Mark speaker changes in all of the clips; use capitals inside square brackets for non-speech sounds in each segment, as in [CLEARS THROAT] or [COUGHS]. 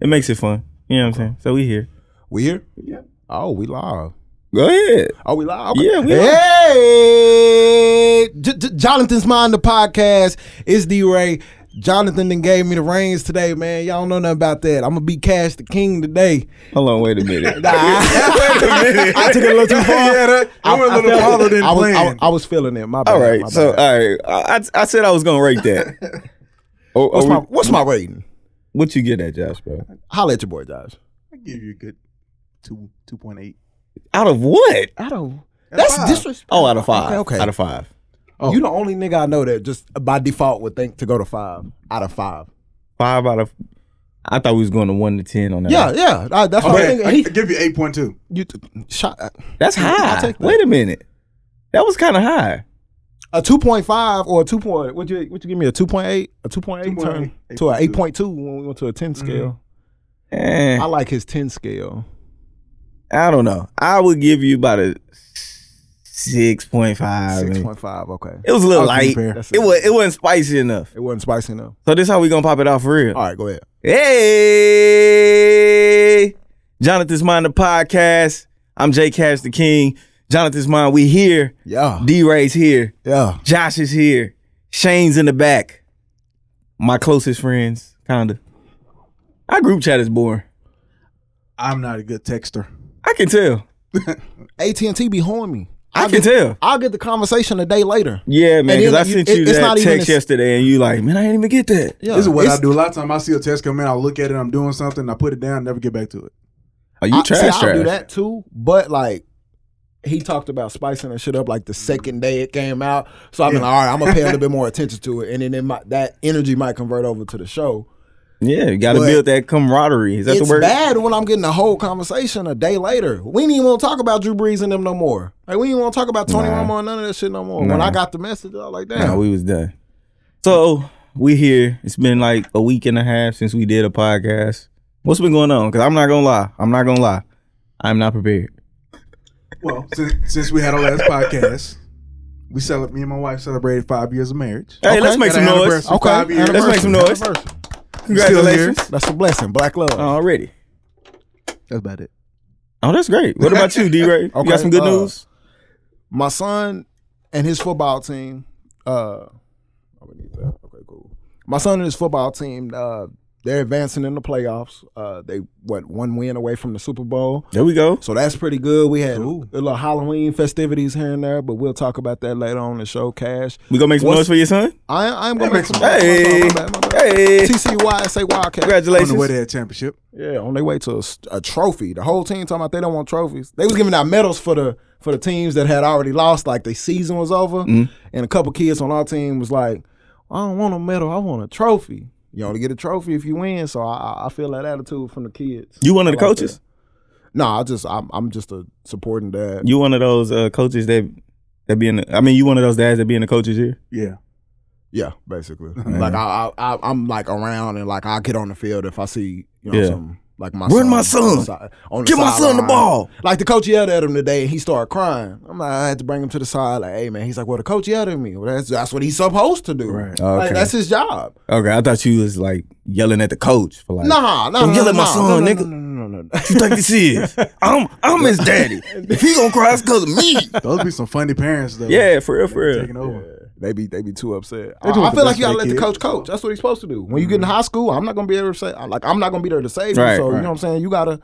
Speaker 1: It makes it fun. You know what I'm saying? So we here.
Speaker 2: We here?
Speaker 3: Yeah.
Speaker 2: Oh, we live.
Speaker 1: Go ahead.
Speaker 2: Oh, we live.
Speaker 1: Yeah, we live.
Speaker 2: Hey, J- J- Jonathan's Mind the Podcast is D Ray. Jonathan then gave me the reins today, man. Y'all don't know nothing about that. I'm gonna be Cash the King today.
Speaker 1: Hold on, wait a minute.
Speaker 2: [LAUGHS] I took it a little too far.
Speaker 3: Yeah, that- I went a little
Speaker 2: felt
Speaker 3: farther
Speaker 2: it.
Speaker 3: than
Speaker 2: I was, I,
Speaker 3: planned.
Speaker 2: I was feeling it. My bad.
Speaker 1: all right.
Speaker 2: my
Speaker 1: So
Speaker 2: bad.
Speaker 1: all right. I, I I said I was gonna rate
Speaker 2: [LAUGHS]
Speaker 1: that. Oh,
Speaker 2: what's,
Speaker 1: are
Speaker 2: my,
Speaker 1: we-
Speaker 2: what's my rating?
Speaker 1: what you get at, Josh, bro?
Speaker 2: Holla at your boy, Josh.
Speaker 3: I give you a good two two point eight.
Speaker 1: Out of what?
Speaker 2: I don't. That's
Speaker 3: five.
Speaker 2: disrespectful.
Speaker 1: Oh, out of five.
Speaker 2: Okay, okay.
Speaker 1: Out of five.
Speaker 2: You the only nigga I know that just by default would think to go to five out of five.
Speaker 1: Five out of. I thought we was going to one to ten on that.
Speaker 2: Yeah, yeah. I, that's what I'm
Speaker 3: Okay, I,
Speaker 2: thinking. Oh, He,
Speaker 3: give you eight point two.
Speaker 2: you t- shot uh,
Speaker 1: that's high.
Speaker 2: I'll take that.
Speaker 1: Wait a minute. That was kind of high.
Speaker 2: a two point five or a two point. What you what you give me a two point eight, a two point eight
Speaker 3: 2.8,
Speaker 2: turn to an
Speaker 3: 8.2.
Speaker 2: eight point two Mm-hmm. when we went to a ten scale.
Speaker 1: Eh,
Speaker 2: I like his ten scale.
Speaker 1: I don't know. I would give you about a six point five.
Speaker 2: Six point five. Okay,
Speaker 1: It was a little
Speaker 3: I
Speaker 1: light.
Speaker 3: was gonna compare.
Speaker 1: It was. It wasn't spicy enough.
Speaker 2: it wasn't spicy enough.
Speaker 1: So this how we gonna pop it off for real.
Speaker 2: All right, go ahead.
Speaker 1: Hey, Jonathan's Mind the podcast. I'm Jay Cash the King. Jonathan's Mind, we here.
Speaker 2: Yeah,
Speaker 1: D Ray's here.
Speaker 2: yeah.
Speaker 1: Josh is here. Shane's in the back. My closest friends, kinda. Our group chat is boring.
Speaker 3: I'm not a good texter.
Speaker 1: I can tell.
Speaker 2: AT and T be horny. me.
Speaker 1: I can tell.
Speaker 2: I'll get the conversation a day later.
Speaker 1: Yeah, man.
Speaker 2: And
Speaker 1: Because
Speaker 2: then
Speaker 1: I
Speaker 2: if you-
Speaker 1: sent
Speaker 2: it-
Speaker 1: you
Speaker 2: it's
Speaker 1: that
Speaker 2: not even
Speaker 1: text
Speaker 2: a-
Speaker 1: yesterday, and you like, man, I didn't even get that.
Speaker 2: Yeah,
Speaker 3: this is what
Speaker 2: it's-
Speaker 3: I do. A lot of time I see a text come in, I look at it, I'm doing something, I put it down, never get back to it.
Speaker 1: Are you
Speaker 2: I,
Speaker 1: trash?
Speaker 2: see, I'll
Speaker 1: trash?
Speaker 2: do that too, but like he talked about spicing and shit up like the second day it came out. So I've been
Speaker 3: Yeah.
Speaker 2: like, all right, I'm gonna pay
Speaker 1: [LAUGHS]
Speaker 2: a little bit more attention to it, and then it might, that energy might convert over to the show.
Speaker 1: Yeah, you got to
Speaker 2: But
Speaker 1: build that camaraderie. Is that
Speaker 2: it's
Speaker 1: the word?
Speaker 2: bad when I'm getting a whole conversation a day later. We didn't even want to talk about Drew Brees and them no more. Like we didn't want to talk about Tony
Speaker 1: Nah.
Speaker 2: Romo and none of that shit no more. When
Speaker 1: Nah.
Speaker 2: I got the message, I was like, damn,
Speaker 1: Nah, we was done. So we here. It's been like a week and a half since we did a podcast. What's been going on? Because I'm not gonna lie. I'm not gonna lie. I'm not prepared.
Speaker 3: Well, since, since we had our last podcast, we celebrated. Me and my wife celebrated five years of marriage.
Speaker 1: Hey, let's make
Speaker 3: Got
Speaker 1: some
Speaker 3: an
Speaker 1: noise.
Speaker 3: anniversary, five years.
Speaker 1: Let's make some noise.
Speaker 2: Anniversary.
Speaker 1: Congratulations.
Speaker 2: That's a blessing. Black love.
Speaker 1: Already.
Speaker 3: That's about it.
Speaker 1: Oh, that's great. What about you, D
Speaker 2: [LAUGHS]
Speaker 1: Ray? You
Speaker 2: Okay,
Speaker 1: got some good
Speaker 2: uh,
Speaker 1: news?
Speaker 2: my son and his football team. Uh, I would need that. Okay, cool. My son and his football team. Uh, they're advancing in the playoffs. Uh, they went one win away from the Super Bowl,
Speaker 1: There we go.
Speaker 2: so that's pretty good. We had
Speaker 3: Ooh.
Speaker 2: a little Halloween festivities here and there, but we'll talk about that later on in the show. Cash.
Speaker 1: We gonna make some
Speaker 2: What's-
Speaker 1: noise for your son?
Speaker 2: I I am gonna
Speaker 3: Hey,
Speaker 2: make some.
Speaker 1: Hey.
Speaker 2: my bad, my bad, my bad.
Speaker 1: Hey.
Speaker 2: TCY say Wildcat.
Speaker 3: On the way to
Speaker 1: Congratulations.
Speaker 3: that championship.
Speaker 2: Yeah, on their way to a, s- a trophy. The whole team talking about they don't want trophies. They was giving out medals for the for the teams that had already lost, like their season was over.
Speaker 1: Mm-hmm.
Speaker 2: And a couple kids on our team was like, "I don't want a medal. I want a trophy. You only get a trophy if you win." So I- I, I feel that attitude from the kids.
Speaker 1: You one of the
Speaker 2: I like
Speaker 1: coaches?
Speaker 2: that. No, I just I'm I'm just a supporting dad.
Speaker 1: You one of those uh, coaches that that be in the, I mean, you one of those dads that be in the coaches here?
Speaker 2: [LAUGHS]
Speaker 3: Yeah.
Speaker 2: Yeah, basically.
Speaker 1: [LAUGHS]
Speaker 2: Like I, I, I, I'm like around and like I get on the field if I see you know
Speaker 1: Yeah.
Speaker 2: something like my
Speaker 1: Run
Speaker 2: son
Speaker 1: my
Speaker 2: on
Speaker 1: son.
Speaker 2: the side- on the
Speaker 1: Give my son the
Speaker 2: sideline.
Speaker 1: ball.
Speaker 2: Like the coach yelled at him today, and he started crying. I'm like, I had to bring him to the side. Like, hey man, he's like, well, the coach yelled at me. Well, that's that's what he's supposed to do.
Speaker 3: Right.
Speaker 2: Like,
Speaker 1: Okay.
Speaker 2: that's his job.
Speaker 1: Okay, I thought you was like yelling at the coach for like
Speaker 2: Nah, nah,
Speaker 1: Don't
Speaker 2: nah,
Speaker 1: yell at
Speaker 2: nah,
Speaker 1: my son,
Speaker 2: nah,
Speaker 1: nigga.
Speaker 2: No, no, no, no, no.
Speaker 1: you think this is? I'm I'm his daddy. If he gonna cry, it's cause of me.
Speaker 3: Those be some funny parents, though.
Speaker 1: Yeah, for real, for real.
Speaker 3: Taking over.
Speaker 2: They be they be too upset. I,
Speaker 3: They doing
Speaker 2: I
Speaker 3: the
Speaker 2: feel
Speaker 3: best
Speaker 2: like you gotta
Speaker 3: they
Speaker 2: let the
Speaker 3: can.
Speaker 2: coach coach. That's what he's supposed to do. When you get in high school, I'm not gonna be able to say like I'm not gonna be there to save
Speaker 1: Right,
Speaker 2: you. So
Speaker 1: right.
Speaker 2: you know what I'm saying. You gotta,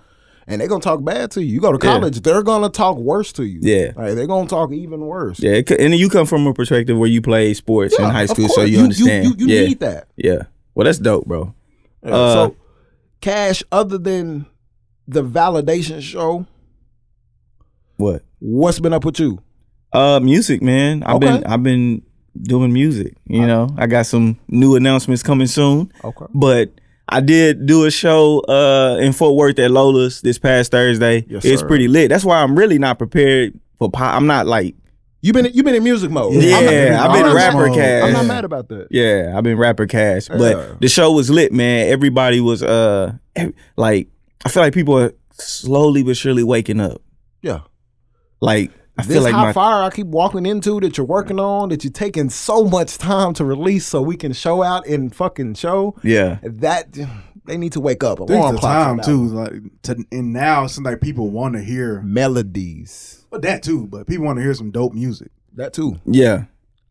Speaker 2: and they gonna talk bad to you. You go to college, they're gonna talk worse to you.
Speaker 1: Yeah.
Speaker 2: like, they're gonna talk even worse.
Speaker 1: Yeah, it cou- and you come from a perspective where you played sports in
Speaker 2: Yeah,
Speaker 1: high
Speaker 2: of
Speaker 1: school, so
Speaker 2: course.
Speaker 1: you, understand.
Speaker 2: You, you
Speaker 1: yeah,
Speaker 2: need that.
Speaker 1: yeah. Well, that's dope, bro.
Speaker 2: Yeah,
Speaker 1: Uh,
Speaker 2: so, Cash, other than the validation show,
Speaker 1: What?
Speaker 2: what's been up with you?
Speaker 1: Uh, music, man. I've been
Speaker 2: Okay.
Speaker 1: I've been doing music. You know, I got some new announcements coming soon.
Speaker 2: Okay.
Speaker 1: But I did do a show uh, in Fort Worth at Lola's this past Thursday.
Speaker 2: Yes,
Speaker 1: it's
Speaker 2: sir.
Speaker 1: pretty lit. That's why I'm really not prepared for. Po- I'm not like
Speaker 2: You been you been in music mode.
Speaker 1: Yeah,
Speaker 2: I'm not-
Speaker 1: I've been
Speaker 2: I'm not-
Speaker 1: rapper cash.
Speaker 2: I'm not mad about that.
Speaker 1: Yeah, I've been rapper cash,
Speaker 2: Yeah.
Speaker 1: but the show was lit, man. Everybody was uh, ev- like I feel like people are slowly but surely waking up.
Speaker 2: Yeah.
Speaker 1: Like I
Speaker 2: this
Speaker 1: feel like
Speaker 2: hot
Speaker 1: my
Speaker 2: fire I keep walking into that you're working on that you're taking so much time to release so we can show out and fucking show
Speaker 1: yeah,
Speaker 2: that They need to wake up.
Speaker 3: There's
Speaker 2: Alarm
Speaker 3: the
Speaker 2: clocks
Speaker 3: time
Speaker 2: are
Speaker 3: too, like to, and now it's like people want to hear,
Speaker 2: Melodies.
Speaker 3: but that too. But people want to hear some dope music.
Speaker 2: That too.
Speaker 1: Yeah.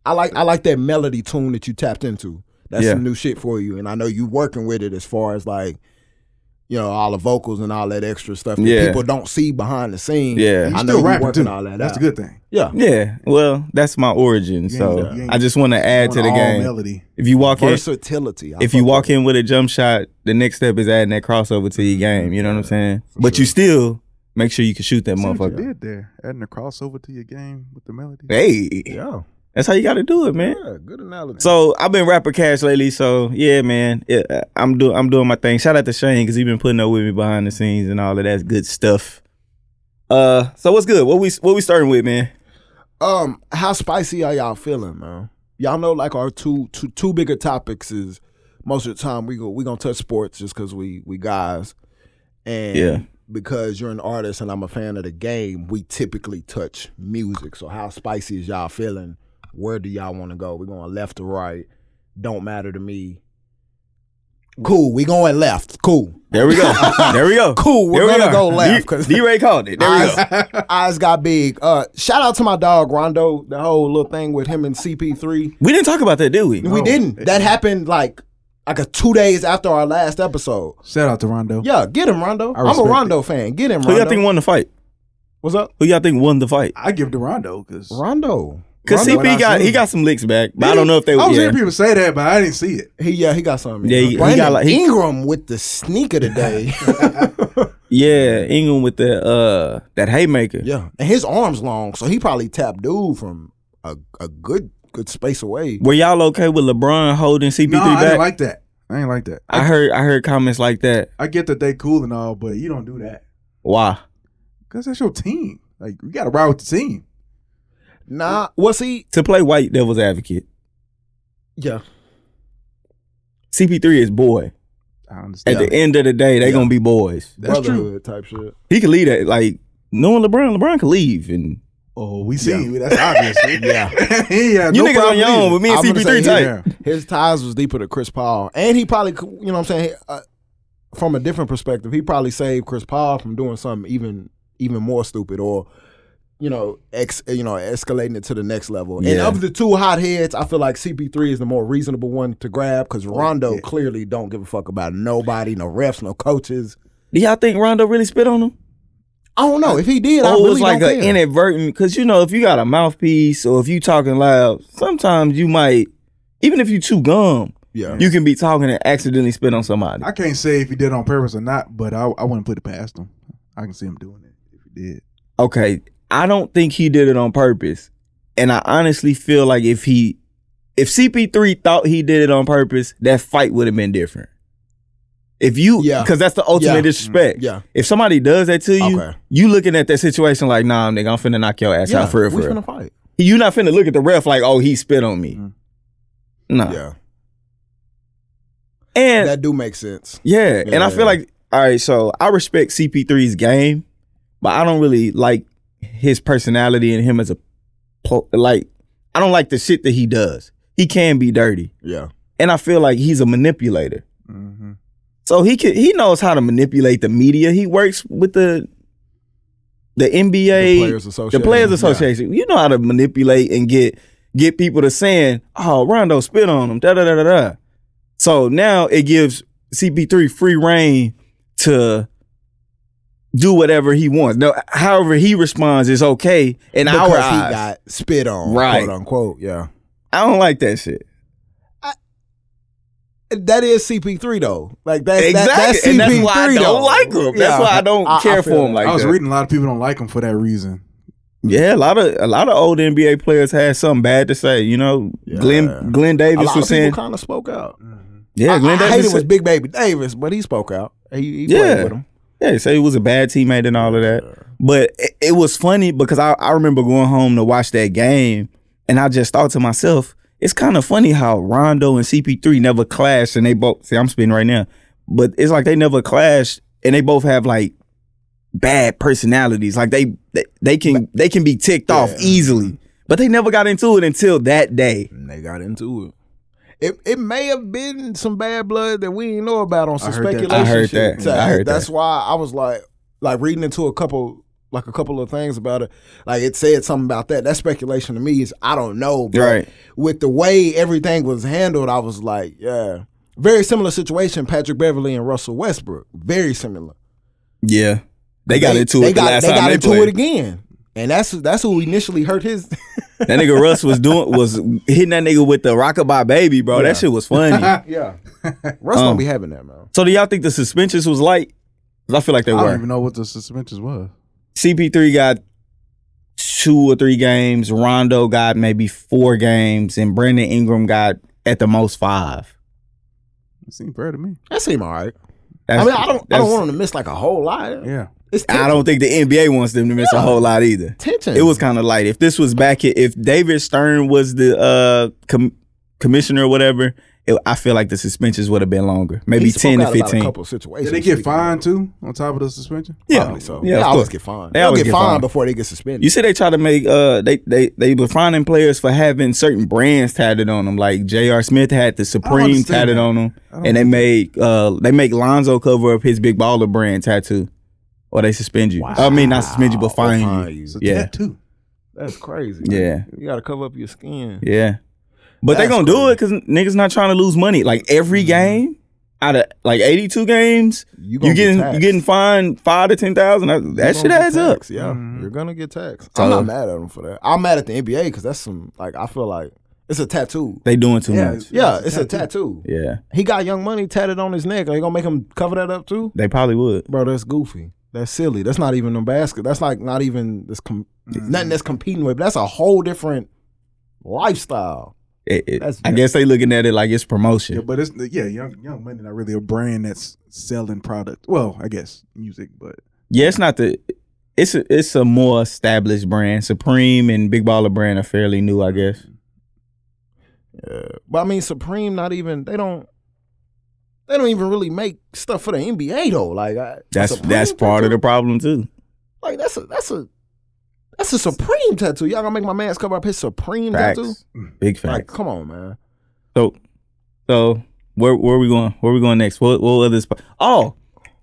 Speaker 2: I like I like that melody tune that you tapped into. That's
Speaker 1: Yeah.
Speaker 2: some new shit for you, and I know you working with it as far as like, you know, all the vocals and all that extra stuff that
Speaker 1: Yeah.
Speaker 2: people don't see behind the scenes.
Speaker 1: Yeah.
Speaker 3: You
Speaker 2: I know
Speaker 3: still
Speaker 2: you
Speaker 3: rapping
Speaker 2: working
Speaker 3: too.
Speaker 2: all that. out.
Speaker 3: That's the good thing.
Speaker 2: Yeah,
Speaker 1: Yeah. Well, that's my origin.
Speaker 3: You
Speaker 1: So
Speaker 3: ain't- you ain't-
Speaker 1: I just want to add to
Speaker 3: On
Speaker 1: the
Speaker 3: all
Speaker 1: game.
Speaker 3: melody.
Speaker 1: If you walk in,
Speaker 2: versatility. I
Speaker 1: if you
Speaker 2: fuck
Speaker 1: walk
Speaker 2: with
Speaker 1: in with a jump shot, the next step is adding that crossover to your game. You know what I'm saying? But you still make sure you can shoot that
Speaker 3: See what you
Speaker 1: motherfucker.
Speaker 3: did there, adding a crossover to your game with the melody.
Speaker 2: it.
Speaker 1: Hey,
Speaker 2: yeah,
Speaker 1: that's how you got to do it, man.
Speaker 2: yeah, good analogy.
Speaker 1: So I've been rapper cash lately. So yeah, man, yeah, uh, I'm doing I'm doing my thing. Shout out to Shane because he been putting up with me behind the scenes and all of that good stuff. Uh, so what's good? What we what we starting with, man?
Speaker 2: Um, how spicy are y'all feeling, man? Y'all know like our two two two bigger topics is most of the time we go we gonna touch sports just because we we guys and
Speaker 1: Yeah.
Speaker 2: because you're an artist and I'm a fan of the game, we typically touch music. So how spicy is y'all feeling? Where do y'all want to go? We going left or right? Don't matter to me. Cool, we going left. Cool,
Speaker 1: There we
Speaker 2: [LAUGHS]
Speaker 1: go. there we go.
Speaker 2: Cool, we're
Speaker 1: There we
Speaker 2: gonna
Speaker 1: are.
Speaker 2: go left,
Speaker 1: D-
Speaker 2: 'cause-
Speaker 1: D-Ray called it. There we
Speaker 2: [LAUGHS]
Speaker 1: go.
Speaker 2: eyes, eyes got big. Uh, shout out to my dog Rondo. The whole little thing with him and CP3.
Speaker 1: We didn't talk about that, did we?
Speaker 2: We
Speaker 3: No.
Speaker 2: didn't. That happened like like a two days after our last episode.
Speaker 3: Shout out to Rondo.
Speaker 2: Yeah, get him Rondo.
Speaker 3: I
Speaker 2: I'm a
Speaker 3: respect
Speaker 2: Rondo fan. Get him
Speaker 1: Who y'all
Speaker 2: Rondo.
Speaker 1: think won the fight?
Speaker 2: What's up,
Speaker 1: Who y'all think won the fight?
Speaker 3: I give it to Rondo because
Speaker 2: Rondo?
Speaker 1: Cause
Speaker 3: Rondo
Speaker 1: CP
Speaker 3: went
Speaker 1: got
Speaker 3: out
Speaker 1: he
Speaker 3: soon.
Speaker 1: got some licks back, but I don't know if they.
Speaker 2: Oh,
Speaker 3: I was
Speaker 1: yeah.
Speaker 3: hearing people say that, but I didn't see it.
Speaker 2: He yeah, he got something.
Speaker 1: Yeah, he- he got,
Speaker 2: Brandon
Speaker 1: like, he-
Speaker 2: Ingram with the
Speaker 1: [LAUGHS]
Speaker 2: sneaker today.
Speaker 1: Yeah, Ingram with the uh that haymaker.
Speaker 2: yeah, and his arms long, so he probably tapped dude from a a good good space away.
Speaker 1: Were y'all okay with LeBron holding CP3
Speaker 3: No, I
Speaker 1: back?
Speaker 3: didn't like that. I ain't like that.
Speaker 1: I heard I heard comments like that.
Speaker 3: I get that they cool and all, but you don't do that
Speaker 1: Why?
Speaker 3: because that's your team. Like you got to ride with the team.
Speaker 2: Nah, was he?
Speaker 1: To play white devil's advocate,
Speaker 2: Yeah,
Speaker 1: CP3 is boy.
Speaker 3: I
Speaker 1: At
Speaker 3: understand.
Speaker 1: the end of the day, they
Speaker 2: Yeah.
Speaker 1: gonna be boys.
Speaker 3: That's true.
Speaker 2: brotherhood type shit.
Speaker 1: He could leave that like knowing LeBron, LeBron could leave and
Speaker 3: Oh, we see. you.
Speaker 1: [LAUGHS]
Speaker 3: That's obvious. [LAUGHS] yeah, he had
Speaker 1: you
Speaker 3: no
Speaker 1: niggas on
Speaker 3: problem
Speaker 1: your
Speaker 3: either.
Speaker 1: own, but me and
Speaker 2: I'm gonna
Speaker 1: CP3
Speaker 2: say he-
Speaker 1: tight.
Speaker 3: Yeah.
Speaker 2: His ties was deeper to Chris Paul, and he probably, cou- you know, what I'm saying, uh, from a different perspective, he probably saved Chris Paul from doing something even even more stupid, or you know, ex, you know, escalating it to the next level. And
Speaker 1: Yeah.
Speaker 2: of the two hotheads, I feel like CP3 is the more reasonable one to grab
Speaker 1: Oh,
Speaker 2: because Rondo
Speaker 3: yeah.
Speaker 2: clearly don't give a fuck about nobody, no refs, no coaches.
Speaker 1: Do y'all think Rondo really spit on him?
Speaker 2: I don't know if he did. I
Speaker 1: Or
Speaker 2: really
Speaker 1: Oh, it was like
Speaker 2: don't
Speaker 1: an
Speaker 2: care.
Speaker 1: inadvertent because you know if you got a mouthpiece or if you talking loud, sometimes you might even if you chew gum,
Speaker 2: yeah.
Speaker 1: you can be talking and accidentally spit on somebody.
Speaker 3: I can't say if he did it on purpose or not, but I, I wouldn't put it past him. I can see him doing it if he did.
Speaker 1: okay, I don't think he did it on purpose. And I honestly feel like if he if CP3 thought he did it on purpose, that fight would have been different. If you
Speaker 2: Yeah.
Speaker 1: cuz that's the ultimate
Speaker 2: Yeah. Mm,
Speaker 1: disrespect.
Speaker 2: Yeah.
Speaker 1: If somebody does that to you,
Speaker 2: Okay.
Speaker 1: you looking at that situation like, "Nah, nigga, I'm finna knock your ass out for real,
Speaker 2: we
Speaker 1: for real."
Speaker 2: finna fight.
Speaker 1: You not finna look at the ref like, "Oh, he spit on me."
Speaker 3: Mm.
Speaker 1: Nah.
Speaker 2: Yeah,
Speaker 1: And
Speaker 2: that do make sense.
Speaker 1: Yeah, and I
Speaker 2: Yeah.
Speaker 1: feel like all right, so I respect CP3's game, but I don't really like his personality and him as a pl- like I don't like the shit that he does. He can be dirty,
Speaker 2: Yeah,
Speaker 1: and I feel like he's a manipulator.
Speaker 3: Mm-hmm.
Speaker 1: So he can he knows how to manipulate the media. He works with the the
Speaker 2: the
Speaker 1: NBA,
Speaker 2: players association.
Speaker 1: the Players
Speaker 2: Yeah.
Speaker 1: Association. You know how to manipulate and get get people to saying, "Oh, Rondo spit on him." Da da da da da. So now it gives CP3 free reign to do whatever he wants. Now, however he responds is okay in
Speaker 2: because
Speaker 1: our
Speaker 2: he
Speaker 1: eyes.
Speaker 2: got spit on,
Speaker 1: Right.
Speaker 2: quote unquote. Yeah,
Speaker 1: I don't like that shit.
Speaker 2: that is CP3 though. Like that's that, that's
Speaker 1: Exactly, and that's
Speaker 2: CP3
Speaker 1: why I don't
Speaker 2: though.
Speaker 1: like him. That's why I
Speaker 2: [LAUGHS]
Speaker 1: don't care for
Speaker 2: feel
Speaker 1: him
Speaker 2: that.
Speaker 1: like
Speaker 3: I was
Speaker 1: that.
Speaker 3: reading a lot of people don't like him for that reason.
Speaker 1: Yeah, a lot of a lot of old NBA players had something bad to say. You know, Glenn Glenn
Speaker 2: a
Speaker 1: Davis
Speaker 2: lot
Speaker 1: was
Speaker 2: of
Speaker 1: saying,
Speaker 2: people kind of spoke out.
Speaker 1: yeah,
Speaker 2: I,
Speaker 1: Glenn
Speaker 2: I hate
Speaker 1: Davis
Speaker 2: it was
Speaker 1: said,
Speaker 2: Big Baby Davis, but he spoke out. He, he played
Speaker 1: Yeah.
Speaker 2: with him.
Speaker 1: yeah, he said he was a bad teammate and all of that. But it, it was funny because I, I remember going home to watch that game and I just thought to myself, it's kind of funny how Rondo and CP3 never clashed and they both see I'm spinning right now. But it's like they never clashed and they both have like bad personalities. Like they they, they can they can be ticked off easily. But they never got into it until that day.
Speaker 2: And they got into it. It, it may have been some bad blood that we didn't know about on some
Speaker 3: I heard that.
Speaker 2: speculation.
Speaker 1: I heard that.
Speaker 2: shit.
Speaker 1: I heard
Speaker 2: That's
Speaker 1: that.
Speaker 2: why I was like, like reading into a couple, like a couple of things about it. Like it said something about that. That speculation to me is I don't know. But
Speaker 1: Right.
Speaker 2: With the way everything was handled, I was like, yeah. Very similar situation. Patrick Beverly and Russell Westbrook. Very similar.
Speaker 1: Yeah. They got into it the last
Speaker 2: they
Speaker 1: time
Speaker 2: got
Speaker 1: they
Speaker 2: into it
Speaker 1: played.
Speaker 2: again. And that's that's who initially hurt his. [LAUGHS]
Speaker 1: That nigga Russ was doing was hitting that nigga with the rockabye baby, bro. That shit was
Speaker 2: [LAUGHS]
Speaker 1: funny.
Speaker 2: yeah, Russ
Speaker 1: Um,
Speaker 2: don't be having that, man.
Speaker 1: so do y'all think the suspensions was light? 'Cause I feel like they
Speaker 3: I don't
Speaker 1: were.
Speaker 3: even know what the suspensions was.
Speaker 1: CP3 got two or three games. Rondo got maybe four games, and Brandon Ingram got at the most five.
Speaker 3: It seemed fair to me.
Speaker 2: That seem all right.
Speaker 1: That's-
Speaker 2: I mean, I don't, I
Speaker 1: that's-
Speaker 2: don't want him to miss like a whole lot.
Speaker 3: Yeah.
Speaker 2: It's tension.
Speaker 1: I don't think the NBA wants them to miss a whole lot either.
Speaker 2: tension.
Speaker 1: It was kind of light. If this was back, i- if David Stern was the uh, com- commissioner or whatever, it, I feel like the suspensions would have been longer,
Speaker 2: He
Speaker 1: maybe
Speaker 2: spoke
Speaker 1: ten to
Speaker 2: out about a
Speaker 1: fifteen.
Speaker 2: couple of situations.
Speaker 3: Did they get
Speaker 2: He-
Speaker 3: fined too on top of the suspension?
Speaker 1: Yeah,
Speaker 2: Probably so.
Speaker 1: yeah.
Speaker 2: they
Speaker 1: of
Speaker 2: always
Speaker 1: course.
Speaker 2: get fined.
Speaker 1: They
Speaker 2: They will
Speaker 1: always
Speaker 2: get
Speaker 1: get
Speaker 2: fined
Speaker 1: fined.
Speaker 2: before they get suspended.
Speaker 1: You see, they try to make uh, they they they were finding players for having certain brands tatted on them. Like J.R. Smith had the Supreme
Speaker 3: understand
Speaker 1: tatted
Speaker 3: that.
Speaker 1: on him,
Speaker 3: don't
Speaker 1: and they make uh they make Lonzo cover up his Big Baller brand tattoo, or they suspend you. I mean, not suspend you, but
Speaker 2: Wow.
Speaker 1: fine you.
Speaker 2: Fine
Speaker 3: It's a
Speaker 1: Yeah.
Speaker 3: tattoo.
Speaker 2: That's crazy.
Speaker 1: Yeah.
Speaker 2: you gotta cover up your skin.
Speaker 1: Yeah. But they
Speaker 2: That's Mm-hmm.
Speaker 1: gonna do it because niggas not trying to lose money. Like every game out of like eighty two games,
Speaker 2: You,
Speaker 1: you
Speaker 2: gonna
Speaker 1: getting
Speaker 2: get taxed.
Speaker 1: you getting fined five to ten thousand. That, that
Speaker 2: You
Speaker 1: shit
Speaker 2: gonna
Speaker 1: adds
Speaker 2: get
Speaker 1: up. Mm-hmm.
Speaker 2: taxed, Yeah,
Speaker 3: Mhm.
Speaker 2: you're gonna get taxed.
Speaker 1: So-
Speaker 2: I'm not mad at them for that. I'm mad at the NBA because that's some like I feel like it's a tattoo.
Speaker 1: They doing too
Speaker 3: Yeah,
Speaker 1: much.
Speaker 2: Yeah, it's a tattoo.
Speaker 1: Yeah,
Speaker 2: He got Young Money tatted on his neck. Are they gonna make him cover that up too?
Speaker 1: they probably would.
Speaker 2: Bro, that's goofy. That's silly. That's not even a basket. That's like not even this com-
Speaker 3: Mm-hmm.
Speaker 1: Mm-hmm.
Speaker 2: nothing that's competing with. That's a whole different lifestyle.
Speaker 1: It- it-
Speaker 2: That's-
Speaker 1: I guess they looking at it like it's
Speaker 3: Yeah,
Speaker 1: promotion.
Speaker 3: but it's yeah, young young money not really a brand that's selling product. Well, I guess music, but
Speaker 1: Yeah, it's not the. It's a, it's a more established brand. Supreme and Big Baller brand are fairly new, I guess.
Speaker 2: Mm. Yeah. Uh, But I mean, Supreme not even they don't they don't even really make stuff for the NBA though. Like I,
Speaker 1: That's
Speaker 2: Supreme
Speaker 1: that's part of the
Speaker 2: tattoo?
Speaker 1: problem too.
Speaker 2: like that's a that's a that's a Supreme tattoo. Y'all gonna make my man's cover up his Supreme tattoo?
Speaker 1: Facts, big
Speaker 2: Like,
Speaker 1: facts.
Speaker 2: come on, man.
Speaker 1: So, so where where we going? Where we going next? What what other spot? Oh,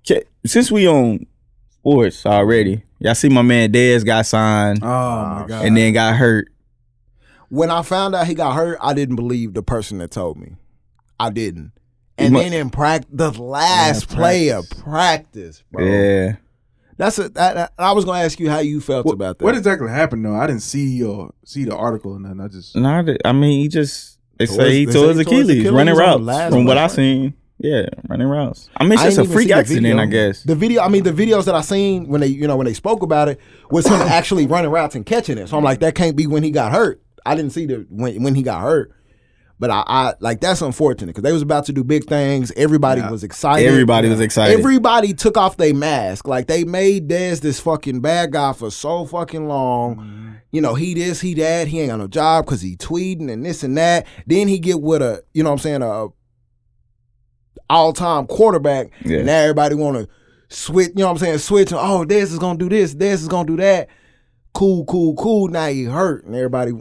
Speaker 1: ca- since we on sports already, y'all see my man Dez got signed
Speaker 2: Uh,
Speaker 3: oh my god,
Speaker 1: and then got hurt.
Speaker 2: When I found out he got hurt, I didn't believe the person that told me. I didn't. And
Speaker 1: mu-
Speaker 2: then in practice, the last
Speaker 3: Yeah,
Speaker 2: play of
Speaker 3: practice.
Speaker 2: practice, bro.
Speaker 1: Yeah,
Speaker 2: That's a. That, that- I was gonna ask you how you felt
Speaker 3: what,
Speaker 2: about that.
Speaker 3: what exactly happened though? I didn't see or see the article or nothing. I just
Speaker 1: not. I mean, he just they
Speaker 2: Towards-
Speaker 1: say he
Speaker 2: they
Speaker 1: tore
Speaker 2: say
Speaker 1: his
Speaker 2: he tore his
Speaker 1: Achilles,
Speaker 2: Achilles
Speaker 1: running
Speaker 2: on the
Speaker 1: routes.
Speaker 2: last
Speaker 1: From what
Speaker 2: play.
Speaker 1: I seen, yeah, running routes. I mean, it's
Speaker 2: I
Speaker 1: just
Speaker 2: ain't
Speaker 1: a
Speaker 2: even
Speaker 1: freak
Speaker 2: seen the
Speaker 1: accident,
Speaker 2: video.
Speaker 1: I guess.
Speaker 2: The video, I mean, the videos that I seen when they, you know, when they spoke about it was him [LAUGHS] actually running routes and catching it. So I'm like, that can't be when he got hurt. I didn't see the when when he got hurt, but I, I like that's unfortunate because they was about to do big things. Everybody was excited.
Speaker 1: Everybody was excited.
Speaker 2: Everybody took off their mask. Like they made Dez this fucking bad guy for so fucking long.
Speaker 1: Mm-hmm.
Speaker 2: You know, he this, he that. He ain't got no job because he tweeting and this and that. Then he get with a, you know what I'm saying, a all time quarterback.
Speaker 1: Yeah.
Speaker 2: And now everybody want to switch, you know what I'm saying, switch. Oh, Dez is going to do this. Dez is going to do that. Cool, cool, cool. Now he hurt. And everybody,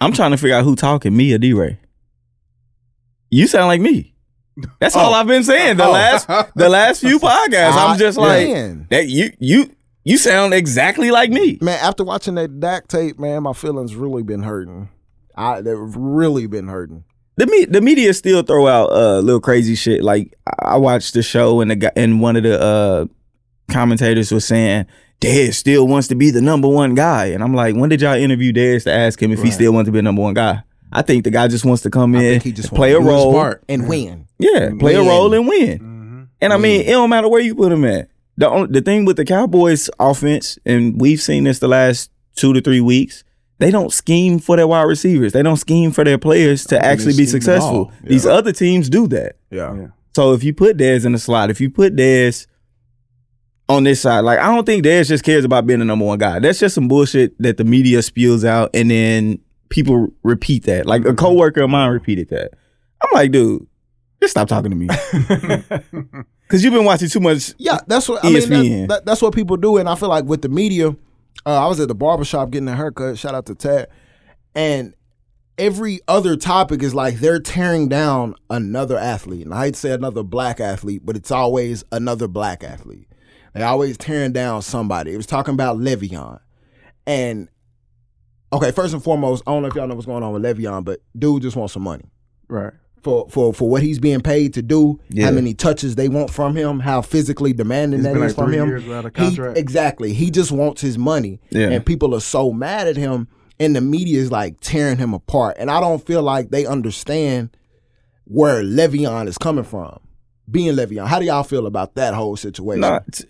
Speaker 1: I'm trying to figure out who talking, me or D-Ray. You sound like me. That's all I've been saying the
Speaker 2: Oh. [LAUGHS]
Speaker 1: last the last few podcasts. I'm
Speaker 2: I-
Speaker 1: just like
Speaker 2: Man.
Speaker 1: that. You you you sound exactly like me.
Speaker 2: Man, after watching that Dak tape, man, my feelings really been hurting. I they've really been hurting.
Speaker 1: The me, the media still throw out uh little crazy shit. Like I I watched the show and the guy, and one of the uh commentators was saying Dez still wants to be the number one guy, and I'm like, when did y'all interview Dez to ask him if he
Speaker 2: Right.
Speaker 1: still wants to be the number one guy? I think the guy just wants to come
Speaker 2: I
Speaker 1: in,
Speaker 2: think he just
Speaker 1: and play a
Speaker 2: wanna do his
Speaker 1: role,
Speaker 2: part and win.
Speaker 1: yeah, play a
Speaker 2: Win.
Speaker 1: role and win.
Speaker 3: Mhm.
Speaker 1: And I mean, it don't matter where you put him at. The only, the thing with the Cowboys offense, and we've seen this the last two to three weeks, they don't scheme for their wide receivers. They don't scheme for their players to
Speaker 3: think they
Speaker 1: actually be
Speaker 3: scheme at
Speaker 1: successful.
Speaker 3: all.
Speaker 1: These other teams do that.
Speaker 2: Yeah.
Speaker 3: Yeah.
Speaker 1: So if you put Dez in the slot, if you put Dez on this side, like I don't think Dez just cares about being the number one guy. That's just some bullshit that the media spews out, and then people repeat that. Like
Speaker 3: Mm-hmm.
Speaker 1: a coworker of mine repeated that. I'm like, dude, just stop talking
Speaker 3: [LAUGHS]
Speaker 1: to me, [LAUGHS] because you've been watching too much.
Speaker 2: Yeah, that's what I mean.
Speaker 1: ESPN.
Speaker 2: That, that, that's what people do, and I feel like with the media, uh, I was at the barbershop getting a haircut. Shout out to Tat, and every other topic is like they're tearing down another athlete. And I'd say another black athlete, but it's always another black athlete. They always tearing down somebody. It was talking about Le'Veon. And okay, first and foremost, I don't know if y'all know what's going on with Le'Veon, but dude just wants some money
Speaker 3: Right.
Speaker 2: for for for what he's being paid to do,
Speaker 1: Yeah.
Speaker 2: how many touches they want from him, how physically demanding
Speaker 3: He's
Speaker 2: that
Speaker 3: been
Speaker 2: is
Speaker 3: like
Speaker 2: from
Speaker 3: three
Speaker 2: him.
Speaker 3: years without a
Speaker 2: He-
Speaker 3: contract.
Speaker 2: exactly. He just wants his money,
Speaker 1: Yeah.
Speaker 2: and people are so mad at him, and the media is like tearing him apart. And I don't feel like they understand where Le'Veon is coming from. Being Le'Veon, how do y'all feel about that whole situation?
Speaker 1: Not.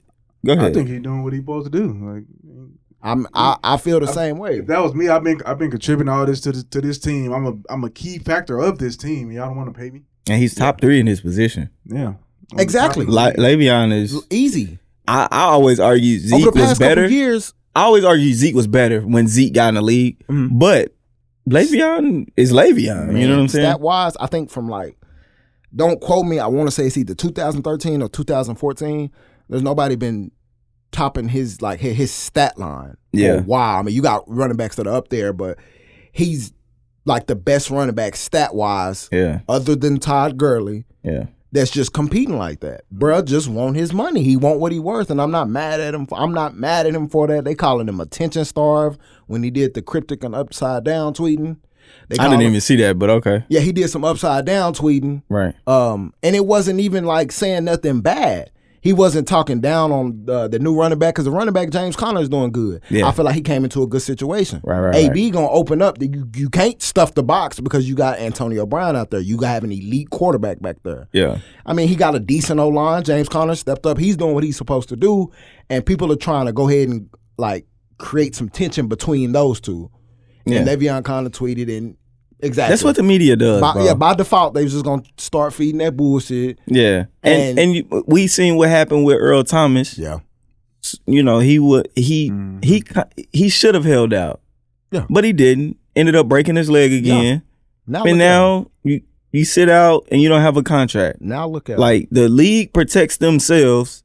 Speaker 1: Go
Speaker 3: I
Speaker 1: ahead.
Speaker 3: think he's doing what he's supposed to do. Like
Speaker 2: I'm, I I feel the same way.
Speaker 3: if that was me, I've been I've been contributing all this to this, to this team. I'm a I'm a key factor of this team. Y'all don't want to pay me.
Speaker 1: and he's top three in his position.
Speaker 3: Yeah.
Speaker 2: Exactly.
Speaker 1: Le- Le'Veon is.
Speaker 2: Easy.
Speaker 1: I, I always argue
Speaker 2: Over
Speaker 1: Zeke
Speaker 2: the
Speaker 1: was
Speaker 2: past
Speaker 1: better.
Speaker 2: couple years,
Speaker 1: I always argue Zeke was better when Zeke got in the league,
Speaker 3: Mm-hmm.
Speaker 2: Mhm.
Speaker 1: but Le'Veon is Le'Veon. you know what I'm saying?
Speaker 2: Stat wise, I think from like, don't quote me. I want to say it's either 2013 or 2014. There's nobody been topping his like his, his stat line.
Speaker 1: Yeah.
Speaker 2: Wow. I mean, you got running backs that are up there, but he's like the best running back stat wise,
Speaker 1: yeah,
Speaker 2: other than Todd Gurley.
Speaker 1: yeah.
Speaker 2: That's just competing like that, Bruh Just want his money. He want what he worth, and I'm not mad at him. For, I'm not mad at him for that. They calling him attention starved when he did the cryptic and upside down tweeting. They
Speaker 1: I
Speaker 2: call
Speaker 1: didn't
Speaker 2: him-
Speaker 1: even see that, but okay,
Speaker 2: yeah, he did some upside down tweeting.
Speaker 1: right.
Speaker 2: Um, and it wasn't even like saying nothing bad. He wasn't talking down on uh, the new running back because the running back James Conner is doing good.
Speaker 1: Yeah.
Speaker 2: I feel like he came into a good situation.
Speaker 1: Right, right,
Speaker 2: AB gonna open up. You you can't stuff the box because you got Antonio Brown out there. You have an elite quarterback back there.
Speaker 1: Yeah,
Speaker 2: I mean, he got a decent O line. James Conner stepped up. He's doing what he's supposed to do, and people are trying to go ahead and like create some tension between those two.
Speaker 1: yeah.
Speaker 2: And Le'Veon Conner tweeted and exactly
Speaker 1: That's what the media does,
Speaker 2: by,
Speaker 1: bro.
Speaker 2: yeah, by default, they was just gonna start feeding that bullshit.
Speaker 1: Yeah. and
Speaker 2: And-
Speaker 1: and you, we seen what happened with Earl Thomas.
Speaker 2: Yeah, Mm-hmm.
Speaker 1: You know, he would he he co- he should have held out,
Speaker 2: Yeah.
Speaker 1: but he didn't. Ended up breaking his leg again,
Speaker 2: now
Speaker 1: and
Speaker 2: look at him.
Speaker 1: now you you sit out and you don't have a contract.
Speaker 2: now look at like
Speaker 1: Like the league protects themselves,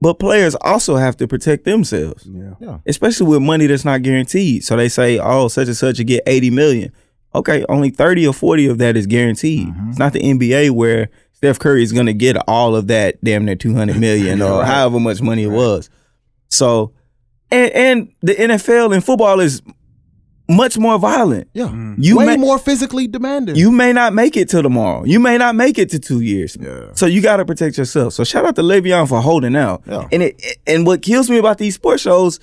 Speaker 1: but players also have to protect themselves,
Speaker 3: Yeah.
Speaker 1: especially with money that's not guaranteed. So they say, oh, such and such, you get 80 million. Okay, only 30 or 40 of that is guaranteed. It's not the NBA where Steph Curry is going to get all of that damn near 200 million or however much money it was. So, and, and the NFL and football is much more violent.
Speaker 2: yeah,
Speaker 1: You
Speaker 2: way
Speaker 1: may-
Speaker 2: more physically demanding.
Speaker 1: you may not make it till tomorrow. You may not make it to two years.
Speaker 2: Yeah.
Speaker 1: So you got to protect yourself. So shout out to Le'Veon for holding out.
Speaker 2: Yeah.
Speaker 1: And it and what kills me about these sports shows,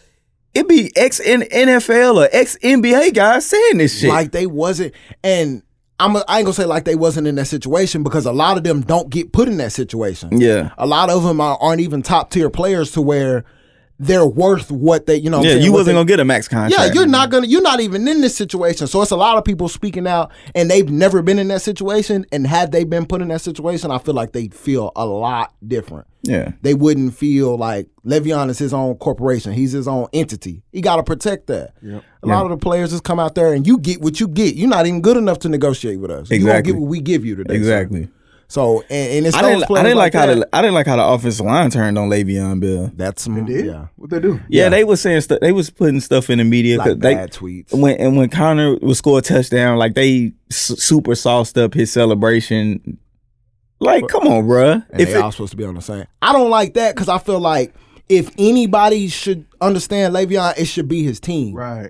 Speaker 1: it be ex NFL or ex NBA guys saying this shit.
Speaker 2: like they wasn't, and I'm a, I ain't gonna say like they wasn't in that situation because a lot of them don't get put in that situation.
Speaker 1: yeah,
Speaker 2: a lot of them are, aren't even top tier players to where they're worth what they you know. what I'm
Speaker 1: yeah.
Speaker 2: saying,
Speaker 1: You
Speaker 2: what
Speaker 1: wasn't
Speaker 2: they-
Speaker 1: gonna get a max
Speaker 2: Yeah,
Speaker 1: contract.
Speaker 2: you're not gonna. You're not even in this situation. So it's a lot of people speaking out, and they've never been in that situation. And had they been put in that situation, I feel like they'd feel a lot different.
Speaker 1: Yeah,
Speaker 2: They wouldn't feel like Le'Veon is his own corporation. He's his own entity. He got to protect that. A lot of the players just come out there and you get what you get. You're not even good enough to negotiate with us. You don't
Speaker 1: Exactly.
Speaker 2: get what we give you today. sir.
Speaker 1: exactly.
Speaker 2: So and, and it's
Speaker 1: I
Speaker 2: those
Speaker 1: didn't. I
Speaker 2: players
Speaker 1: didn't like,
Speaker 2: like,
Speaker 1: how
Speaker 2: that.
Speaker 1: the I didn't like how the offensive line turned on Le'Veon Bill.
Speaker 2: That's some,
Speaker 3: Did?
Speaker 2: yeah.
Speaker 3: What they do?
Speaker 1: Yeah, they was saying stuff. They was putting stuff in the media. 'cause
Speaker 2: Like
Speaker 1: they,
Speaker 2: bad tweets.
Speaker 1: when and when Connor would score a touchdown, like they su- super sauced up his celebration. Like, come on, bruh.
Speaker 2: and
Speaker 1: If
Speaker 2: they
Speaker 1: it-
Speaker 2: all supposed to be on the same. I don't like that because I feel like if anybody should understand Le'Veon, it should be his team.
Speaker 3: Right.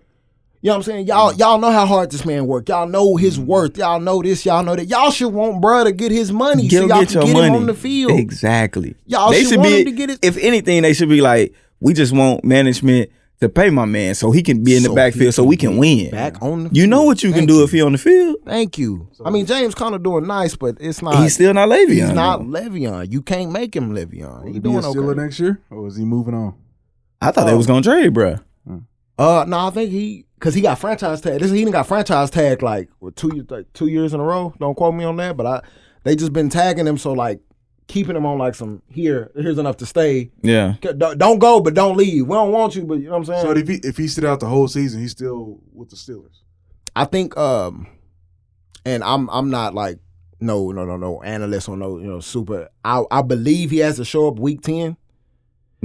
Speaker 2: You know what I'm saying?
Speaker 1: Mm.
Speaker 2: Y'all, y'all know how hard this man worked. Y'all know his worth. Y'all know this. Y'all know that. Y'all should want bruh to get his money
Speaker 1: go
Speaker 2: so y'all can get him on the field.
Speaker 1: exactly.
Speaker 2: Y'all should want him to get it-
Speaker 1: If anything, they should be like, we just want management to pay my man so he can be in the
Speaker 2: So he
Speaker 1: backfield so we can win.
Speaker 2: Back on the
Speaker 1: you know
Speaker 2: field.
Speaker 1: what you can
Speaker 2: Thank
Speaker 1: do if he on the field.
Speaker 2: Thank you. I mean, James Conner doing nice, but it's not.
Speaker 1: He's still not Le'Veon.
Speaker 2: Uh, he's not
Speaker 1: though.
Speaker 2: Le'Veon. You can't make him Le'Veon.
Speaker 3: Will
Speaker 2: He
Speaker 3: he be a
Speaker 2: doing
Speaker 3: Steeler
Speaker 2: okay.
Speaker 3: next year, or is he moving on?
Speaker 1: I thought they was gonna trade, bruh.
Speaker 2: Uh, no, I think he because he got franchise tag. This he didn't got franchise tag like what, two years, like two years in a row. Don't quote me on that, but I they just been tagging him, so like keeping him on like some here, here's enough to stay.
Speaker 1: Yeah.
Speaker 2: Don't, don't go, but don't leave. We don't want you, but you know what I'm
Speaker 3: So
Speaker 2: saying.
Speaker 3: if he if he sit out the whole season, he's still with the Steelers.
Speaker 2: I think um, and I'm I'm not like no no no no analyst or no you know super. I I believe he has to show up week ten.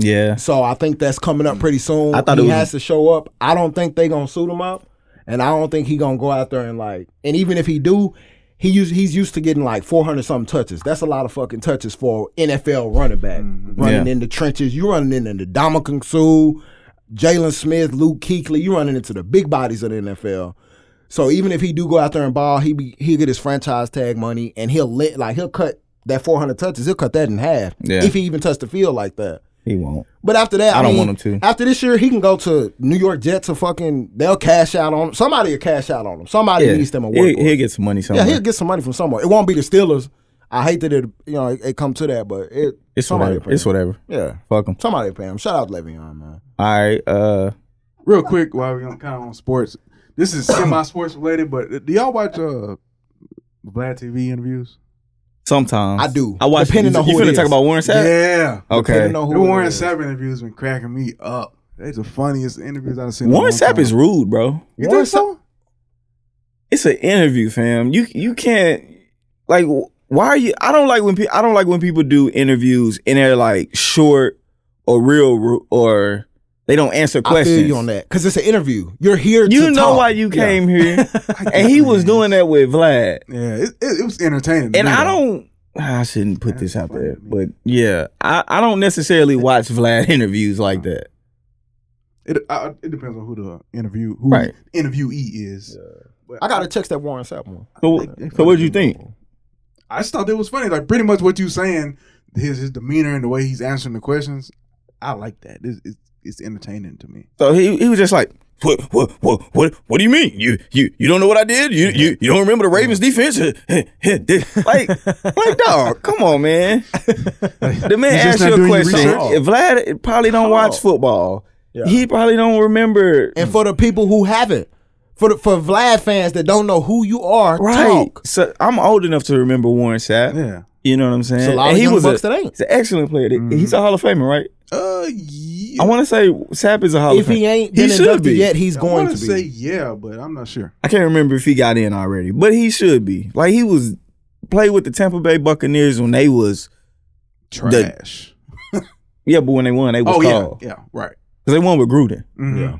Speaker 1: Yeah.
Speaker 2: So I think that's coming up pretty soon.
Speaker 1: I thought
Speaker 2: he
Speaker 1: it was-
Speaker 2: has to show up. I don't think they gonna suit him up. and I don't think he gonna go out there and like. And even if he do, he used he's used to getting like four hundred something touches. That's a lot of fucking touches for NFL running back running
Speaker 1: Yeah.
Speaker 2: in the trenches. You running into the Dominican Sue, Jalen Smith, Luke Kuechly. You running into the big bodies of the NFL. So even if he do go out there and ball, he be he'll get his franchise tag money and he'll lit like he'll cut that four hundred touches. He'll cut that in half
Speaker 1: Yeah.
Speaker 2: if he even touch the field like that.
Speaker 1: He won't.
Speaker 2: But after that, I,
Speaker 1: I don't
Speaker 2: mean,
Speaker 1: want him to.
Speaker 2: After this year, he can go to New York Jets or fucking. They'll cash out on him. Somebody will cash out on him. Somebody
Speaker 1: Yeah.
Speaker 2: needs them a
Speaker 1: He'll,
Speaker 2: work.
Speaker 1: he'll get some money
Speaker 2: yeah,
Speaker 1: somewhere.
Speaker 2: he'll get some money from somewhere. It won't be the Steelers. I hate that it you know it, it come to that, but it
Speaker 1: it's
Speaker 2: somebody
Speaker 1: whatever.
Speaker 2: will pay
Speaker 1: It's
Speaker 2: him.
Speaker 1: whatever.
Speaker 2: yeah.
Speaker 1: Fuck him.
Speaker 2: Somebody will pay him. Shout out Le'Veon, man.
Speaker 1: All right. Uh,
Speaker 3: Real quick, while we're kind of on sports, this is semi sports related, but do y'all watch uh Vlad TV interviews?
Speaker 1: sometimes
Speaker 2: I do.
Speaker 1: I watch.
Speaker 2: Depending
Speaker 1: you,
Speaker 2: on
Speaker 1: you
Speaker 2: who it
Speaker 1: finna talk
Speaker 2: is.
Speaker 1: about Warren Sapp?
Speaker 3: Yeah.
Speaker 1: Okay.
Speaker 2: Depending on
Speaker 3: The
Speaker 2: who it
Speaker 3: Warren
Speaker 2: is.
Speaker 3: Sapp interviews been cracking me up. They's the funniest interviews I've seen. in a
Speaker 1: Warren
Speaker 3: long
Speaker 1: Sapp
Speaker 3: time.
Speaker 1: is rude, bro.
Speaker 3: You
Speaker 2: Warren
Speaker 3: think so?
Speaker 1: It's an interview, fam. You you can't like why are you? I don't like when people. I don't like when people do interviews and they're like short or real ru- or they don't answer
Speaker 2: I
Speaker 1: questions.
Speaker 2: feel you on that because it's an interview. You're here.
Speaker 1: You
Speaker 2: to
Speaker 1: know
Speaker 2: talk.
Speaker 1: why you
Speaker 2: Yeah.
Speaker 1: came
Speaker 2: [LAUGHS]
Speaker 1: here, and he was doing that with Vlad.
Speaker 3: Yeah, it, it, it was entertaining. to
Speaker 1: And
Speaker 3: me,
Speaker 1: I
Speaker 3: though.
Speaker 1: don't. I shouldn't put this out
Speaker 3: funny
Speaker 1: there,
Speaker 3: to me.
Speaker 1: but yeah, I, I don't necessarily watch Vlad [LAUGHS] interviews like that.
Speaker 3: It, I, it depends on who the interview who
Speaker 1: Right.
Speaker 3: the interviewee is.
Speaker 2: I gotta text that Warren Sapp one.
Speaker 1: So, so what do you think?
Speaker 3: I just thought it was funny. Like pretty much what you saying, his his demeanor and the way he's answering the questions. I like that. It's, it's, it's entertaining to me.
Speaker 1: So he he was just like, what what what what what do you mean? You you you don't know what I did? You you you don't remember the Ravens defense? [LAUGHS]
Speaker 2: Mm.
Speaker 1: like like dog, come on, man. The
Speaker 3: [LAUGHS]
Speaker 1: man
Speaker 3: He's just
Speaker 1: asked
Speaker 3: not
Speaker 1: you a
Speaker 3: doing your
Speaker 1: question.
Speaker 3: research.
Speaker 1: If Vlad probably don't watch football. He probably don't remember.
Speaker 2: [LAUGHS] And for the people who haven't, for the, for Vlad fans that don't know who you are,
Speaker 1: Right.
Speaker 2: talk.
Speaker 1: So I'm old enough to remember Warren Sapp.
Speaker 3: Yeah.
Speaker 1: You know what I'm saying?
Speaker 2: It's a lot
Speaker 1: And
Speaker 2: of
Speaker 1: he
Speaker 2: young
Speaker 1: was
Speaker 2: bucks
Speaker 1: a,
Speaker 2: that ain't. Mm-hmm.
Speaker 1: he's an excellent player. He's a Hall of Famer, right?
Speaker 3: Uh, yeah.
Speaker 1: I want to say Sapp is a Hall
Speaker 2: If
Speaker 1: of Famer.
Speaker 2: he ain't been
Speaker 1: should
Speaker 2: inducted
Speaker 1: be.
Speaker 2: yet, he's
Speaker 3: I
Speaker 2: going
Speaker 3: wanna
Speaker 2: to be.
Speaker 3: say yeah, but I'm not sure.
Speaker 1: I can't remember if he got in already, but he should be. Like he was played with the Tampa Bay Buccaneers when they was
Speaker 3: Trash.
Speaker 1: yeah, but when they won, they was
Speaker 3: oh yeah,
Speaker 1: called because
Speaker 3: yeah, right.
Speaker 1: they won with Gruden.
Speaker 3: Mhm.
Speaker 2: Yeah.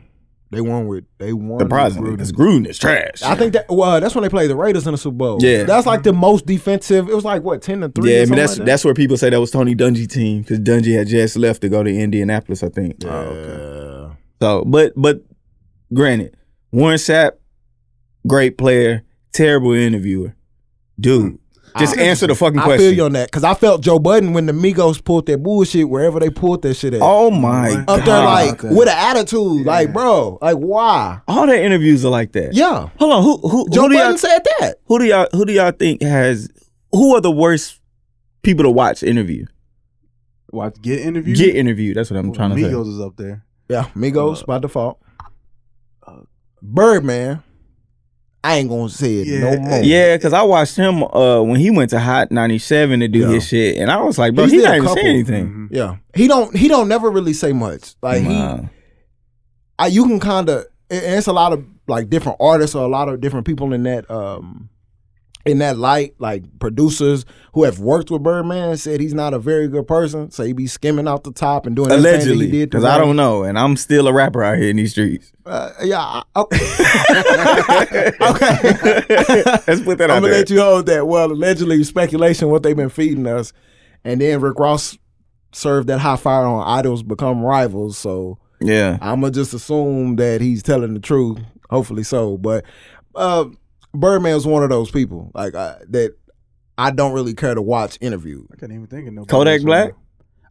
Speaker 2: They won with they won.
Speaker 1: Surprisingly,
Speaker 2: with
Speaker 1: because
Speaker 2: Gruden.
Speaker 1: Gruden is trash.
Speaker 2: I think that well, that's when they played the Raiders in the Super Bowl.
Speaker 1: Yeah.
Speaker 2: that's like the most defensive. It was like what ten to three.
Speaker 1: yeah,
Speaker 2: or
Speaker 1: I mean
Speaker 2: something
Speaker 1: that's
Speaker 2: like that?
Speaker 1: that's where people say that was Tony Dungy team because Dungy had just left to go to Indianapolis, I think.
Speaker 2: Yeah.
Speaker 1: So, but but granted, Warren Sapp, great player, terrible interviewer, dude. Just
Speaker 2: Mm. I-
Speaker 1: answer the fucking
Speaker 2: I
Speaker 1: question.
Speaker 2: feel you on that because I felt Joe Budden when the Migos pulled that bullshit wherever they pulled that shit at.
Speaker 1: oh my
Speaker 3: Up
Speaker 2: Up there,
Speaker 1: god!
Speaker 2: like with an attitude, like
Speaker 3: Yeah.
Speaker 2: bro, like why?
Speaker 1: All their interviews are like that.
Speaker 2: Yeah,
Speaker 1: Hold on, who who
Speaker 2: Joe
Speaker 1: who do y'all
Speaker 2: Budden said that.
Speaker 1: Who do y'all who do y'all think has who are the worst people to watch interview?
Speaker 3: Watch get interviewed.
Speaker 1: Get interviewed. That's what I'm
Speaker 3: Well,
Speaker 1: trying to
Speaker 3: Migos is up there.
Speaker 2: Yeah, Migos by default. Birdman, I ain't gonna say it
Speaker 3: Yeah,
Speaker 2: no more.
Speaker 1: say. Yeah, because I watched him uh, when he went to Hot 97 to do
Speaker 2: Yeah.
Speaker 1: his shit, and I was like, bro,
Speaker 2: He's
Speaker 1: he
Speaker 2: did a
Speaker 1: not even
Speaker 2: couple.
Speaker 1: saying anything.
Speaker 3: Mhm.
Speaker 2: yeah. He don't he don't never really say much. Like he,
Speaker 1: Wow.
Speaker 2: I, you can kind of it's a lot of like different artists or a lot of different people in that um in that light like producers who have worked with Birdman said he's not a very good person, so he be skimming off the top and doing everything that
Speaker 1: Allegedly,
Speaker 2: he did to
Speaker 1: because I
Speaker 2: write.
Speaker 1: don't know, and I'm still a rapper out here in these
Speaker 2: [LAUGHS]
Speaker 1: streets.
Speaker 2: Uh, yeah, I, okay.
Speaker 1: [LAUGHS] Let's put [LAUGHS] that
Speaker 2: I'm
Speaker 1: out
Speaker 2: gonna
Speaker 1: there.
Speaker 2: let you hold that. Well, allegedly speculation what they've been feeding us, and then Rick Ross served that high fire on idols become rivals. So
Speaker 1: yeah,
Speaker 2: I'm gonna just assume that he's telling the truth. Hopefully so, but uh, Birdman was one of those people like uh, that. I don't really care to watch interviewed.
Speaker 3: I couldn't even think of no.
Speaker 1: Kodak Black?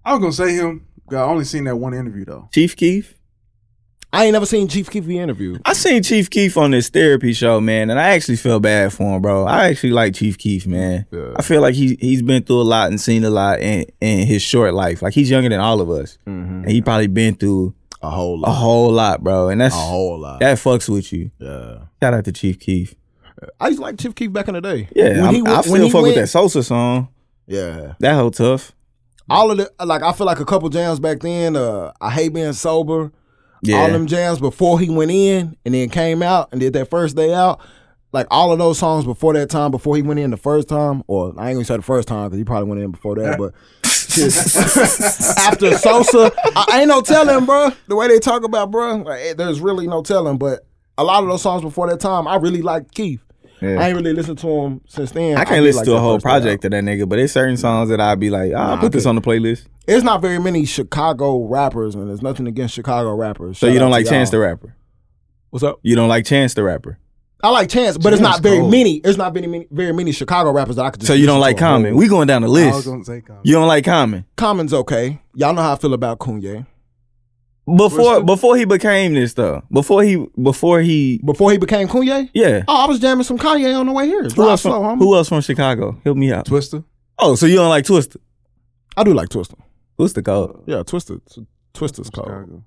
Speaker 3: I was gonna say him. God, I only seen that one interview though.
Speaker 1: Chief Keef.
Speaker 2: I ain't never seen Chief Keef be interviewed.
Speaker 1: I seen Chief Keef on this therapy show, man, and I actually feel bad for him, bro. I actually like Chief Keef, man.
Speaker 2: Yeah.
Speaker 1: I feel like he he's been through a lot and seen a lot in in his short life. Like he's younger than all of us,
Speaker 2: Mm-hmm.
Speaker 1: and he probably been through
Speaker 2: A whole
Speaker 1: a
Speaker 2: lot,
Speaker 1: whole lot, bro. And that's
Speaker 2: a whole lot.
Speaker 1: that fucks with you.
Speaker 2: Yeah,
Speaker 1: Shout out to Chief Keef.
Speaker 2: I used to like Chief Keef back in the day.
Speaker 1: Yeah, I'm- I
Speaker 2: when
Speaker 1: still
Speaker 2: he
Speaker 1: fuck with
Speaker 2: went-
Speaker 1: that Sosa song.
Speaker 2: Yeah,
Speaker 1: That whole tough.
Speaker 2: all of the like I feel like a couple jams back then. Uh, I hate being sober.
Speaker 1: Yeah, [LAUGHS]
Speaker 2: All them jams before he went in and then came out and did that first day out. Like all of those songs before that time, before he went in the first time, or I ain't gonna say the first time because he probably went in before
Speaker 1: [LAUGHS]
Speaker 2: that, but after Sosa, I ain't no telling, bro. The way they talk about, bro, like, eh, there's really no telling. But a lot of those songs before that time, I really liked Keith.
Speaker 1: Yeah.
Speaker 2: I ain't really listened to him since then.
Speaker 1: I can't
Speaker 2: did
Speaker 1: listen
Speaker 2: like
Speaker 1: to a
Speaker 2: that
Speaker 1: whole
Speaker 2: first album.
Speaker 1: project of that nigga, but there's certain songs that I'd be like, I'll
Speaker 2: Nah, I
Speaker 1: put this on the playlist.
Speaker 2: It's not very many Chicago rappers, and there's nothing against Chicago rappers.
Speaker 1: So
Speaker 2: Shout
Speaker 1: you don't
Speaker 2: out to
Speaker 1: like Chance the
Speaker 2: y'all.
Speaker 1: Rapper?
Speaker 2: What's up?
Speaker 1: You don't like Chance the Rapper?
Speaker 2: I like Chance, but it's
Speaker 3: Chance
Speaker 2: not very
Speaker 3: cold.
Speaker 2: many. It's not very many, very many Chicago rappers that I could. Just
Speaker 1: So you don't
Speaker 2: listen
Speaker 1: like
Speaker 2: to a whole-
Speaker 1: Common? We going down the
Speaker 3: I was
Speaker 1: list.
Speaker 3: gonna say Common.
Speaker 1: You don't like Common?
Speaker 2: Common's okay. Y'all know how I feel about Kanye.
Speaker 1: Before
Speaker 3: Bristol?
Speaker 1: before he became this though. Before he before he
Speaker 2: Before he became Kanye,
Speaker 1: yeah.
Speaker 2: oh, I was jamming some Kanye on the way here.
Speaker 1: Who
Speaker 2: Drive
Speaker 1: else,
Speaker 2: slow,
Speaker 1: from,
Speaker 2: homie.
Speaker 1: who else from Chicago? Help me out.
Speaker 3: Twister.
Speaker 1: Oh, so you don't like Twister?
Speaker 2: I do like Twister.
Speaker 1: Who's the code?
Speaker 2: Yeah, Twister. Twister's cold.
Speaker 3: Chicago.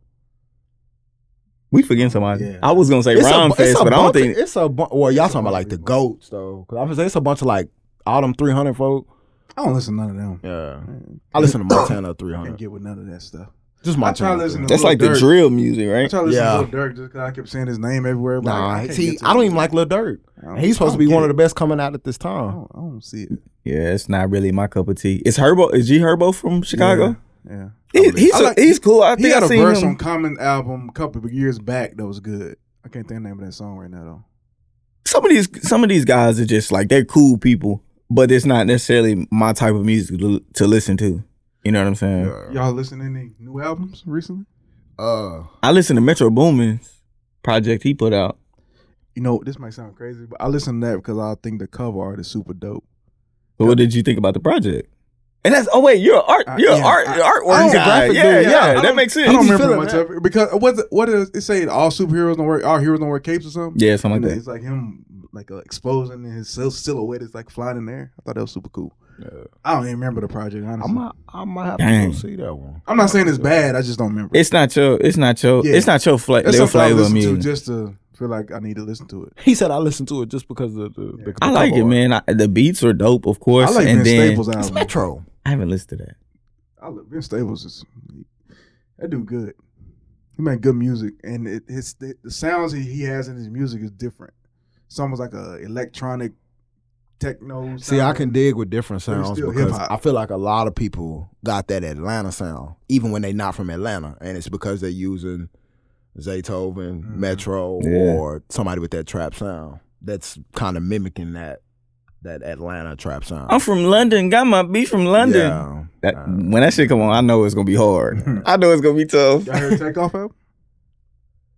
Speaker 1: We forgetting somebody.
Speaker 3: Yeah.
Speaker 1: I was gonna say Ron
Speaker 2: bu-
Speaker 1: Fest,
Speaker 2: a
Speaker 1: but I
Speaker 2: bunch
Speaker 1: don't
Speaker 2: of-
Speaker 1: think
Speaker 2: it's a bu- well. Y'all talking
Speaker 3: bunch
Speaker 2: about
Speaker 3: of
Speaker 2: like the
Speaker 3: people.
Speaker 2: goats though, because I'm gonna say it's a bunch of like all them 300 folk.
Speaker 3: I don't listen to none of them.
Speaker 2: Yeah,
Speaker 3: Man,
Speaker 2: I listen to Montana
Speaker 3: I can't
Speaker 2: 300.
Speaker 3: get with none of that stuff.
Speaker 2: Just
Speaker 3: I try
Speaker 2: Montana.
Speaker 3: to listen
Speaker 2: 300.
Speaker 3: to
Speaker 1: that's like the
Speaker 3: Lil Durk.
Speaker 1: drill music,
Speaker 3: I
Speaker 1: right?
Speaker 3: try to listen
Speaker 2: Yeah.
Speaker 3: to Lil Durk just because I kept saying his name everywhere. I'm like, I
Speaker 2: Nah,
Speaker 3: can't
Speaker 2: see,
Speaker 3: get to
Speaker 2: I don't
Speaker 3: it. Oh.
Speaker 2: even like Lil Durk.
Speaker 3: I don't-
Speaker 2: He's
Speaker 3: I
Speaker 2: supposed to
Speaker 3: don't
Speaker 2: be
Speaker 3: get
Speaker 2: one of
Speaker 3: it.
Speaker 2: the best coming out at this
Speaker 3: I
Speaker 2: time.
Speaker 3: don't, I don't see it.
Speaker 1: Yeah, it's not really my cup of tea. Is Herbo is G Herbo from Chicago?
Speaker 3: Yeah. yeah.
Speaker 1: He, he's
Speaker 3: I like-
Speaker 1: he's cool. I
Speaker 3: He
Speaker 1: think
Speaker 3: got
Speaker 1: I
Speaker 3: a
Speaker 1: seen
Speaker 3: verse on
Speaker 1: him.
Speaker 3: Common album a couple of years back that was good. I can't think of the name of that song right now though.
Speaker 1: Some of these some of these guys are just like they're cool people, but it's not necessarily my type of music to, to listen to. You know what I'm saying?
Speaker 3: Y'all listen to any new albums recently?
Speaker 2: Uh,
Speaker 1: I listen to Metro Boomin's project he put out.
Speaker 3: You know, this might sound crazy, but I listen to that because I think the cover art is super dope.
Speaker 1: But what did you think about the project? And that's oh wait, you're an art,
Speaker 3: Uh,
Speaker 1: you're an
Speaker 3: yeah,
Speaker 1: art,
Speaker 3: I-
Speaker 1: artwork
Speaker 2: I'm a
Speaker 1: guy.
Speaker 2: graphic
Speaker 1: yeah,
Speaker 2: dude, yeah.
Speaker 1: yeah,
Speaker 2: I
Speaker 1: that
Speaker 2: don't-
Speaker 1: makes
Speaker 3: I
Speaker 1: sense.
Speaker 3: don't
Speaker 2: He's
Speaker 3: remember
Speaker 2: feeling
Speaker 3: much
Speaker 2: that.
Speaker 3: of it because what the- what is it saying? All superheroes don't wear all heroes don't wear capes or something.
Speaker 1: Yeah, something
Speaker 3: And
Speaker 1: like that.
Speaker 3: It's like him like uh, exposing and his sil- silhouette is like flying in there. I thought that was super cool.
Speaker 2: Yeah.
Speaker 3: I don't even remember the project
Speaker 2: I
Speaker 3: honestly. I'm not,
Speaker 1: [LAUGHS]
Speaker 2: might, I might have
Speaker 1: Dang.
Speaker 2: to go see that one.
Speaker 3: saying it's bad. I just don't remember.
Speaker 1: It's not your, it's not your,
Speaker 3: Yeah.
Speaker 1: it's not your fla-
Speaker 3: That's
Speaker 1: little
Speaker 3: something I
Speaker 1: flavor of
Speaker 3: listen to
Speaker 1: music.
Speaker 3: just to feel like I need to listen to it.
Speaker 2: He said I listened to it just because of the. the, the
Speaker 1: I like
Speaker 2: cover
Speaker 1: it,
Speaker 2: art.
Speaker 1: man. I, the beats are dope, of course.
Speaker 3: I like
Speaker 1: and
Speaker 3: Ben
Speaker 1: then
Speaker 3: Staples
Speaker 1: [LAUGHS]
Speaker 2: It's
Speaker 3: album.
Speaker 2: Metro.
Speaker 1: I haven't listened to that.
Speaker 3: I love Ben Staples is that dude good. He make good music, and it, his the, the sounds he, he has in his music is different. It's almost like a electronic techno. Sound.
Speaker 2: See, I can dig with different
Speaker 3: But it's
Speaker 2: sounds
Speaker 3: still
Speaker 2: because
Speaker 3: hip-hop.
Speaker 2: I feel like a lot of people got that Atlanta sound, even when they not from Atlanta, and it's because they're using Zaytoven,
Speaker 3: Mhm.
Speaker 2: Metro,
Speaker 1: Yeah.
Speaker 2: or somebody with that trap sound that's kind of mimicking that that Atlanta trap sound.
Speaker 1: I'm from London. Got my beat from London.
Speaker 2: Yeah.
Speaker 1: That,
Speaker 2: Uh,
Speaker 1: when that shit come on, I know it's gonna be hard. I know it's gonna be tough.
Speaker 3: Y'all heard Takeoff album?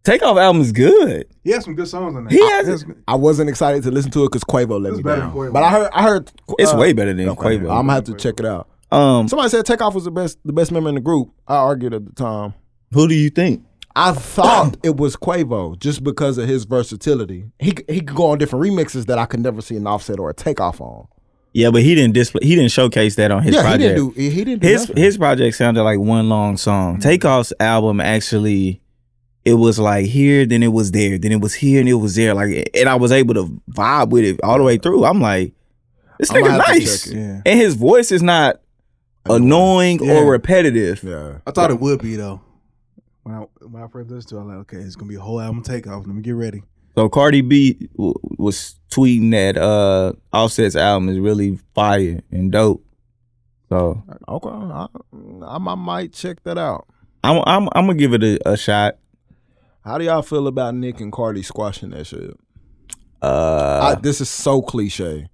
Speaker 1: Takeoff album is good.
Speaker 3: He has some good songs on there.
Speaker 1: He has-
Speaker 3: It's- it's
Speaker 2: I wasn't excited to listen to it because Quavo let
Speaker 3: It's
Speaker 2: me
Speaker 3: better
Speaker 2: down.
Speaker 3: than Quavo.
Speaker 2: But I heard, I heard
Speaker 1: It's
Speaker 2: uh,
Speaker 1: way better than
Speaker 2: okay,
Speaker 1: Quavo.
Speaker 2: I'm gonna have to check it out.
Speaker 1: um,
Speaker 2: Somebody said Takeoff was the best, the best member in the group. I argued at the time.
Speaker 1: who do you think?
Speaker 2: I thought it was Quavo just because of his versatility. He c- he could go on different remixes that I could never see an offset or a takeoff on.
Speaker 1: Yeah, but he didn't display. He didn't showcase that on his
Speaker 2: yeah,
Speaker 1: project.
Speaker 2: he didn't do he, he didn't do
Speaker 1: his
Speaker 2: nothing. Mm-hmm.
Speaker 1: his project sounded like one long song. Takeoff's album actually, it was like here, then it was there, then it was here, and it was there. Like, and I was able to vibe with it all the way through. I'm like, this
Speaker 2: I'ma
Speaker 1: nigga
Speaker 2: have to
Speaker 1: nice,
Speaker 2: check it.
Speaker 3: Yeah.
Speaker 1: and his voice is not annoying
Speaker 3: Yeah.
Speaker 1: or repetitive.
Speaker 2: Yeah.
Speaker 3: I thought it would be though. When I when I first listened to, it, I was like, okay, it's gonna be a whole album Takeoff. Let me get ready.
Speaker 1: So Cardi B w- was tweeting that uh Offset's album is really fire and dope. So
Speaker 2: Okay. I, I might- might check that out.
Speaker 1: I'm I'm I'm gonna give it a, a shot.
Speaker 2: How do y'all feel about Nick and Cardi squashing that shit?
Speaker 1: Uh,
Speaker 2: I, this is so cliche.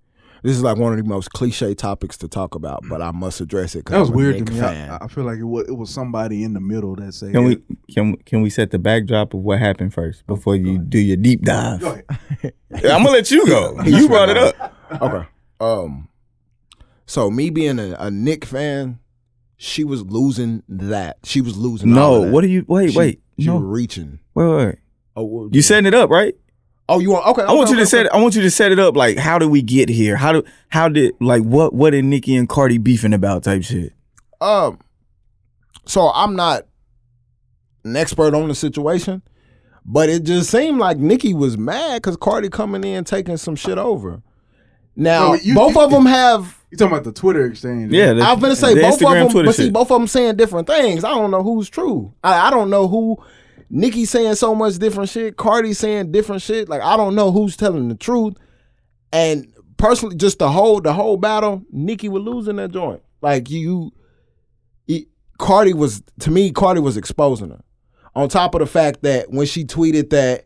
Speaker 2: This is like one of the most cliche topics to talk about, but I must address it. 'cause
Speaker 3: That was
Speaker 2: I'm a
Speaker 3: weird
Speaker 2: Nick
Speaker 3: to me.
Speaker 2: Fan.
Speaker 3: I, I feel like it was it was somebody in the middle that said,
Speaker 1: can we can can we set the backdrop of what happened first before you do your deep dive? [LAUGHS]
Speaker 3: Go ahead.
Speaker 1: I'm gonna let you go. You brought it up.
Speaker 2: okay. Um. So me being a, a Nick fan, she was losing that. She was losing. all
Speaker 1: No,
Speaker 2: of that.
Speaker 1: what are you? Wait,
Speaker 2: She-
Speaker 1: wait,
Speaker 2: She was
Speaker 1: no,
Speaker 2: reaching.
Speaker 1: wait, wait.
Speaker 2: Oh, what-
Speaker 1: You setting it up, right?
Speaker 2: Oh, you want? Okay.
Speaker 1: I want you to set. I want you to set it up. Like, how did we get here? How do? How did? Like, what? What did Nicki and Cardi beefing about? Type shit.
Speaker 2: Um. So I'm not an expert on the situation, but it just seemed like Nikki was mad because Cardi coming in taking some shit over. Now
Speaker 3: No, you-
Speaker 2: both
Speaker 3: you-
Speaker 2: of them have
Speaker 3: You talking about the Twitter exchange?
Speaker 1: Yeah, the-
Speaker 2: I was gonna say
Speaker 1: the
Speaker 2: both
Speaker 1: Instagram,
Speaker 2: of them,
Speaker 1: Twitter
Speaker 2: but see,
Speaker 1: shit.
Speaker 2: both of them saying different things. I don't know who's true. I, I don't know who Nikki saying so much different shit. Cardi saying different shit. Like I don't know who's telling the truth. And personally, just the whole the whole battle, Nikki was losing that joint. Like you, it, Cardi was to me, Cardi was exposing her. On top of the fact that when she tweeted that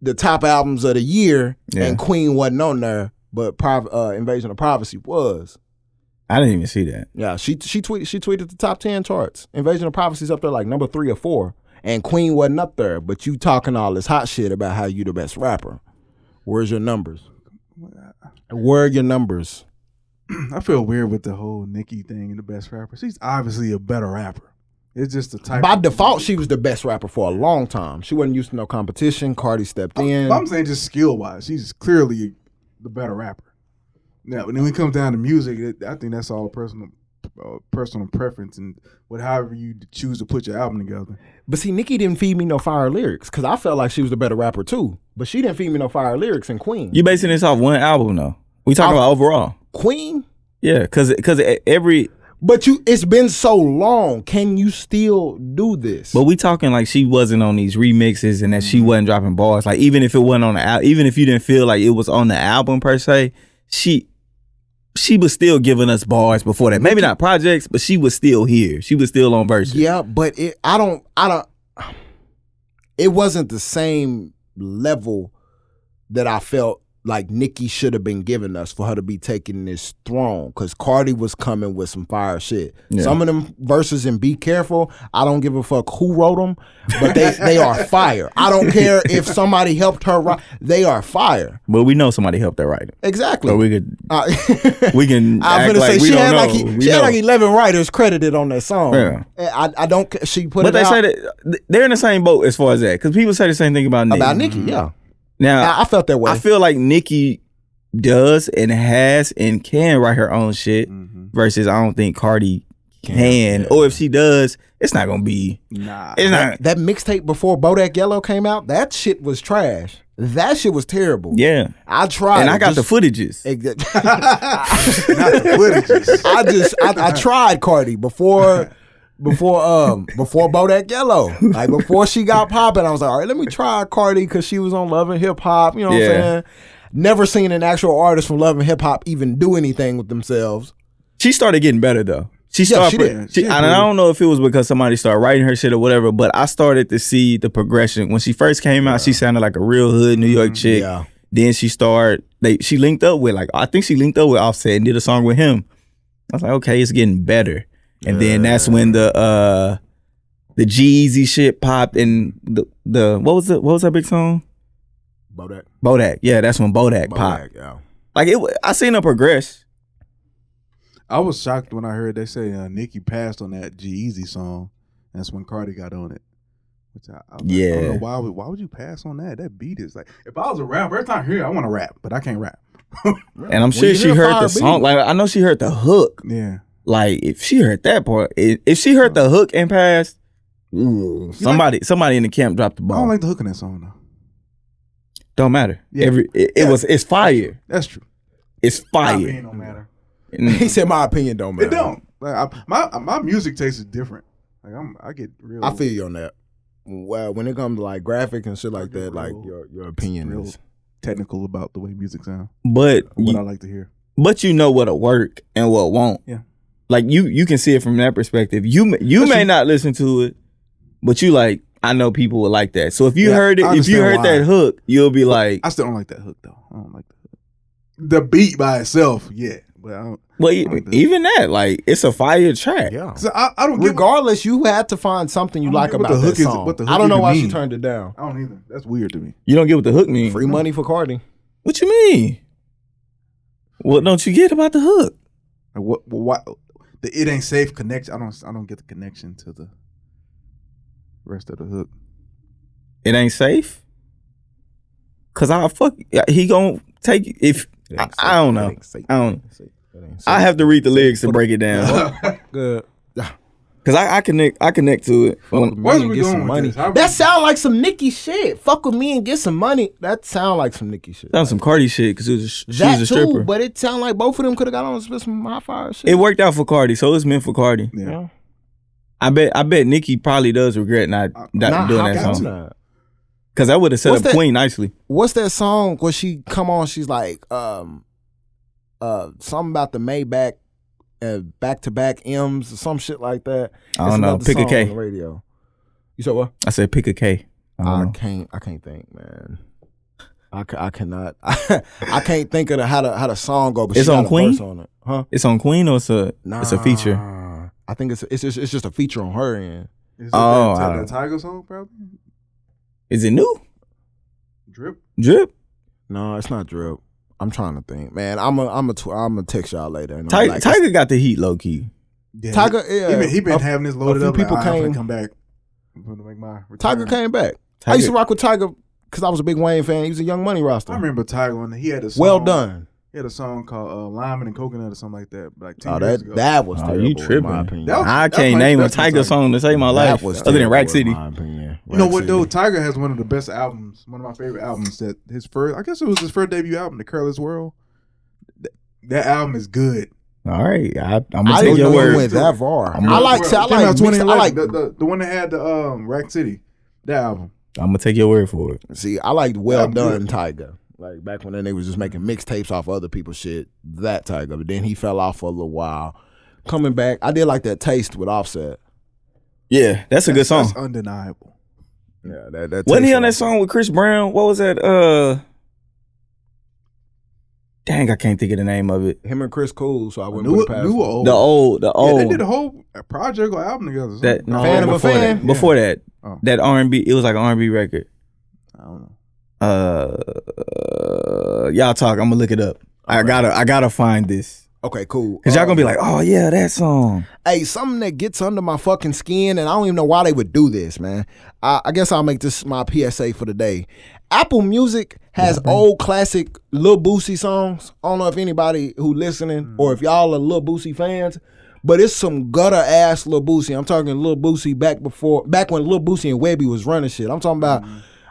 Speaker 2: the top albums of the year,
Speaker 1: Yeah.
Speaker 2: and Queen wasn't on there, but Priv- uh, Invasion of Privacy was.
Speaker 1: I didn't even see that.
Speaker 2: Yeah, she she tweeted she tweeted the top ten charts. Invasion of Privacy's up there like number three or four, and Queen wasn't up there. But you talking all this hot shit about how you the best rapper. Where's your numbers? Where are your numbers?
Speaker 3: I feel weird with the whole Nicki thing and the best rapper. She's obviously a better rapper. It's just the type.
Speaker 2: By
Speaker 3: of-
Speaker 2: default, she was the best rapper for a long time. She wasn't used to no competition. Cardi stepped in.
Speaker 3: But I'm saying just skill wise, she's clearly the better rapper. Now, when it comes down to music, it, I think that's all personal, uh, personal preference and what however you choose to put your album together.
Speaker 2: But see, Nicki didn't feed me no fire lyrics because I felt like she was the better rapper too. But she didn't feed me no fire lyrics in Queen.
Speaker 1: You basing this off one album though. We talking about overall.
Speaker 2: Queen?
Speaker 1: Yeah, because because every
Speaker 2: But you, it's been so long. Can you still do this?
Speaker 1: but we talking like she wasn't on these remixes and that she
Speaker 2: Mm-hmm.
Speaker 1: wasn't dropping bars. Like even if it wasn't on the al- even if you didn't feel like it was on the album per se, she she was still giving us bars before that. Maybe not projects, but she was still here. She was still on verses.
Speaker 2: yeah, but it, I don't. I don't. It wasn't the same level that I felt like Nicki should have been giving us for her to be taking this throne because Cardi was coming with some fire shit.
Speaker 1: Yeah.
Speaker 2: Some of them verses and be careful. I don't give a fuck who wrote them, but they
Speaker 1: [LAUGHS]
Speaker 2: they are fire. I don't care if somebody helped her write. They are fire.
Speaker 1: But we know somebody helped her write it.
Speaker 2: Exactly.
Speaker 1: So we could
Speaker 2: [LAUGHS]
Speaker 1: [LAUGHS]
Speaker 2: Uh,
Speaker 1: we can
Speaker 2: I'm
Speaker 1: act
Speaker 2: gonna
Speaker 1: like
Speaker 2: say
Speaker 1: we
Speaker 2: she
Speaker 1: don't
Speaker 2: had
Speaker 1: know.
Speaker 2: like he,
Speaker 1: We
Speaker 2: she had
Speaker 1: know.
Speaker 2: like eleven writers credited on that song.
Speaker 1: Yeah.
Speaker 2: And I, I don't ca- she put
Speaker 1: but
Speaker 2: it
Speaker 1: they
Speaker 2: out
Speaker 1: say that they're in the same boat as far as that because people say the same thing about Nicki.
Speaker 2: about Nicki. Yeah,
Speaker 1: Now
Speaker 2: I, I felt that way.
Speaker 1: I feel like Nikki does and has and can write her own shit versus I don't think Cardi can. Or if she does, it's not gonna be
Speaker 3: Nah,
Speaker 1: it's not
Speaker 2: that mixtape before Bodak Yellow came out, that shit was trash. That shit was terrible.
Speaker 1: Yeah.
Speaker 2: I tried,
Speaker 1: And I got the footages.
Speaker 2: the.
Speaker 3: not the footages.
Speaker 2: [LAUGHS] I just I, I tried Cardi before before um before Bodak Yellow. Like before she got popping, I was like, all right, let me try Cardi because she was on Love and Hip Hop. You know what I'm
Speaker 1: Yeah.
Speaker 2: saying? Never seen an actual artist from Love and Hip Hop even do anything with themselves.
Speaker 1: She started getting better though. She started.
Speaker 2: she
Speaker 1: pro-
Speaker 3: did.
Speaker 1: she-
Speaker 3: She
Speaker 1: and I don't know if it was because somebody started writing her shit or whatever, but I started to see the progression. When she first came out, she sounded like a real hood New York chick.
Speaker 2: Yeah.
Speaker 1: Then she started. They she linked up with like I think she linked up with Offset and did a song with him. I was like, okay, it's getting better. And then that's when the uh the Jeezy shit popped and the the what was the what was that big song?
Speaker 2: Bodak,
Speaker 1: Bodak. Yeah, that's when Bodak, popped.
Speaker 2: Bodak, yeah.
Speaker 1: Like it, wa- I seen her progress.
Speaker 3: I was shocked when I heard they say uh, Nicki passed on that G Easy song. That's when Cardi got on it. Which I, I, yeah. I
Speaker 1: Yeah.
Speaker 3: don't know why would, why would you pass on that? That beat is like if I was a rapper, every time I hear it, I want to rap, but I can't rap.
Speaker 1: And I'm sure
Speaker 2: you
Speaker 1: she
Speaker 2: hear
Speaker 1: heard
Speaker 2: Fire
Speaker 1: the
Speaker 2: Beat-
Speaker 1: song. Like I know she heard the hook.
Speaker 3: Yeah.
Speaker 1: Like if she heard that part, i- if she heard the hook and passed, ooh, somebody somebody in the camp dropped the
Speaker 3: I
Speaker 1: ball.
Speaker 3: don't like the hook in that song though.
Speaker 1: don't matter.
Speaker 3: Yeah.
Speaker 1: Every it, it
Speaker 3: Yeah.
Speaker 1: was it's fire.
Speaker 3: That's true.
Speaker 1: It's
Speaker 3: My
Speaker 1: fire.
Speaker 3: opinion don't matter.
Speaker 2: [LAUGHS] He said my opinion don't matter.
Speaker 3: It don't. Like I, my my music taste is different. Like I'm I get real.
Speaker 2: I feel you on that. Well, when it comes to like graphic and shit like that, like your your opinion
Speaker 3: real [LAUGHS]
Speaker 2: is
Speaker 3: technical about the way music sounds.
Speaker 1: but
Speaker 3: [LAUGHS] What
Speaker 1: you-
Speaker 3: I like to hear.
Speaker 1: but you know what'll work and what won't.
Speaker 3: Yeah.
Speaker 1: Like you you can see it from that perspective. You m- you
Speaker 3: That's
Speaker 1: may
Speaker 3: true.
Speaker 1: not listen to it, but you like I know people would like that. So if you
Speaker 3: Yeah,
Speaker 1: heard
Speaker 3: I
Speaker 1: it, if you
Speaker 3: understand
Speaker 1: heard
Speaker 3: why.
Speaker 1: that hook, you'll be like,
Speaker 3: I still don't like that hook though. I don't like the hook. The beat by itself, yeah. But I don't,
Speaker 1: well, e-
Speaker 3: don't do it.
Speaker 1: even that, like it's a fire track.
Speaker 2: yeah.
Speaker 3: so I, I don't get what-
Speaker 2: Regardless, you had to find something you
Speaker 3: I don't
Speaker 2: like
Speaker 3: get what
Speaker 2: about
Speaker 3: the
Speaker 2: that
Speaker 3: hook is-
Speaker 2: song.
Speaker 3: what the
Speaker 2: I
Speaker 3: hook
Speaker 2: don't know
Speaker 3: even
Speaker 2: why she
Speaker 3: mean.
Speaker 2: turned it down.
Speaker 3: I don't either. That's weird to me.
Speaker 1: You don't get what the hook means.
Speaker 2: Free money for Cardi.
Speaker 1: What you mean? What don't you get about the hook?
Speaker 3: Like what? Why? The it ain't safe connection. I don't. I don't get the connection to the rest of the hook.
Speaker 1: It ain't safe. Cause I fuck he gonna take if I, I don't know. I don't. I have to read the lyrics to break it down.
Speaker 2: good.
Speaker 1: Cause I, I connect I connect to it. Um,
Speaker 3: Where's we
Speaker 2: get
Speaker 3: going
Speaker 2: some
Speaker 3: with
Speaker 2: money.
Speaker 3: this? How-
Speaker 2: That sound like some Nicki shit. Fuck with me and get some money. That sound like some Nicki shit.
Speaker 1: That was some Cardi shit because it was a, sh- she
Speaker 2: That
Speaker 1: was a
Speaker 2: too,
Speaker 1: stripper.
Speaker 2: but it sound like both of them could have got on and spit some high fire shit.
Speaker 1: it worked out for Cardi, so it's meant for Cardi.
Speaker 3: Yeah.
Speaker 2: Yeah.
Speaker 1: I bet I bet Nicki probably does regret not, not
Speaker 2: Uh, Nah,
Speaker 1: doing
Speaker 2: how
Speaker 1: that
Speaker 2: come
Speaker 1: song
Speaker 2: not?
Speaker 1: because that would have set
Speaker 2: What's
Speaker 1: up
Speaker 2: that-
Speaker 1: Queen nicely.
Speaker 2: what's that song where she come on? She's like, um, uh, something about the Maybach, uh, back to back M's or some shit like that.
Speaker 1: I don't know.
Speaker 2: another
Speaker 1: Pick a
Speaker 2: song
Speaker 1: K.
Speaker 2: on the radio. You said what?
Speaker 1: I said pick a K. I don't
Speaker 2: I
Speaker 1: know.
Speaker 2: can't. I can't think, man. I, ca- I cannot. [LAUGHS] I, can't think of the, how the how the song go. But
Speaker 1: It's
Speaker 2: she
Speaker 1: on
Speaker 2: got a
Speaker 1: Queen?
Speaker 2: verse on it, huh?
Speaker 1: It's on Queen or it's a it's a feature.
Speaker 2: Nah. I think it's it's just, it's just a feature on her end.
Speaker 3: Is it
Speaker 1: Oh,
Speaker 3: that,
Speaker 1: I
Speaker 3: that
Speaker 1: don't-
Speaker 3: Tiger song probably?
Speaker 1: Is it new?
Speaker 3: Drip.
Speaker 1: Drip.
Speaker 2: No, it's not drip. I'm trying to think, man. I'm a I'm a tw- I'm gonna text y'all later. and I'm
Speaker 1: Tiger,
Speaker 2: like-
Speaker 1: Tiger got the heat low key.
Speaker 3: Yeah,
Speaker 2: Tiger,
Speaker 3: He,
Speaker 2: yeah,
Speaker 3: he been, he been
Speaker 2: a-
Speaker 3: having this loaded
Speaker 2: few
Speaker 3: up.
Speaker 2: people
Speaker 3: People like, "Ah, I'm finna
Speaker 2: came-
Speaker 3: come back. I'm gonna make my return.
Speaker 2: Tiger came back. I used to rock with Tiger because I was a big Wayne fan. He was a Young Money roster.
Speaker 3: I remember Tiger when he had a song,
Speaker 2: well done.
Speaker 3: He had a song called uh, "Lyman and Coconut" or something like that. Like 10
Speaker 2: Oh,
Speaker 3: years
Speaker 2: that
Speaker 3: ago.
Speaker 2: that was
Speaker 1: Oh,
Speaker 2: terrible.
Speaker 1: you
Speaker 2: In
Speaker 1: tripping.
Speaker 2: my opinion.
Speaker 3: That was-
Speaker 1: I
Speaker 3: that's
Speaker 1: can't
Speaker 3: my-
Speaker 1: name a
Speaker 3: that's my
Speaker 1: Tiger
Speaker 3: Tiger.
Speaker 1: song to save my life
Speaker 2: That
Speaker 1: other than Rack
Speaker 2: terrible, in
Speaker 1: City.
Speaker 2: my opinion.
Speaker 3: You know
Speaker 2: Rack
Speaker 3: what
Speaker 2: City.
Speaker 3: though? Tiger has one of the best albums, one of my favorite albums. That his first, I guess it was his first debut album, "The Careless World." Th- that album is good.
Speaker 1: All right, I, I'm gonna
Speaker 2: I
Speaker 1: take
Speaker 2: didn't
Speaker 1: your
Speaker 2: know you
Speaker 1: word.
Speaker 2: went that far.
Speaker 1: I'm
Speaker 2: I like I
Speaker 3: Came out
Speaker 2: like mixed- I
Speaker 3: 2011,
Speaker 2: like
Speaker 3: the, the, the one that had the um Rack City, that album.
Speaker 1: I'm gonna take your word for it.
Speaker 2: See, I liked Well
Speaker 3: I'm
Speaker 2: Done
Speaker 3: good.
Speaker 2: Tiger. Like back when then they was just making mixtapes off other people's shit. That Tiger, but then he fell off for a little while. Coming back, I did like that taste with Offset.
Speaker 1: Yeah, that's a good song.
Speaker 3: That's undeniable.
Speaker 2: Yeah, that that.
Speaker 1: Wasn't
Speaker 2: Taste
Speaker 1: he on
Speaker 2: with
Speaker 1: that song with Chris Brown? What was that? Uh, dang, I can't think of the name of it.
Speaker 2: Offset. Him and Chris Cool, so I wouldn't
Speaker 3: New,
Speaker 2: put it past
Speaker 3: new
Speaker 2: him.
Speaker 3: or old?
Speaker 1: The old, the
Speaker 3: yeah,
Speaker 1: old.
Speaker 3: they did a whole project or album together.
Speaker 1: that no,
Speaker 2: Fan of a
Speaker 1: before
Speaker 2: Fan?
Speaker 1: That, Before that,
Speaker 3: Oh.
Speaker 1: that R and B. It was like R and B record.
Speaker 3: I don't know.
Speaker 1: Uh, y'all talk. I'm gonna look it up. I gotta, I gotta find this
Speaker 2: Okay, cool.
Speaker 1: because y'all gonna be
Speaker 2: Um,
Speaker 1: like, oh yeah, that song.
Speaker 2: hey, something that gets under my fucking skin, and I don't even know why they would do this, man. I, I guess I'll make this my PSA for the day. Apple Music has old classic Lil Boosie songs. I don't know if anybody who listening or if y'all are Lil Boosie fans, but it's some gutter ass Lil Boosie. I'm talking Lil Boosie back before, back when Lil Boosie and Webby was running shit. I'm talking about.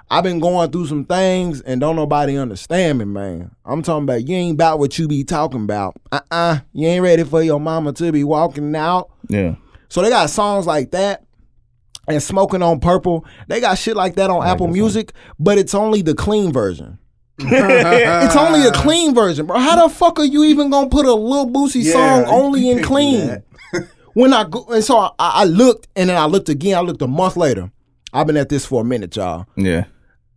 Speaker 2: I've been going through some things and don't nobody understand me, man. I'm talking about you ain't about what you be talking about. Uh-uh. You ain't ready for your mama to be walking out.
Speaker 1: Yeah,
Speaker 2: So they got songs like that and Smoking on Purple. They got shit like that on Apple Music, but it's only the clean version. It's only the clean version, bro. How the fuck are you even gonna put a Lil Boosie song only in clean? When I go, and so I, I looked, and then I looked again. I looked a month later. I've been at this for a minute, y'all.
Speaker 1: yeah.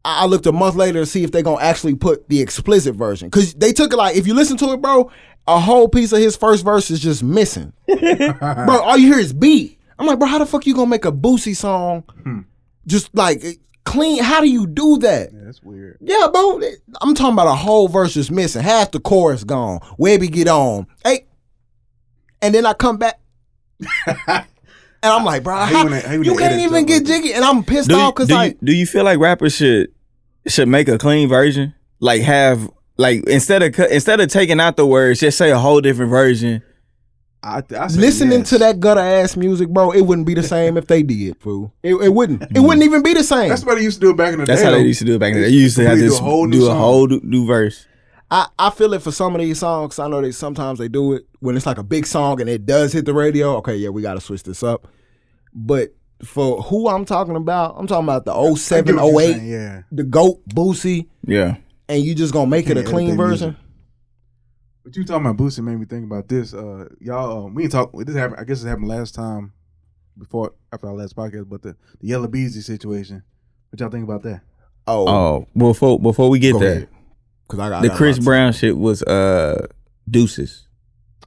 Speaker 2: I I looked a month later to see if they're gonna actually put the explicit version. Cause they took it like if you listen to it, bro, a whole piece of his first verse is just
Speaker 3: [LAUGHS]
Speaker 2: missing. bro, all you hear is beat. I'm like, bro, how the fuck you gonna make a Boosie song
Speaker 3: Hmm.
Speaker 2: just like clean? How do you do that?
Speaker 3: Yeah, that's weird.
Speaker 2: Yeah, bro. I'm talking about a whole verse just missing. Half the chorus gone. Webby get on. Hey. And then I come
Speaker 3: [LAUGHS]
Speaker 2: back. and I'm like, bro,
Speaker 3: hate
Speaker 2: how-
Speaker 3: when they- I hate when
Speaker 2: you
Speaker 3: they
Speaker 2: can't
Speaker 3: edit
Speaker 2: even
Speaker 3: stuff
Speaker 2: get
Speaker 3: like that.
Speaker 2: jiggy. And I'm pissed
Speaker 1: Do you,
Speaker 2: off because
Speaker 1: do,
Speaker 2: like
Speaker 1: you, do you feel like rappers should should make a clean version? Like have like instead of cu- instead of taking out the words, just say a whole different version.
Speaker 3: I, I say
Speaker 2: listening
Speaker 3: yes.
Speaker 2: to that gutter ass music, bro, it wouldn't be the same if they did, fool. It, it wouldn't. It wouldn't even be the same.
Speaker 3: Mm-hmm. That's what they used to do back in the
Speaker 1: That's
Speaker 3: day.
Speaker 1: how they
Speaker 3: though.
Speaker 1: used to do it back in the day. You used to have
Speaker 3: Completely
Speaker 1: to
Speaker 3: do a whole new
Speaker 1: do a
Speaker 3: song.
Speaker 1: whole new, new verse.
Speaker 2: I, I feel it for some of these songs. I know they sometimes they do it when it's like a big song and it does hit the radio. Okay, yeah, we gotta switch this up. But for who I'm talking about, I'm talking about the
Speaker 3: I get
Speaker 2: 07,
Speaker 3: what you're
Speaker 2: 08,
Speaker 3: saying, Yeah.
Speaker 2: the GOAT, Boosie,
Speaker 1: Yeah.
Speaker 2: and you just gonna make it a
Speaker 3: Can't edit
Speaker 2: clean
Speaker 3: their
Speaker 2: version.
Speaker 3: music. But you talking about Boosie made me think about this. Uh, y'all, um, we ain't talk. This happened. I guess it happened last time, before after our last podcast. But the, the Yellow Beezy situation. What y'all think about that?
Speaker 2: Oh,
Speaker 1: Oh, before before we get
Speaker 2: Go
Speaker 1: there,
Speaker 2: ahead. because I got
Speaker 1: the
Speaker 2: I got
Speaker 1: Chris
Speaker 2: lots.
Speaker 1: Brown shit was uh deuces.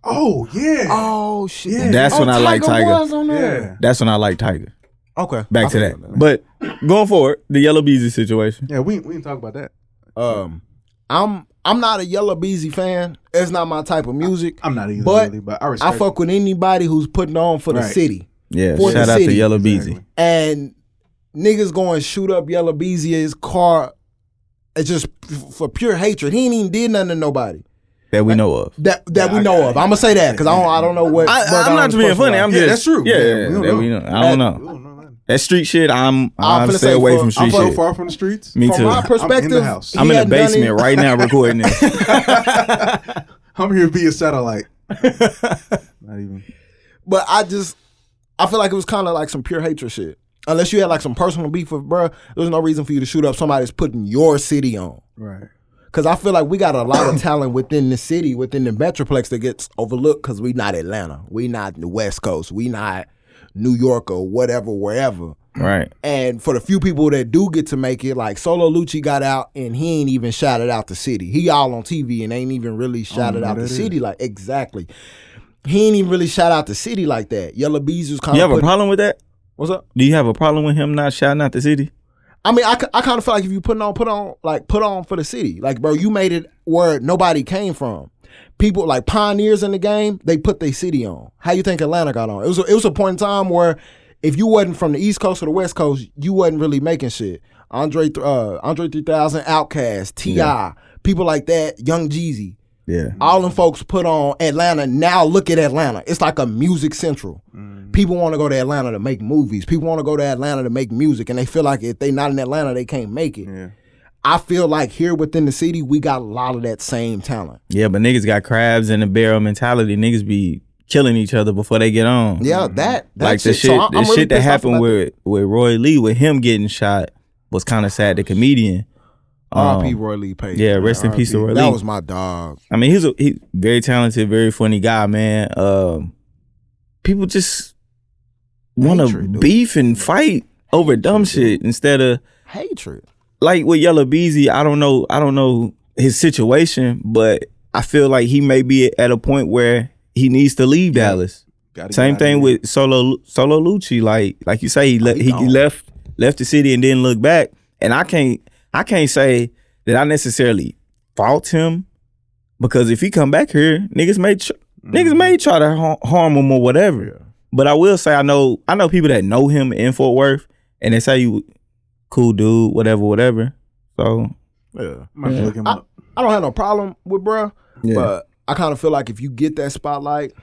Speaker 3: Oh yeah.
Speaker 2: Oh shit.
Speaker 3: Yeah.
Speaker 1: That's
Speaker 2: Oh,
Speaker 1: when I like Tiger.
Speaker 2: was on
Speaker 3: yeah.
Speaker 2: there.
Speaker 1: That's when I like Tiger.
Speaker 2: Okay.
Speaker 1: Back
Speaker 2: I
Speaker 1: to
Speaker 2: feel
Speaker 1: that. But going forward, the Yellow Beezy situation.
Speaker 3: Yeah. We we didn't talk about that.
Speaker 2: Um, I'm I'm not a Yellow Beezy fan. It's not my type of music.
Speaker 3: I'm not either.
Speaker 2: But
Speaker 3: really, but I
Speaker 2: I
Speaker 3: respect.
Speaker 2: fuck with anybody who's putting on for the
Speaker 3: Right.
Speaker 2: city.
Speaker 1: Yeah.
Speaker 2: For the
Speaker 1: shout out to
Speaker 2: city.
Speaker 1: Yellow
Speaker 3: Exactly.
Speaker 1: Beezy.
Speaker 2: And niggas going to shoot up Yellow Beezy's car. It's just f- for pure hatred. He ain't even did nothing to nobody
Speaker 1: That we know of.
Speaker 2: that that
Speaker 3: Yeah,
Speaker 2: we
Speaker 3: I-
Speaker 2: know of.
Speaker 3: I-
Speaker 2: I'm gonna say that because I don't I don't know what.
Speaker 1: I, I'm
Speaker 2: brother I'm
Speaker 1: not being
Speaker 2: supposed to
Speaker 1: funny.
Speaker 2: like.
Speaker 1: I'm
Speaker 3: Yeah,
Speaker 1: just
Speaker 3: that's true.
Speaker 1: Yeah,
Speaker 3: Yeah,
Speaker 1: yeah,
Speaker 3: we don't
Speaker 1: that we
Speaker 3: know.
Speaker 1: know. I don't
Speaker 3: We
Speaker 1: know.
Speaker 3: don't know nothing.
Speaker 1: That street shit, I'm
Speaker 2: I'm
Speaker 1: I'm
Speaker 2: finna
Speaker 1: stay
Speaker 2: say
Speaker 1: away
Speaker 2: for-
Speaker 1: from
Speaker 2: I'm
Speaker 1: street
Speaker 2: for-
Speaker 1: shit.
Speaker 3: So far from the streets.
Speaker 1: Me
Speaker 2: From
Speaker 1: too.
Speaker 2: my
Speaker 1: I'm
Speaker 2: perspective,
Speaker 3: house.
Speaker 2: he
Speaker 1: I'm in the
Speaker 2: hadn't done
Speaker 1: basement
Speaker 2: it-
Speaker 1: right
Speaker 2: [LAUGHS]
Speaker 1: now recording this.
Speaker 3: I'm here via satellite. not even.
Speaker 2: But I just I feel like it was kind of like some pure hatred shit. Unless you had like some personal beef with bruh, there's no reason for you to shoot up somebody that's putting your city on.
Speaker 3: Right.
Speaker 2: Cause I feel like we got a lot of talent within the city, within the metroplex that gets overlooked. Cause we not Atlanta, we not the West Coast, we not New York or whatever, wherever.
Speaker 1: Right.
Speaker 2: And for the few people that do get to make it, like Solo Lucci got out and he ain't even shouted out the city. He all on TV and ain't even really shouted
Speaker 3: know
Speaker 2: out
Speaker 3: who
Speaker 2: the
Speaker 3: that
Speaker 2: city. Like exactly, he ain't even really shout out the city like that. Yellow Bees was kind
Speaker 1: You
Speaker 2: of
Speaker 1: have a problem with that?
Speaker 2: what's up?
Speaker 1: Do you have a problem with him not shouting out the city?
Speaker 2: I mean, I, ki- I kind of feel like if you putting on, put on, like put on for the city, like bro, you made it where nobody came from. People like pioneers in the game, they put their city on. How you think Atlanta got on? It was a, it was a point in time where if you wasn't from the East Coast or the West Coast, you wasn't really making shit. Andre th- uh, Andre three thousand, Outkast, Ti, people like that, Young Jeezy,
Speaker 1: Yeah.
Speaker 2: all them folks put on Atlanta. Now look at Atlanta. It's like a music central.
Speaker 1: Mm.
Speaker 2: People want to go to Atlanta to make movies. People want to go to Atlanta to make music, and they feel like if they not in Atlanta, they can't make it.
Speaker 3: Yeah.
Speaker 2: I feel like here within the city, we got a lot of that same talent.
Speaker 1: Yeah, but niggas got crabs and a barrel mentality. Niggas be killing each other before they get on.
Speaker 2: Yeah, that, that
Speaker 1: Mm-hmm. like the shit,
Speaker 2: So I-
Speaker 1: the
Speaker 2: I'm really
Speaker 1: shit that
Speaker 2: pissed off
Speaker 1: happened
Speaker 2: about
Speaker 1: with with Roy Lee with him getting shot was kind of sad. The comedian.
Speaker 2: that. R.P.
Speaker 1: Um,
Speaker 2: Roy Lee Page.
Speaker 1: yeah, rest in peace to Roy
Speaker 2: That
Speaker 1: Lee.
Speaker 2: was my dog.
Speaker 1: I mean, he's a he very talented, very funny guy, man. Um, people just want to
Speaker 2: Hatred, dude.
Speaker 1: beef and fight over dumb shit instead of
Speaker 2: Hatred.
Speaker 1: like with Yellow Beezy. I don't know. I don't know his situation, but I feel like he may be at a point where he needs to leave Dallas.
Speaker 3: Gotta
Speaker 1: Same
Speaker 3: get outta
Speaker 1: thing
Speaker 3: here.
Speaker 1: with Solo Solo Lucci. Like like you say, he le-
Speaker 2: Oh, He
Speaker 1: he
Speaker 2: gone.
Speaker 1: left left the city and didn't look back. And I can't I can't say that I necessarily fault him because if he come back here, niggas may tr-
Speaker 2: Mm-hmm.
Speaker 1: niggas may try to har- harm him or whatever. But I will say I know I know people that know him in Fort Worth and they say you cool dude, whatever, whatever. So
Speaker 2: Yeah.
Speaker 3: Might have to look him
Speaker 2: I,
Speaker 3: up.
Speaker 2: I don't have no problem with bruh,
Speaker 1: Yeah.
Speaker 2: but I kind of feel like if you get that spotlight,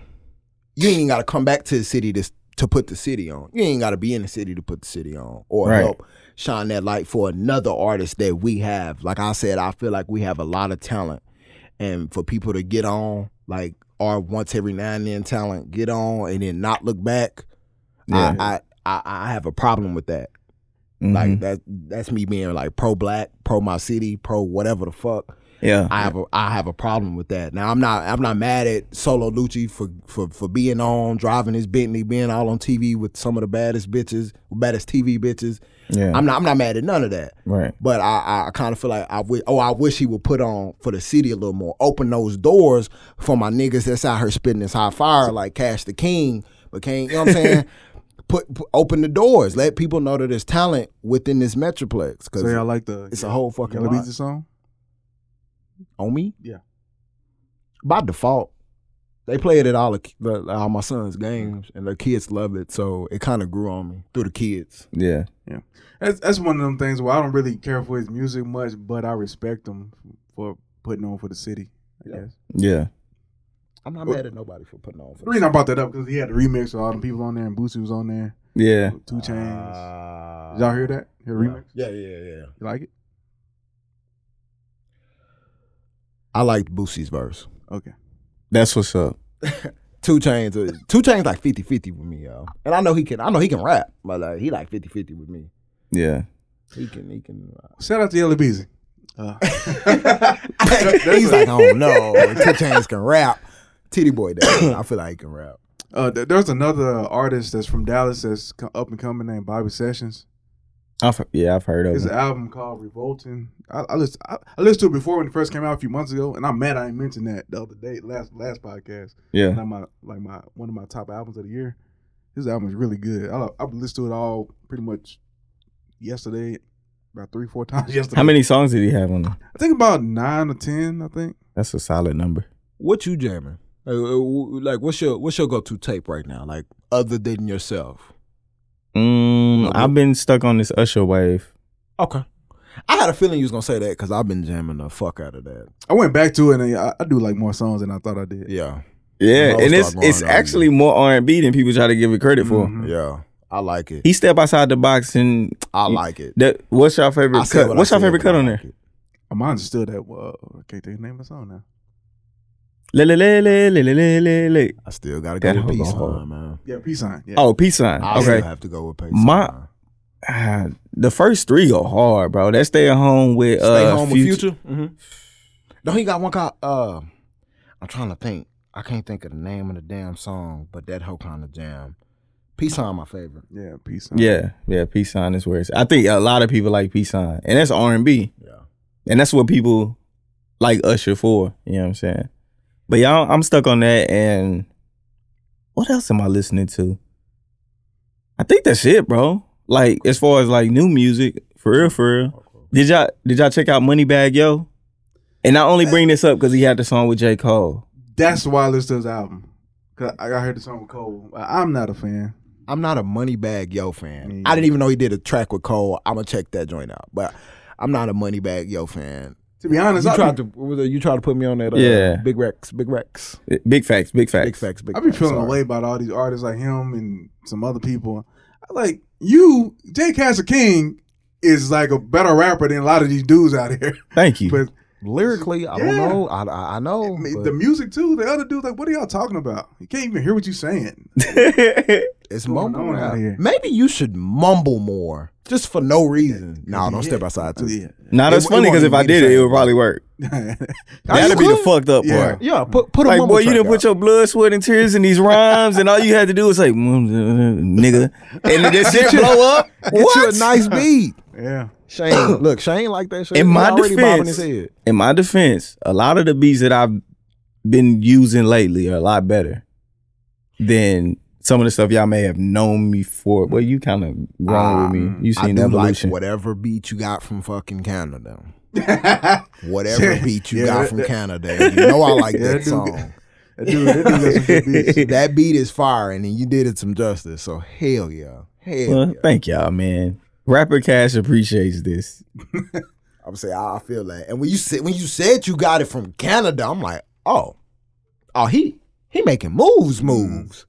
Speaker 2: you ain't got to come back to the city to, to put the city on. You ain't got to be in the city to put the city on or
Speaker 1: Right.
Speaker 2: help shine that light for another artist that we have. Like I said, I feel like we have a lot of talent. And for people to get on, like, our once every now and then talent, get on and then not look back,
Speaker 1: Yeah.
Speaker 2: I, I, I, I have a problem with that.
Speaker 1: mhm.
Speaker 2: Like that that's me being like pro black, pro my city, pro whatever the fuck.
Speaker 1: yeah.
Speaker 2: I have a I have a problem with that. Now I'm not I'm not mad at Solo Lucci for for for being on driving his Bentley, being all on TV with some of the baddest bitches, baddest TV bitches.
Speaker 1: yeah.
Speaker 2: I'm not I'm not mad at none of that.
Speaker 1: right.
Speaker 2: But I, I kind of feel like I wish, oh, I wish he would put on for the city a little more, open those doors for my niggas that's out here spitting this high fire like Cash the King. But can't, you know what I'm saying? put, put open the doors, let people know that there's talent within this metroplex. Because
Speaker 3: So y'all like the
Speaker 2: it's a whole fucking
Speaker 3: Yellow
Speaker 2: lot.
Speaker 3: Beezy song?
Speaker 2: on me,
Speaker 3: Yeah.
Speaker 2: by default, they play it at all the, the all my son's games, and the kids love it. So it kind of grew on me through the kids.
Speaker 1: Yeah.
Speaker 3: That's that's one of them things where I don't really care for his music much, but I respect him for putting on for the city. I guess.
Speaker 1: Yeah.
Speaker 2: I'm not mad at nobody for putting on. For
Speaker 3: The reason I brought that up because he had the remix of all the people on there and Boosie was on there.
Speaker 1: Yeah.
Speaker 3: Two Chains.
Speaker 1: Ah.
Speaker 2: Uh,
Speaker 3: Did y'all hear that? Hear the remix?
Speaker 2: Yeah, yeah, yeah.
Speaker 3: You like it?
Speaker 2: I liked Boosie's verse.
Speaker 3: Okay.
Speaker 1: That's what's up.
Speaker 2: [LAUGHS] Two Chains, uh, Two Chains like 50-50 with me, yo. And I know he can, I know he can rap, but like he like 50-50 with me.
Speaker 1: Yeah.
Speaker 2: He can, he can. [LAUGHS] Uh,
Speaker 3: Shout out to Yellow Beezy. Uh,
Speaker 2: he's like, oh no, Two Chains can rap. Titty Boy, does. I feel like he can rap.
Speaker 3: [LAUGHS] uh, th- there's another artist that's from Dallas that's co- up and coming named Bobby Sessions.
Speaker 1: I've yeah, I've heard of
Speaker 3: It's an
Speaker 1: him.
Speaker 3: album called Revolting. I, I listened. I, I listened to it before when it first came out a few months ago, and I'm mad I didn't mention that the other day, last last podcast.
Speaker 1: Yeah.
Speaker 3: Like my like my one of my top albums of the year. This album is really good. I I listened to it all pretty much yesterday, about three four [LAUGHS] times yesterday.
Speaker 1: How many songs did he have on? Him?
Speaker 3: I think about nine or ten. I think.
Speaker 1: That's a solid number.
Speaker 2: What you jamming? Like, uh, w- like, what's your what's your go to tape right now? Like other than yourself.
Speaker 1: Mm, I've been stuck on this Usher wave.
Speaker 2: Okay. I had a feeling you was gonna say that because I've been jamming the fuck out of that.
Speaker 3: I went back to it and I, I do like more songs than I thought I did.
Speaker 2: Yeah,
Speaker 1: Yeah,
Speaker 2: I'll
Speaker 1: and it's
Speaker 2: start
Speaker 1: it's
Speaker 2: going on.
Speaker 1: actually more R and B than people try to give it credit for.
Speaker 3: Mhm.
Speaker 2: yeah. I like it.
Speaker 1: Mm. He step outside the box and
Speaker 2: I like it.
Speaker 1: that. What's your favorite
Speaker 2: I said
Speaker 1: cut?
Speaker 2: what I
Speaker 1: what's your
Speaker 2: said,
Speaker 1: favorite
Speaker 2: but
Speaker 1: cut
Speaker 2: I
Speaker 1: on
Speaker 2: like
Speaker 1: there?
Speaker 2: it.
Speaker 3: Mine's still that. Well, I can't think of the name of the song now.
Speaker 1: Le le le le le le le le. le.
Speaker 2: I still gotta
Speaker 1: That
Speaker 2: go with
Speaker 1: hoe
Speaker 2: peace
Speaker 1: gonna hold.
Speaker 2: sign, man.
Speaker 3: Yeah, peace sign. Yeah.
Speaker 1: Oh, peace sign.
Speaker 2: I
Speaker 1: okay,
Speaker 2: still have to go with peace
Speaker 1: My-
Speaker 2: sign.
Speaker 1: Ah, the first three go hard, bro. That stay at home with
Speaker 2: Stay
Speaker 1: uh,
Speaker 2: home
Speaker 1: Future.
Speaker 2: with Future. Mm-hmm. Don't he got one called? Uh, I'm trying to think. I can't think of the name of the damn song, but that whole kind of jam. Peace sign, my favorite.
Speaker 3: Yeah, peace. out.
Speaker 1: Yeah, yeah. Peace sign is where it's. I think a lot of people like peace sign, and that's R and B,
Speaker 2: Yeah.
Speaker 1: and that's what people like Usher for. You know what I'm saying? But y'all, I'm stuck on that. And what else am I listening to? I think that's it, bro. Like as far as like new music, for real, for real. Did y'all did y'all check out Moneybag Yo? And I only bring this up because he had the song with J Cole.
Speaker 3: That's why I listen to his album. Cause I I heard the song with Cole. I- I'm not a fan.
Speaker 2: I'm not a money bag yo fan.
Speaker 3: Me
Speaker 2: I didn't even know he did a track with Cole. I'm gonna check that joint out, but I'm not a money bag yo fan.
Speaker 3: To be honest,
Speaker 2: you
Speaker 3: I
Speaker 2: tried
Speaker 3: be,
Speaker 2: to what was it? you tried to put me on that. Uh,
Speaker 1: Yeah.
Speaker 2: Big Rex, Big Rex,
Speaker 1: Big facts, big facts.
Speaker 2: Big Facts, Big.
Speaker 3: I be
Speaker 2: Facts,
Speaker 3: feeling
Speaker 2: sorry.
Speaker 3: away about all these artists like him and some other people. I like you, Jay Castle King is like a better rapper than a lot of these dudes out here. [LAUGHS]
Speaker 1: Thank you.
Speaker 3: But
Speaker 2: Lyrically, I don't
Speaker 3: Yeah.
Speaker 2: know. I I, I know.
Speaker 3: I mean,
Speaker 2: Oh, but
Speaker 3: the music too, the other dudes like, what are y'all talking about? You can't even hear what you're saying.
Speaker 1: [LAUGHS]
Speaker 2: it's
Speaker 3: going
Speaker 2: mumble
Speaker 3: on
Speaker 2: rap.
Speaker 3: out here?
Speaker 2: Maybe you should mumble more, just for no reason. no, don't
Speaker 3: Yeah.
Speaker 2: step outside too.
Speaker 3: [LAUGHS] Yeah.
Speaker 1: now that's
Speaker 2: It- it
Speaker 1: funny because
Speaker 2: won't
Speaker 1: if I
Speaker 2: be the
Speaker 1: did it, it
Speaker 2: same.
Speaker 1: would probably work.
Speaker 2: Are you
Speaker 1: That'd be the
Speaker 2: good?
Speaker 1: fucked up
Speaker 3: Yeah.
Speaker 1: part.
Speaker 2: Yeah, put put a
Speaker 1: Like,
Speaker 2: mumble
Speaker 1: boy, you
Speaker 2: track
Speaker 1: done put
Speaker 2: out.
Speaker 1: your blood, sweat, and tears in these rhymes, and all you had to do was say, "Mm, uh, nigga. And then this shit blow up.
Speaker 2: [LAUGHS] Get you
Speaker 1: What?
Speaker 2: a
Speaker 1: [LAUGHS]
Speaker 2: nice beat.
Speaker 3: yeah.
Speaker 2: Shane, look, Shane like that shit.
Speaker 1: In
Speaker 2: He
Speaker 1: my
Speaker 2: already bobbing his
Speaker 1: defense-
Speaker 2: head.
Speaker 1: In my defense, a lot of the beats that I've been using lately are a lot better than some of the stuff y'all may have known me for. Well, you kind of grown with me. You
Speaker 2: Um, I
Speaker 1: seen
Speaker 2: do
Speaker 1: evolution.
Speaker 2: like whatever beat you got from fucking Canada.
Speaker 3: yeah.
Speaker 2: Whatever
Speaker 3: Yeah,
Speaker 2: beat you
Speaker 3: yeah,
Speaker 2: got
Speaker 3: that-
Speaker 2: from
Speaker 3: that-
Speaker 2: Canada. You know I like
Speaker 3: Yeah,
Speaker 2: that
Speaker 3: that dude got-
Speaker 2: song.
Speaker 3: That dude, that dude [LAUGHS] got some
Speaker 2: [LAUGHS]
Speaker 3: good beats.
Speaker 2: that beat is fire, and then you did it some justice. So hell yeah, hell
Speaker 1: well,
Speaker 2: yeah.
Speaker 1: thank y'all, man. Rapper Cash appreciates this.
Speaker 2: I'm saying I I feel that. And when you said when you said you got it from Canada, I'm like, oh, oh he he making moves, moves.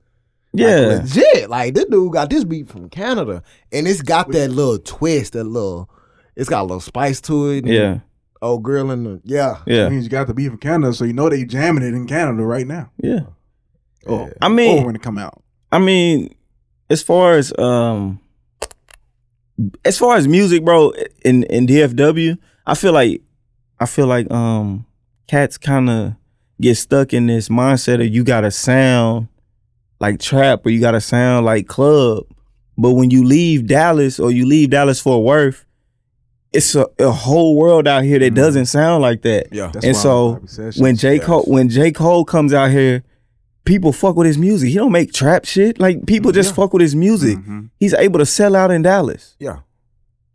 Speaker 1: Yeah.
Speaker 2: Like, legit. Like this dude got this beat from Canada, and it's got that little twist, that little. It's got a little spice to it. and
Speaker 1: Yeah.
Speaker 2: Oh, grill and the, yeah.
Speaker 3: That
Speaker 1: Yeah.
Speaker 3: means you got to be from Canada, so you know they jamming it in Canada right now.
Speaker 1: Yeah.
Speaker 2: Oh,
Speaker 1: I mean,
Speaker 3: or when it come out.
Speaker 1: I mean, as far as um, as far as music, bro, in in DFW, I feel like I feel like um, cats kind of get stuck in this mindset of you gotta sound like trap or you gotta sound like club, but when you leave Dallas or you leave Dallas Fort Worth, it's a, a whole world out here that
Speaker 3: Mhm.
Speaker 1: doesn't sound like that.
Speaker 2: yeah.
Speaker 3: That's
Speaker 1: And
Speaker 3: why
Speaker 1: so,
Speaker 3: Bobby said shit.
Speaker 1: when J
Speaker 2: yes.
Speaker 1: Cole when J Cole comes out here, people fuck with his music. He don't make trap shit. Like people just
Speaker 2: Yeah. Mm.
Speaker 1: fuck with his music.
Speaker 3: Mhm.
Speaker 1: He's able to sell out in Dallas.
Speaker 2: Yeah. Mm.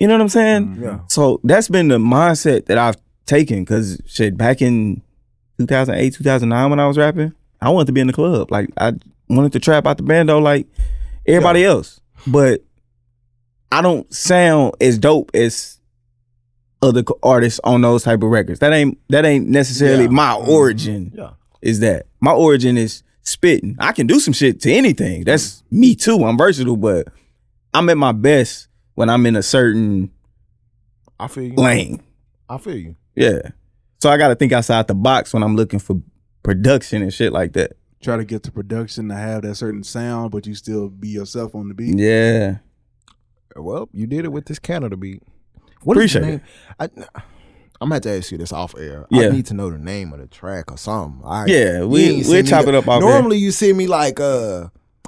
Speaker 1: You know what I'm saying?
Speaker 3: Mhm.
Speaker 2: Yeah.
Speaker 1: So that's been the mindset that I've taken. Cause shit, back in 2008, 2009, when I was rapping, I wanted to be in the club. Like I wanted to trap out the bando like everybody else. But I don't sound as dope as other co- artists on those type of records. That ain't that ain't necessarily
Speaker 2: Yeah. Mm-hmm.
Speaker 1: my origin.
Speaker 2: Yeah.
Speaker 1: Is that my origin is spitting. I can do some shit to anything. That's me too. I'm versatile, but I'm at my best when I'm in a certain
Speaker 2: I feel you.
Speaker 1: lane.
Speaker 2: I feel you.
Speaker 1: Yeah. So I gotta think outside the box when I'm looking for production and shit like that.
Speaker 3: Try to get the production to have that certain sound, but you still be yourself on the beat.
Speaker 1: Yeah.
Speaker 2: Well, you did it with this Canada beat. What is the
Speaker 1: Appreciate
Speaker 2: name? I, I'm gonna have to ask you this off air.
Speaker 1: Yeah.
Speaker 2: I need to know the name of the track or something. All right.
Speaker 1: Yeah,
Speaker 2: You
Speaker 1: we-
Speaker 2: ain't
Speaker 1: we'll
Speaker 2: seen me
Speaker 1: chop
Speaker 2: do-
Speaker 1: it up off air.
Speaker 2: Normally, you see me like uh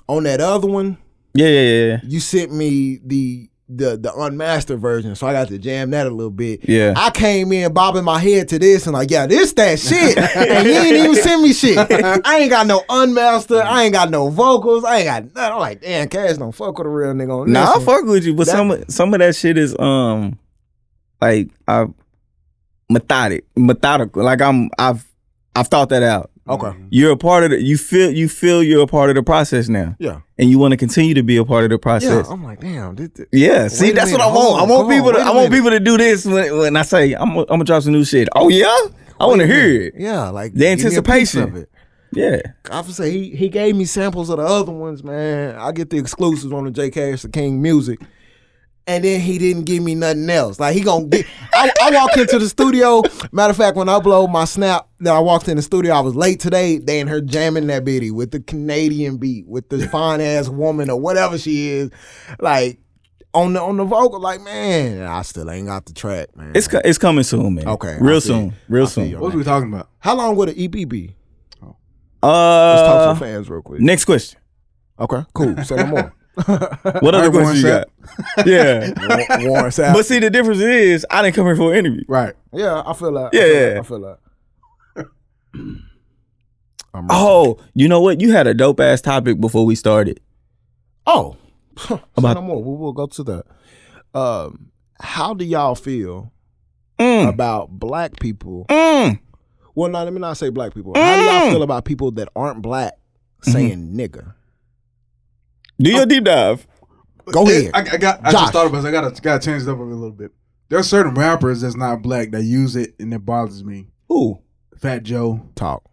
Speaker 2: on that other one.
Speaker 1: Yeah, yeah, yeah. yeah.
Speaker 2: You sent me the the the unmastered version, so I got to jam that a little bit.
Speaker 1: Yeah.
Speaker 2: I came in bobbing my head to this and like, yeah, this
Speaker 1: [LAUGHS]
Speaker 2: that shit. and you ain't even send me shit. I ain't got no unmastered. I ain't got no vocals. I ain't got nothing. I'm like, damn, Cash don't fuck with a real nigga on this.
Speaker 1: Nah, I
Speaker 2: one.
Speaker 1: fuck with you, but
Speaker 2: That-
Speaker 1: some some of that shit is um like I methodic, methodical. Like I'm I've I've thought that out.
Speaker 2: Okay.
Speaker 3: Mm-hmm.
Speaker 1: You're a part of the you feel you feel you're a part of the process now.
Speaker 2: Yeah.
Speaker 1: And you want to continue to be a part of the
Speaker 2: Yeah.
Speaker 1: process.
Speaker 2: I'm like, damn. This, this-
Speaker 1: Yeah, see,
Speaker 2: Wait a
Speaker 1: that's
Speaker 2: minute,
Speaker 1: what I
Speaker 2: hold
Speaker 1: want. I want
Speaker 2: on, come on,
Speaker 1: people. To,
Speaker 2: wait
Speaker 1: I
Speaker 2: a
Speaker 1: want
Speaker 2: minute.
Speaker 1: people to do this when, when I say I'm. I'm gonna drop some new shit. Oh yeah, I want to hear it.
Speaker 2: Yeah, like
Speaker 1: The
Speaker 2: give me a piece
Speaker 1: anticipation.
Speaker 2: of it.
Speaker 1: Yeah,
Speaker 2: I would say he, he gave me samples of the other ones, man. I get the exclusives on the J. Cash the King music. And then he didn't give me nothing else. Like he gonna get I, I walk into the studio. Matter of fact, when I upload my snap that I walked in the studio, I was late today. They and her jamming that bitty with the Canadian beat, with
Speaker 1: [LAUGHS]
Speaker 2: the fine ass woman or whatever she is. Like on the on the vocal, like, man, I still ain't got the track, man.
Speaker 1: it's co- it's coming soon, man.
Speaker 2: Okay, I
Speaker 1: real
Speaker 2: feel
Speaker 1: soon,
Speaker 2: you.
Speaker 1: real
Speaker 2: feel
Speaker 1: soon.
Speaker 2: you.
Speaker 3: What was we talking about?
Speaker 2: How long would an EP be?
Speaker 1: Uh,
Speaker 2: Let's talk to the fans real quick.
Speaker 1: next question.
Speaker 2: Okay, cool. Say no more.
Speaker 1: What other
Speaker 3: Mark
Speaker 1: questions you
Speaker 3: Warren
Speaker 1: got? [LAUGHS] yeah.
Speaker 2: Warren Sapp.
Speaker 1: But see, the difference is I didn't come here for an interview.
Speaker 3: Right.
Speaker 2: yeah, I feel that.
Speaker 1: Yeah,
Speaker 2: I feel
Speaker 1: yeah.
Speaker 2: that, I feel that. I'm right.
Speaker 1: Oh, you know what? You had a dope ass topic before we started.
Speaker 2: Oh, [LAUGHS]
Speaker 1: About-
Speaker 2: about no more. We will go to that. Um, how do y'all feel
Speaker 1: Mm,
Speaker 2: about black people?
Speaker 1: mm.
Speaker 2: Well, no, let me not say black people. How do y'all feel about people that aren't black saying nigga?
Speaker 1: Do your deep dive.
Speaker 2: Go ahead.
Speaker 3: I, I got. I
Speaker 2: Josh.
Speaker 3: just thought about. This. I got. Got to change it up a little bit. There's certain rappers that's not black that use it, and it bothers me.
Speaker 1: Ooh,
Speaker 3: Fat Joe.
Speaker 2: Talk.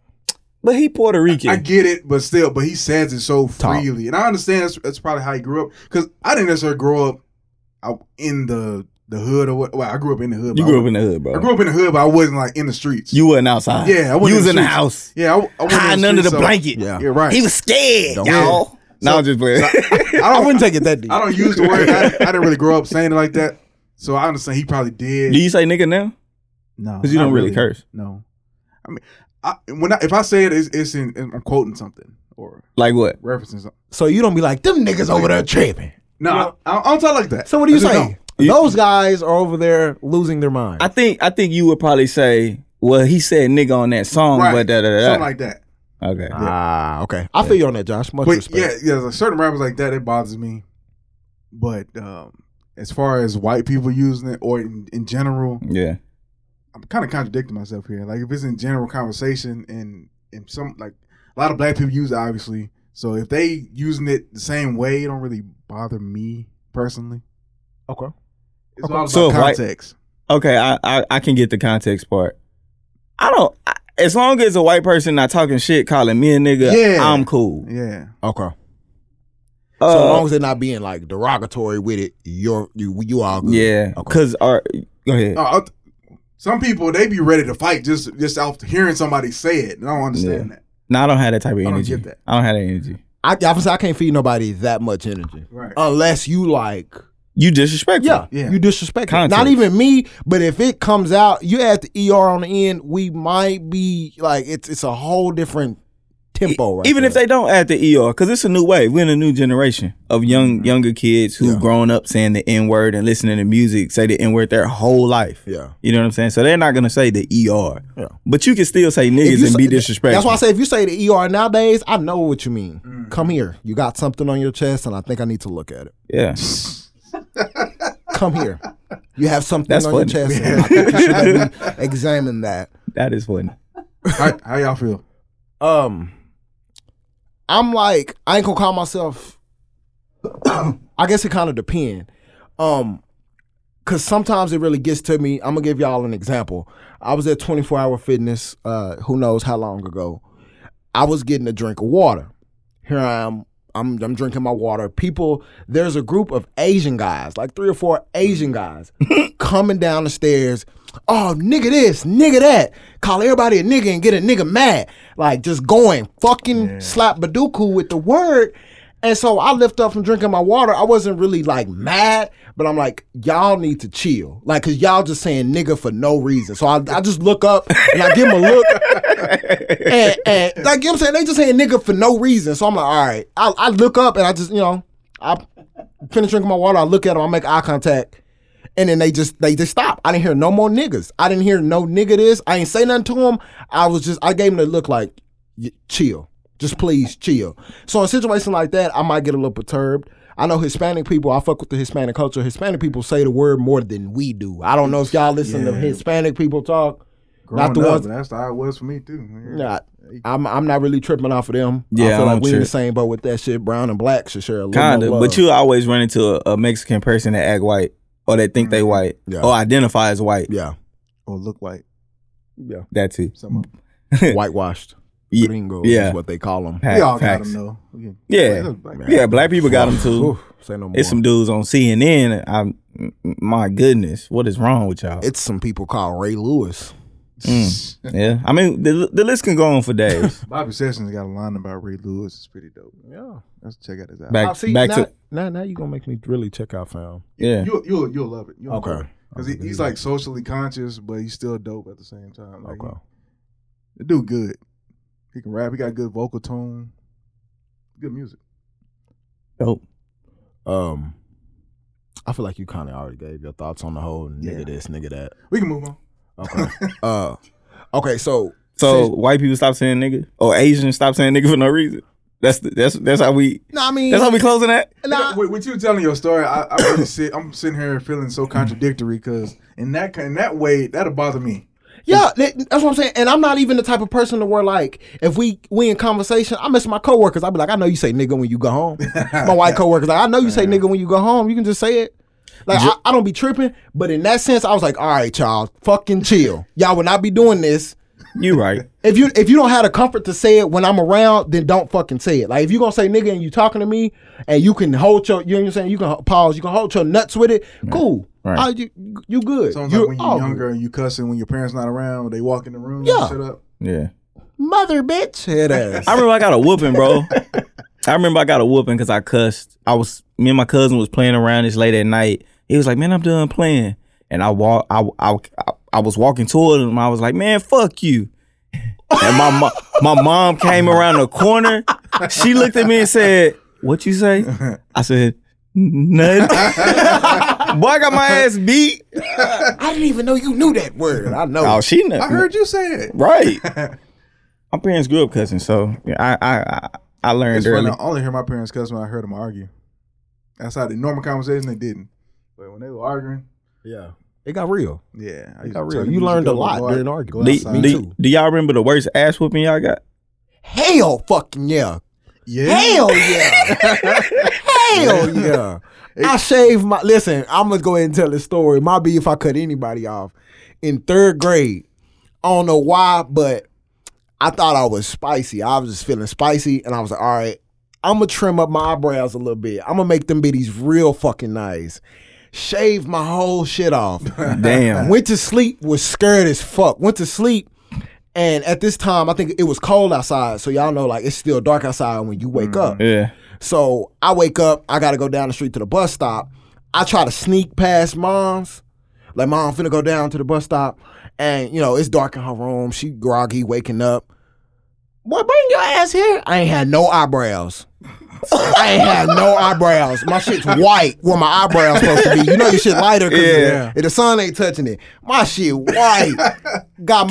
Speaker 1: but he Puerto Rican.
Speaker 3: I get it, but still, but he says it so
Speaker 2: Talk.
Speaker 3: freely, and I understand that's, that's probably how he grew up. Because I didn't necessarily grow up out in the the hood or what. Well, I grew up in the hood.
Speaker 1: you
Speaker 3: but I
Speaker 1: grew up
Speaker 3: wa-
Speaker 1: in the hood, bro.
Speaker 3: I grew up in the hood, but I wasn't like in the streets.
Speaker 1: you wasn't outside.
Speaker 3: Yeah, I wasn't
Speaker 1: you
Speaker 3: in
Speaker 1: was
Speaker 3: the
Speaker 1: in the
Speaker 3: streets.
Speaker 1: house,
Speaker 3: yeah, I, I wasn't in
Speaker 1: hiding under the
Speaker 3: streets, so-
Speaker 1: blanket.
Speaker 2: Yeah.
Speaker 3: Yeah, right.
Speaker 1: He was scared,
Speaker 2: Don't-
Speaker 1: y'all. No, I'm just playing.
Speaker 3: I
Speaker 2: I
Speaker 3: don't.
Speaker 2: wouldn't take it that deep.
Speaker 3: I don't use the word. I, I didn't really grow up saying it like that, so I understand he probably did.
Speaker 1: Do you say nigga now?
Speaker 3: No,
Speaker 1: 'Cause you
Speaker 3: not
Speaker 1: don't really curse.
Speaker 3: No, I mean, I, when I, if I say it, it's, it's in, I'm quoting something or
Speaker 1: Like what?
Speaker 3: referencing something.
Speaker 2: So you don't be like them niggas over there tripping.
Speaker 3: No, I, I, don't talk like that.
Speaker 2: So what do you
Speaker 3: I just
Speaker 2: say? Those guys are over there losing their mind.
Speaker 1: I think I think you would probably say, well, he said nigga on that song,
Speaker 3: don't. Right.
Speaker 1: but da da da.
Speaker 3: something
Speaker 1: da.
Speaker 3: like that.
Speaker 1: Okay.
Speaker 2: ah, okay. I feel you on that, Josh. Much
Speaker 3: But
Speaker 2: respect.
Speaker 3: yeah, yeah, there's certain rappers like that it bothers me. But um, as far as white people using it or in, in general,
Speaker 1: Yeah.
Speaker 3: I'm kind of contradicting myself here. Like if it's in general conversation and and some like a lot of black people use it, obviously. So if they using it the same way, it don't really bother me personally.
Speaker 2: Okay.
Speaker 3: It's all about
Speaker 1: So if white-
Speaker 3: context.
Speaker 1: Okay, I, I I can get the context part. I don't. I, as long as a white person not talking shit, calling me a nigga,
Speaker 3: Yeah.
Speaker 1: I'm cool.
Speaker 3: yeah.
Speaker 2: Okay.
Speaker 1: Uh,
Speaker 2: so long as they're not being like derogatory with it, you're you you all good.
Speaker 1: yeah,
Speaker 2: Okay.
Speaker 1: because our go ahead.
Speaker 3: No, I- some people they be ready to fight just just off hearing somebody say it. And I don't understand that.
Speaker 1: No, I don't have that type of
Speaker 3: don't
Speaker 1: energy. I don't,
Speaker 3: get that.
Speaker 1: have that energy.
Speaker 2: I obviously I can't feed nobody that much energy [LAUGHS]
Speaker 3: Right.
Speaker 2: unless you like
Speaker 1: You disrespectful.
Speaker 2: yeah,
Speaker 3: Yeah.
Speaker 2: you disrespect it.
Speaker 1: Context.
Speaker 2: not even me but if it comes out you add the er on the end we might be like it's it's a whole different tempo right
Speaker 1: E, Even if they don't add the ER, because it's a new wave. We're in a new generation of young younger kids who've
Speaker 2: Mm-hmm. Yeah.
Speaker 1: grown up saying the N word and listening to music say the N word their whole life.
Speaker 2: yeah
Speaker 1: You know what I'm saying? So they're not gonna say the ER.
Speaker 2: Yeah.
Speaker 1: But you can still say
Speaker 2: If you
Speaker 1: niggas and
Speaker 2: say-
Speaker 1: be disrespectful.
Speaker 2: that's why I say if you say the ER nowadays, I know what you mean. Come here. You got something on your chest, and I think I need to look at it.
Speaker 1: yeah.
Speaker 2: Come here. You have something
Speaker 1: That's
Speaker 2: on
Speaker 1: funny.
Speaker 2: your chest, and I think you should
Speaker 1: [LAUGHS]
Speaker 2: let me examine that.
Speaker 1: That is funny.
Speaker 3: how, how y'all feel?
Speaker 2: um I'm like I ain't gonna call myself I guess it kind of depend. Um cuz sometimes it really gets to me. I'm gonna give y'all an example. I was at 24 hour fitness uh who knows how long ago. I was getting a drink of water. Here I am I'm, I'm drinking my water. People, there's a group of Asian guys, like three or four Asian guys, coming down the stairs. Oh, nigga this, nigga that. Call everybody a nigga and get a nigga mad. Like just going fucking slap Baduku with the word. And so I lift up from drinking my water. I wasn't really like mad, but I'm like, y'all need to chill. Like, cause y'all just saying nigga for no reason. So I, I just look up and I give them a look and, and Eh, like you know what I'm saying, they just saying nigga for no reason. So I'm like, all right. I, I look up and I just, you know, I finish drinking my water, I look at them, I make eye contact, and then they just they just stop. I didn't hear no more niggas. I didn't hear no nigga this. I ain't say nothing to them. I was just I gave them the look like y- chill. Just please chill. So in a situation like that, I might get a little perturbed. I know Hispanic people, I fuck with the Hispanic culture. Hispanic people say the word more than we do. I don't know if y'all listen to
Speaker 3: Yeah.
Speaker 2: Hispanic people talk.
Speaker 3: Growing
Speaker 2: the
Speaker 3: up,
Speaker 2: ones-
Speaker 3: That's how it was for me too.
Speaker 2: Nah, I'm I'm not really tripping off of them.
Speaker 1: Yeah,
Speaker 2: I
Speaker 1: I
Speaker 2: feel
Speaker 1: don't
Speaker 2: like we in the
Speaker 1: trip.
Speaker 2: same boat with that shit. Brown and black should share a little
Speaker 1: Kinda,
Speaker 2: more love.
Speaker 1: but you always run into a, a Mexican person that act white or that think they white
Speaker 2: Mm-hmm. Yeah.
Speaker 1: or identify as white.
Speaker 2: yeah,
Speaker 3: Or look like
Speaker 2: yeah,
Speaker 1: That too.
Speaker 3: some of them.
Speaker 1: [LAUGHS]
Speaker 2: whitewashed
Speaker 1: Ye-
Speaker 2: gringos
Speaker 1: yeah.
Speaker 2: is what they call them.
Speaker 1: Pac-
Speaker 3: We all got
Speaker 1: facts.
Speaker 3: them though. Yeah.
Speaker 1: Yeah. Yeah, black people got them too.
Speaker 2: Oof, say no more.
Speaker 1: It's some dudes on CNN. I'm, my goodness, what is wrong with y'all?
Speaker 2: It's some people called Ray Lewis.
Speaker 1: Mm. Yeah, I mean the the list can go on for days.
Speaker 3: [LAUGHS] Bobby Sessions got a line about Ray Lewis. It's pretty dope.
Speaker 2: Yeah,
Speaker 3: Let's check out his album.
Speaker 1: Back, back
Speaker 2: now,
Speaker 1: to
Speaker 2: now, now you gonna make me really check out found.
Speaker 1: yeah.
Speaker 3: You'll, you'll you'll love it. You'll
Speaker 2: Okay,
Speaker 3: because he, he's like socially conscious, but he's still dope at the same time. Like,
Speaker 2: okay.
Speaker 3: he- the dude good. He can rap. He got good vocal tone. Good music.
Speaker 1: Dope.
Speaker 2: Um, I feel like you kind of already gave your thoughts on the whole nigga
Speaker 3: Yeah.
Speaker 2: this, nigga
Speaker 3: [LAUGHS]
Speaker 2: that.
Speaker 3: We can move on.
Speaker 2: Okay. uh, okay. So
Speaker 1: So white people stop saying nigga, or Asians stop saying nigga for no reason. That's the, that's that's how we
Speaker 2: no, I mean,
Speaker 1: that's how we closing that.
Speaker 2: nah,
Speaker 3: You know, with, with you telling your story, I, I
Speaker 2: [COUGHS]
Speaker 3: really sit. I'm sitting here feeling so contradictory because in that in that way, that'll bother me.
Speaker 2: Yeah, that, that's what I'm saying. And I'm not even the type of person to where like if we we in conversation, I miss my coworkers. I be like, I know you say nigga when you go
Speaker 3: [LAUGHS]
Speaker 2: home. my white coworkers, like, I know you say nigga when you go home. You can just say it. Like I, I don't be tripping, but in that sense, I was like, all right, y'all, fucking chill. Y'all would not be doing this.
Speaker 1: You right.
Speaker 2: If you if you don't have the comfort to say it when I'm around, then don't fucking say it. Like if you gonna say nigga and you talking to me and you can hold your you know what I'm saying, you can ho- pause, you can hold your nuts with it, cool.
Speaker 1: Right.
Speaker 2: Ah, you, you oh, good.
Speaker 3: Sounds
Speaker 2: You're
Speaker 3: like when you're
Speaker 2: all
Speaker 3: younger and you cussing when your parents not around, they walk in the room,
Speaker 2: Yeah.
Speaker 3: yeah. shut up.
Speaker 1: Yeah.
Speaker 2: Mother bitch. Head ass.
Speaker 1: I remember I got a whooping, bro. I remember I got a whooping because I cussed. I was me and my cousin was playing around this late at night. He was like, "Man, I'm done playing," and I walk. I I, I, I was walking toward him. I was like, "Man, fuck you." And my mo- my mom came around the corner. She looked at me and said, "What you say?" I said, "Nothing." Boy, I got my ass beat.
Speaker 2: I didn't even know you knew that word. I know.
Speaker 1: Oh, she kn-
Speaker 3: I heard you say it. [LAUGHS]
Speaker 1: right. my parents grew up cussing, so yeah, I I I, I learned
Speaker 3: It's
Speaker 1: early.
Speaker 3: funny. I only hear my parents cuss when I heard them argue. Outside the normal conversation, they didn't. But when they were arguing,
Speaker 2: yeah. It got real.
Speaker 3: yeah, I
Speaker 2: It
Speaker 3: used
Speaker 2: got
Speaker 3: to
Speaker 2: real.
Speaker 3: tell
Speaker 2: You,
Speaker 3: them,
Speaker 2: learned a
Speaker 3: should go
Speaker 2: lot
Speaker 3: go out-
Speaker 2: during
Speaker 3: go
Speaker 2: arguing.
Speaker 1: Do,
Speaker 3: outside.
Speaker 2: Me
Speaker 1: do-
Speaker 2: too.
Speaker 1: do y'all remember the worst ass whooping y'all got?
Speaker 2: [LAUGHS] Hell fucking yeah.
Speaker 3: Yeah.
Speaker 2: Hell [LAUGHS] yeah. Hell yeah. I shaved my listen, I'm gonna go ahead and tell this story. My be if I cut anybody off. In third grade, I don't know why, but I thought I was spicy. I was just feeling spicy and I was like, all right, I'm gonna trim up my eyebrows a little bit. I'm gonna make them bitties real fucking nice. Shave my whole shit [LAUGHS] off.
Speaker 1: Damn.
Speaker 2: Went to sleep, was scared as fuck. Went to sleep, and at this time, I think it was cold outside. So y'all know, like, it's still dark outside when you wake up.
Speaker 1: Yeah.
Speaker 2: So I wake up, I gotta go down the street to the bus stop. I try to sneak past mom's. Like, mom, finna go down to the bus stop. And, you know, it's dark in her room. She groggy, waking up. Boy, bring your ass here. I ain't had no eyebrows. I ain't had no eyebrows. My shit's white where my eyebrows supposed to be. You know your shit lighter because
Speaker 1: Yeah.
Speaker 2: the sun ain't touching it. My shit white. Got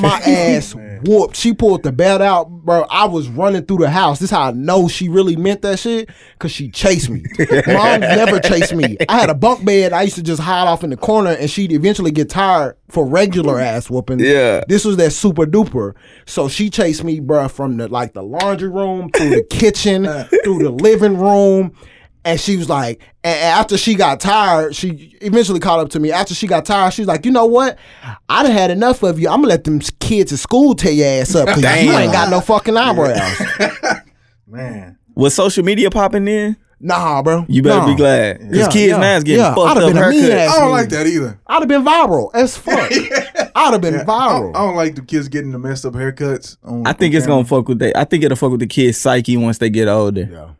Speaker 1: [LAUGHS]
Speaker 2: my ass whooped. She pulled the belt out, bro. I was running through the house. This how I know she really meant that shit because she chased
Speaker 1: [LAUGHS]
Speaker 2: me. Mom never chased me. I had a bunk bed. I used to just hide off in the corner and she'd eventually get tired for regular ass whooping.
Speaker 1: Yeah.
Speaker 2: This was that super duper. So she chased me, bruh, from the like the laundry room through the kitchen, [LAUGHS] through the living room. And she was like, and and after she got tired, she eventually caught up to me. After she got tired, she's like, you know what? I done had enough of you. I'm gonna let them s- kids at school tear your ass up because you
Speaker 1: Damn.
Speaker 2: ain't got no fucking eyebrows.
Speaker 3: Man.
Speaker 1: Was social media popping in?
Speaker 2: nah, bro.
Speaker 1: You better
Speaker 2: Nah.
Speaker 1: be glad. Because
Speaker 2: Yeah,
Speaker 1: kids
Speaker 2: yeah,
Speaker 1: now is getting
Speaker 2: yeah.
Speaker 1: fucked
Speaker 2: I'd've
Speaker 1: up
Speaker 2: been a mean
Speaker 1: haircuts.
Speaker 2: ass.
Speaker 3: I don't like that either.
Speaker 2: I'd have been viral as fuck. I'd have been
Speaker 3: I
Speaker 2: viral.
Speaker 3: don't, I don't like the kids getting the messed up haircuts. On,
Speaker 1: I think
Speaker 3: on
Speaker 1: it's gonna fuck with they. I think it'll fuck with the kids' psyche once they get older.
Speaker 2: Yeah.
Speaker 3: camera.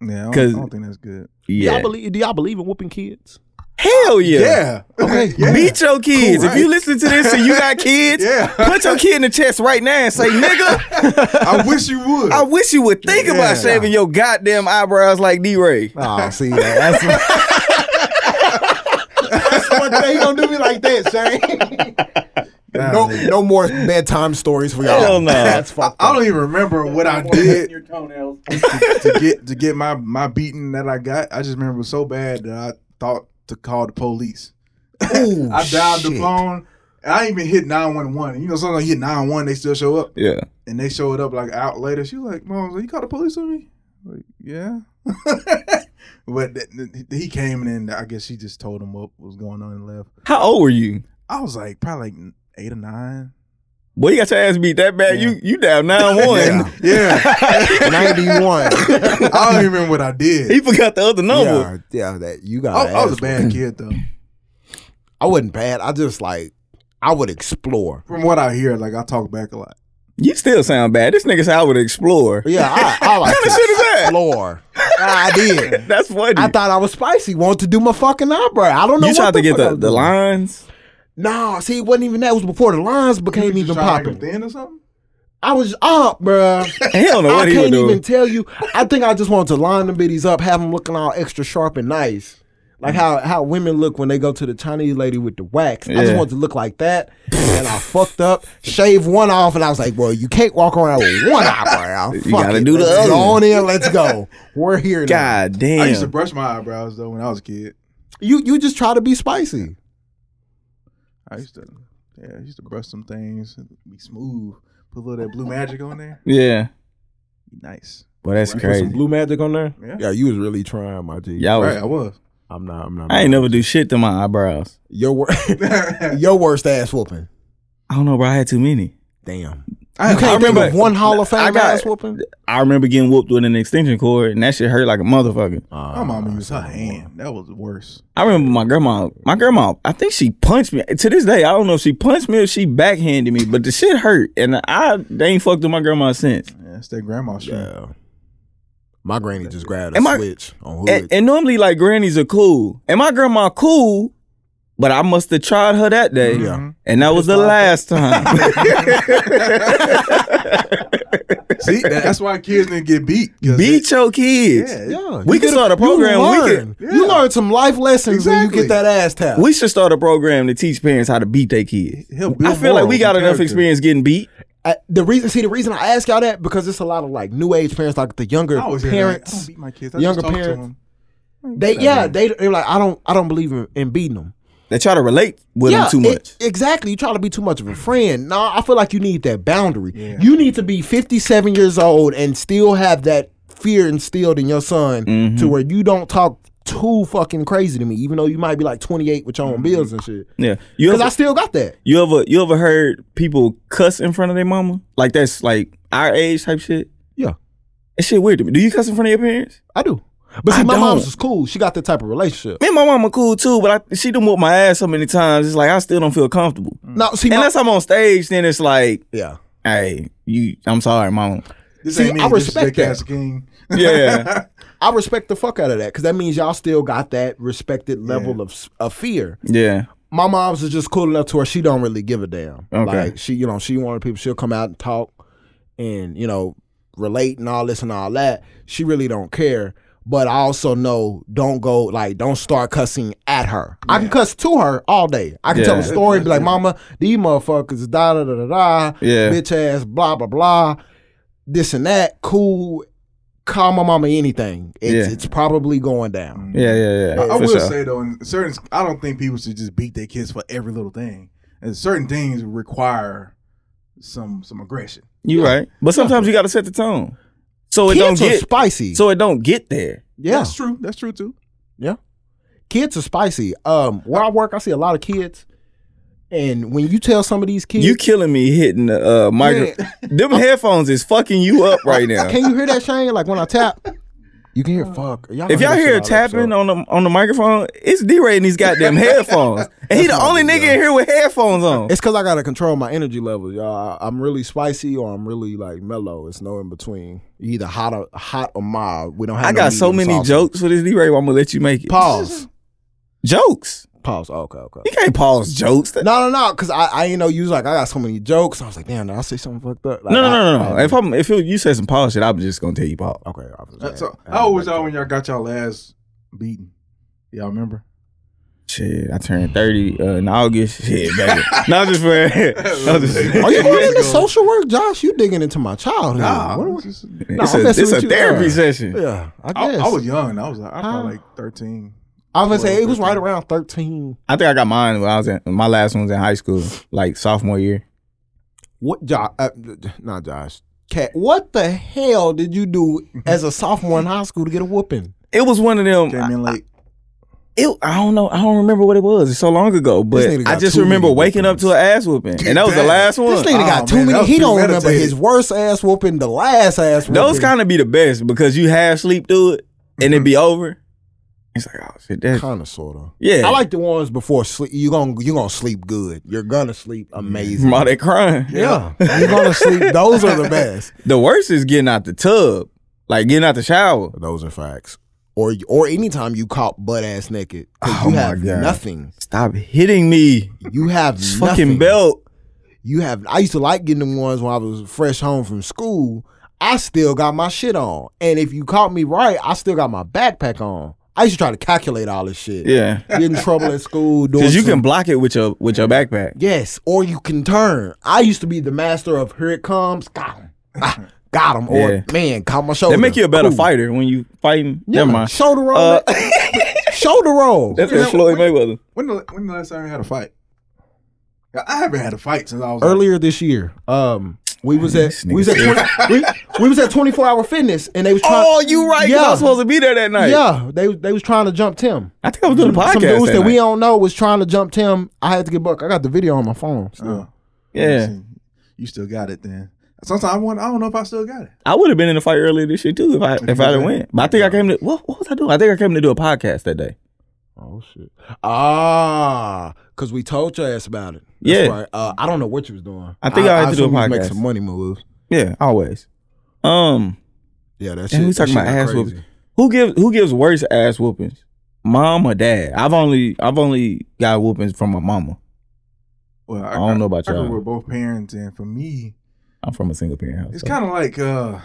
Speaker 3: Yeah, I don't,
Speaker 1: 'cause-
Speaker 3: I don't think that's good.
Speaker 1: Yeah.
Speaker 2: Y'all believe, do y'all believe in whooping kids?
Speaker 1: Hell yeah.
Speaker 3: Yeah.
Speaker 2: [LAUGHS] Okay.
Speaker 3: yeah.
Speaker 1: Beat your kids.
Speaker 3: Cool,
Speaker 1: If you listen to this and you
Speaker 2: [LAUGHS]
Speaker 1: got kids,
Speaker 3: Yeah.
Speaker 1: put your kid in the chest right now and say, nigga,
Speaker 3: I wish you would.
Speaker 1: [LAUGHS] I wish you would think about shaving your goddamn eyebrows like D-Ray.
Speaker 2: Oh,
Speaker 1: [LAUGHS]
Speaker 2: see, that's, that's one thing. Don't do me like that, Shane.
Speaker 3: God,
Speaker 2: No,
Speaker 3: man.
Speaker 2: no more bedtime stories for y'all.
Speaker 1: Hell no.
Speaker 2: That's
Speaker 3: I,
Speaker 2: fucked
Speaker 3: I
Speaker 2: up.
Speaker 3: don't even remember
Speaker 1: [LAUGHS]
Speaker 3: what I did to, to get to get my my beating that I got. I just remember it was so bad that I thought to call the police.
Speaker 2: Ooh,
Speaker 3: I dialed the
Speaker 2: shit.
Speaker 3: phone. And I even hit nine one one. You know, sometimes you hit nine one, they still show up,
Speaker 1: Yeah.
Speaker 3: and they showed up like out later. She was like, "Mom, you called the police on me?" Like, yeah. [LAUGHS] but th- th- he came and then I guess she just told him what was going on and left.
Speaker 1: How old were you?
Speaker 3: I was like probably like eight
Speaker 2: [LAUGHS]
Speaker 3: or nine.
Speaker 1: Boy, you got your ass beat that bad.
Speaker 3: Yeah.
Speaker 1: You you down nine one.
Speaker 3: Yeah, yeah.
Speaker 2: 91.
Speaker 3: I [LAUGHS] don't even remember what I
Speaker 1: [LAUGHS]
Speaker 3: did.
Speaker 1: He forgot the other number.
Speaker 2: yeah, yeah, that you got.
Speaker 3: I, I was
Speaker 2: ass
Speaker 3: a bad kid
Speaker 2: [CLEARS THROAT]
Speaker 3: though.
Speaker 2: I wasn't bad. I just like I would explore.
Speaker 3: From what I hear, like I talk back a lot.
Speaker 1: You still sound bad. This nigga said I would explore.
Speaker 2: Yeah, I, I like
Speaker 1: What kind of shit is
Speaker 2: to
Speaker 1: that?
Speaker 2: explore. I did.
Speaker 1: That's funny. [LAUGHS]
Speaker 2: I thought I was spicy. Wanted to do my fucking eyebrow. I don't know.
Speaker 1: you
Speaker 2: what
Speaker 1: tried to get
Speaker 2: fuck I
Speaker 1: the,
Speaker 2: was
Speaker 1: the
Speaker 2: doing.
Speaker 1: lines.
Speaker 2: No, see, it wasn't even that. It was before the lines became
Speaker 3: You just
Speaker 2: even
Speaker 3: trying to make
Speaker 2: popping.
Speaker 3: them thin or something?
Speaker 2: I was up, bruh.
Speaker 3: [LAUGHS]
Speaker 1: He don't know what
Speaker 2: I
Speaker 1: he was
Speaker 2: can't
Speaker 1: doing.
Speaker 2: even tell you. I think I just wanted to line them bitties up, have them looking all extra sharp and nice. Like how, how women look when they go to the Chinese lady with the wax. I just
Speaker 1: Yeah.
Speaker 2: wanted to look like that. and I fucked up, shaved one off, and I was like, well, you can't walk around with one eyebrow.
Speaker 1: [LAUGHS]
Speaker 2: Fuck
Speaker 1: You gotta
Speaker 2: it.
Speaker 1: do the
Speaker 2: Let's
Speaker 1: other
Speaker 2: go
Speaker 1: one."
Speaker 2: on in, let's
Speaker 1: [LAUGHS]
Speaker 2: go. We're here now.
Speaker 1: God damn.
Speaker 3: I used to brush my eyebrows though when I was a kid.
Speaker 2: You, you just try to be spicy.
Speaker 3: I used to, yeah, I used to brush some things and be smooth. Put a little of that blue magic on there.
Speaker 1: yeah.
Speaker 3: Be nice.
Speaker 1: Well, that's
Speaker 3: Right.
Speaker 1: crazy.
Speaker 2: blue magic on there?
Speaker 3: Yeah.
Speaker 2: Yeah, you was really trying, my G.
Speaker 1: Y'all was,
Speaker 3: Right, I was.
Speaker 2: I'm not. I'm not.
Speaker 1: I ain't never do shit to my eyebrows.
Speaker 2: Your, wor- [LAUGHS]
Speaker 3: [LAUGHS]
Speaker 2: your worst ass whooping.
Speaker 1: I don't know, bro. I had too many.
Speaker 2: Damn.
Speaker 1: I,
Speaker 2: You can't
Speaker 1: I remember
Speaker 2: think of
Speaker 1: [LAUGHS]
Speaker 2: one Hall of Fame
Speaker 1: got-
Speaker 2: ass whooping.
Speaker 1: I remember getting whooped with an extension cord, and that shit hurt like a motherfucker.
Speaker 2: Um,
Speaker 3: My mama used her hand. That was worse.
Speaker 1: I remember my grandma. My grandma. I think she punched me. To this day, I don't know if she punched me or she backhanded me, but the shit hurt, and I they ain't fucked with my grandma since.
Speaker 3: Yeah, it's that grandma shit.
Speaker 2: Yeah. My granny just grabbed a
Speaker 1: And my-
Speaker 2: switch on hood.
Speaker 1: And, and normally, like grannies are cool, and my grandma cool, but I must have tried her that day,
Speaker 2: Yeah.
Speaker 1: and that was the last time.
Speaker 3: [LAUGHS] See, that- that's why kids didn't get beat. 'cause
Speaker 1: Beat your
Speaker 3: they-
Speaker 1: kids.
Speaker 3: Yeah,
Speaker 2: yeah,
Speaker 1: We
Speaker 2: you
Speaker 1: can
Speaker 2: get
Speaker 1: start a program,
Speaker 2: You
Speaker 1: we
Speaker 2: learn,
Speaker 1: can-
Speaker 2: you
Speaker 3: Yeah.
Speaker 2: learn some life lessons when you get
Speaker 3: Exactly.
Speaker 2: that ass tap.
Speaker 1: We should start a program to teach parents how to beat their kids.
Speaker 3: He'll build
Speaker 1: I feel like
Speaker 3: morals
Speaker 1: we
Speaker 3: and
Speaker 1: got enough
Speaker 3: character.
Speaker 1: experience getting beat.
Speaker 2: I- the reason, see, the reason I ask y'all that because it's a lot of like new age parents, like the younger
Speaker 3: I always hear that. I don't
Speaker 2: parents.
Speaker 3: beat my kids. I
Speaker 2: younger
Speaker 3: just talk
Speaker 2: parents.
Speaker 3: To them.
Speaker 2: They yeah, they they're like I don't I don't believe in, in beating them.
Speaker 1: They try to relate with
Speaker 2: yeah,
Speaker 1: them too
Speaker 2: e-
Speaker 1: much.
Speaker 2: exactly. You try to be too much of a friend. No, I feel like you need that boundary.
Speaker 3: Yeah.
Speaker 2: You need to be 57 years old and still have that fear instilled in your son
Speaker 1: Mm-hmm.
Speaker 2: to where you don't talk too fucking crazy to me, even though you might be like 28 with your own bills and shit.
Speaker 1: yeah, you
Speaker 2: Because I
Speaker 1: ever,
Speaker 2: still got that.
Speaker 1: you ever you ever heard people cuss in front of their mama? Like that's like our age type shit.
Speaker 2: Yeah,
Speaker 1: That shit weird to me. Do you cuss in front of your parents?
Speaker 2: I do. But see,
Speaker 1: I
Speaker 2: my
Speaker 1: don't.
Speaker 2: mom's is cool. She got that type of relationship.
Speaker 1: Me and my mama cool too, but I, she done whooped my ass so many times. It's like I still don't feel comfortable.
Speaker 2: No, see, my,
Speaker 1: Unless I'm on stage, then it's like,
Speaker 2: yeah.
Speaker 1: hey, you, I'm sorry, mama.
Speaker 3: This
Speaker 2: See,
Speaker 3: ain't me.
Speaker 2: I
Speaker 3: This is
Speaker 2: respect
Speaker 3: Dick
Speaker 2: that.
Speaker 3: Ass King.
Speaker 1: Yeah,
Speaker 2: I respect the fuck out of that because that means y'all still got that respected level of s- of fear.
Speaker 1: [LAUGHS] yeah.
Speaker 2: my mom's is just cool enough to where she don't really give a damn.
Speaker 1: Okay.
Speaker 2: Like she, you know, she one of the people she'll come out and talk and, you know, relate and all this and all that. She really don't care. But I also know don't go like don't start cussing at her. I can cuss to her all day. I can tell a
Speaker 1: Yeah.
Speaker 2: story and be like, Mama, these motherfuckers da da da da da
Speaker 1: Yeah.
Speaker 2: bitch ass, blah blah blah, this and that, cool. Call my mama anything. It's
Speaker 1: Yeah.
Speaker 2: it's probably going down.
Speaker 1: Yeah, yeah, yeah.
Speaker 3: Um, I, I
Speaker 1: for
Speaker 3: will
Speaker 1: sure.
Speaker 3: say though, in certain, I don't think people should just beat their kids for every little thing. And certain things require some some aggression.
Speaker 1: you right, but sometimes you got to set the tone, so it
Speaker 2: Kids
Speaker 1: don't
Speaker 2: are
Speaker 1: get,
Speaker 2: spicy.
Speaker 1: so it don't get there.
Speaker 2: yeah.
Speaker 3: that's true. That's true too.
Speaker 2: kids are spicy. Um, where I work, I see a lot of kids, and when you tell some of these kids,
Speaker 1: You killing me hitting the uh, micro. [LAUGHS] Them headphones is fucking you up right now.
Speaker 2: can you hear that Shane? Like when I tap, you can hear fuck. Y'all
Speaker 1: If y'all hear a tapping on the on the microphone, it's D-Ray in these goddamn headphones, and he the only nigga in here with headphones on.
Speaker 2: it's because I gotta control my energy levels, y'all. I- I'm really spicy or I'm really like mellow. It's no in between. You either hot or hot or mild. We don't have.
Speaker 1: I
Speaker 2: no
Speaker 1: got so
Speaker 2: medium
Speaker 1: many
Speaker 2: sauce.
Speaker 1: jokes for this D-Ray. I'm gonna let you make it.
Speaker 2: Pause.
Speaker 1: Jokes.
Speaker 2: Pause. Oh, Okay. Okay.
Speaker 1: You can't pause jokes. That-
Speaker 2: No, no, no. Cause I, I ain't know you was like I got so many jokes. I was like, damn, did I say something fucked up? Like,
Speaker 1: No, no,
Speaker 2: I-
Speaker 1: no, no, no.
Speaker 2: I-
Speaker 1: If I'm if you- you said some pause shit, I'm just gonna tell you pause.
Speaker 2: okay, I was like,
Speaker 3: So
Speaker 2: I- I-
Speaker 3: how old was y'all when y'all got y'all last beaten? Y'all remember?
Speaker 1: Shit, I
Speaker 2: Mm.
Speaker 1: turned thirty uh, in August. Shit,
Speaker 2: [LAUGHS]
Speaker 1: baby. Not just for. I'm just-
Speaker 2: Are you going into
Speaker 3: Years ago.
Speaker 2: social work, Josh? You digging into my childhood?
Speaker 3: Nah,
Speaker 2: What are we-
Speaker 3: it's just-
Speaker 2: Nah,
Speaker 1: It's
Speaker 2: I'm
Speaker 1: a,
Speaker 2: messing
Speaker 1: it's a
Speaker 2: with you.
Speaker 1: therapy
Speaker 2: Yeah.
Speaker 1: session.
Speaker 2: Yeah, I
Speaker 3: I,
Speaker 2: guess.
Speaker 3: I was young. I was I was
Speaker 2: Huh?
Speaker 3: probably like thirteen.
Speaker 2: I was gonna say it was right
Speaker 3: 12,
Speaker 2: around thirteen.
Speaker 1: I think I got mine when I was in my last one was in high school, like sophomore year.
Speaker 2: What, Josh? Uh, d- d- not Josh. Cat. What the hell did you do as a sophomore in high school to get a whooping?
Speaker 1: It was one of them.
Speaker 3: Came in late.
Speaker 1: it, I don't know. I don't remember what it was. It's so long ago, but
Speaker 2: nigga got
Speaker 1: I just
Speaker 2: too
Speaker 1: remember
Speaker 2: many
Speaker 1: waking up to an ass whooping, and that was the
Speaker 3: Damn.
Speaker 1: last one.
Speaker 2: This nigga
Speaker 3: Oh,
Speaker 2: got too
Speaker 3: man, that
Speaker 2: many.
Speaker 3: was
Speaker 2: He don't remember
Speaker 3: premeditated.
Speaker 2: his worst ass whooping, the last ass whooping.
Speaker 1: Those kind of be the best because you half sleep through it and
Speaker 2: Mm-hmm.
Speaker 1: it be over. It's like oh shit, that's
Speaker 2: kind of sort of.
Speaker 1: yeah.
Speaker 2: I like the ones before sleep. You gonna you gonna sleep good. You're gonna sleep amazing.
Speaker 1: from all that crying.
Speaker 2: Yeah, you're gonna sleep. Those are the best.
Speaker 1: The worst is getting out the tub, like getting out the shower.
Speaker 2: Those are facts. Or or anytime you caught butt ass naked, 'cause
Speaker 1: Oh
Speaker 2: you
Speaker 1: my
Speaker 2: have
Speaker 1: God.
Speaker 2: nothing.
Speaker 1: Stop hitting me,
Speaker 2: You have
Speaker 1: [LAUGHS] fucking
Speaker 2: nothing.
Speaker 1: belt.
Speaker 2: you have. I used to like getting them ones when I was fresh home from school. I still got my shit on, and if you caught me right, I still got my backpack on. I used to try to calculate all this shit.
Speaker 1: Yeah,
Speaker 2: Get in trouble at
Speaker 1: [LAUGHS]
Speaker 2: school doing.
Speaker 1: because you
Speaker 2: some-
Speaker 1: can block it with your with your backpack.
Speaker 2: Yes, or you can turn. I used to be the master of here it comes, got him, ah, got him, or
Speaker 1: Yeah.
Speaker 2: man, caught my shoulder.
Speaker 1: They make you a better
Speaker 2: Cool.
Speaker 1: fighter when you fighting.
Speaker 2: Yeah,
Speaker 1: Never mind.
Speaker 2: shoulder roll,
Speaker 1: Uh, [LAUGHS]
Speaker 2: shoulder roll.
Speaker 1: That's what Floyd Mayweather.
Speaker 3: When the when the last time you had a fight? Yeah, I haven't had a fight since I was like,
Speaker 2: Earlier this year, um, we was at
Speaker 1: This
Speaker 2: we was at
Speaker 1: nigga
Speaker 2: 20,
Speaker 1: [LAUGHS]
Speaker 2: we, we was at twenty four hour fitness, and they was trying.
Speaker 1: Oh, you right. 'cause I
Speaker 2: Yeah.
Speaker 1: was supposed to be there that night.
Speaker 2: yeah, they they was trying to jump Tim.
Speaker 1: I think I was doing a podcast.
Speaker 2: Some dudes
Speaker 1: that
Speaker 2: that, we
Speaker 1: night.
Speaker 2: don't know was trying to jump Tim. I had to get buck. I got the video on my phone. so.
Speaker 3: uh,
Speaker 1: Yeah.
Speaker 3: see, you still got it then. Sometimes I want. I don't know if I still got it.
Speaker 1: I would have been in the fight earlier this year too if I if I had went. But I think I came to what, what was I doing? I think I came to do a podcast that day.
Speaker 2: Oh shit! Ah, cause we told your ass about it. That's
Speaker 1: Yeah.
Speaker 2: right. Uh, I don't know what you was doing.
Speaker 1: I think I had to do a
Speaker 2: assume you was Make
Speaker 1: podcast.
Speaker 2: some money moves.
Speaker 1: Yeah, always. Um,
Speaker 2: Yeah, that shit.
Speaker 1: and we talking
Speaker 2: that shit
Speaker 1: about ass
Speaker 2: got crazy.
Speaker 1: whoopings. Who gives who gives worse ass whoopings? Mom or dad? I've only I've only got whoopings from my mama.
Speaker 3: Well, I,
Speaker 1: I don't know about
Speaker 3: I, I
Speaker 1: y'all.
Speaker 3: grew with both parents, and for me,
Speaker 1: I'm from a single parent house.
Speaker 3: It's
Speaker 1: so-
Speaker 3: kind of like uh,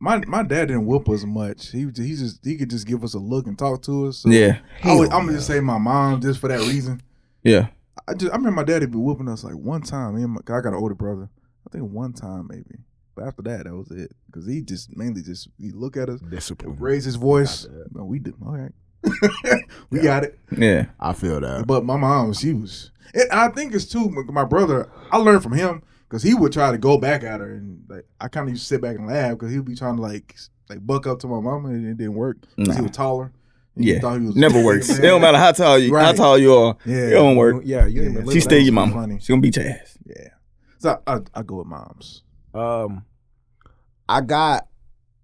Speaker 3: my my dad didn't whoop us much. He was- he just he could just give us a look and talk to us. So
Speaker 1: yeah,
Speaker 3: I would,
Speaker 2: Hell
Speaker 3: I'm gonna just say my mom just for that reason.
Speaker 1: yeah.
Speaker 3: I just I remember my daddy be whooping us like one time. Me and my, 'cause I got an older brother. I think one time maybe, but after that that was it. Cause he just mainly just he look at us,
Speaker 2: Discipline.
Speaker 1: Mm-hmm.
Speaker 3: raise his voice. No, we did all right. [LAUGHS] we got it.
Speaker 1: Yeah,
Speaker 2: I feel that.
Speaker 3: But my mom, she was. And I think it's too. my- My brother, I learned from him because he would try to go back at her, and like I kind of used to sit back and laugh because he would be trying to like s- like buck up to my mama, and it didn't work. 'cause
Speaker 1: Nah.
Speaker 3: He was taller. and he
Speaker 1: yeah.
Speaker 3: thought he was- [LAUGHS]
Speaker 1: Never works.
Speaker 3: Yeah.
Speaker 1: it don't matter how tall you how
Speaker 3: Right.
Speaker 1: tall you are.
Speaker 3: Yeah,
Speaker 1: It don't work.
Speaker 2: Yeah, you ain't been
Speaker 3: Yeah, she
Speaker 1: She
Speaker 2: living
Speaker 1: stay
Speaker 3: was
Speaker 1: your mama.
Speaker 3: funny.
Speaker 1: She gonna beat your ass.
Speaker 3: Yeah. So I, I, I go with moms.
Speaker 2: that. Um, I got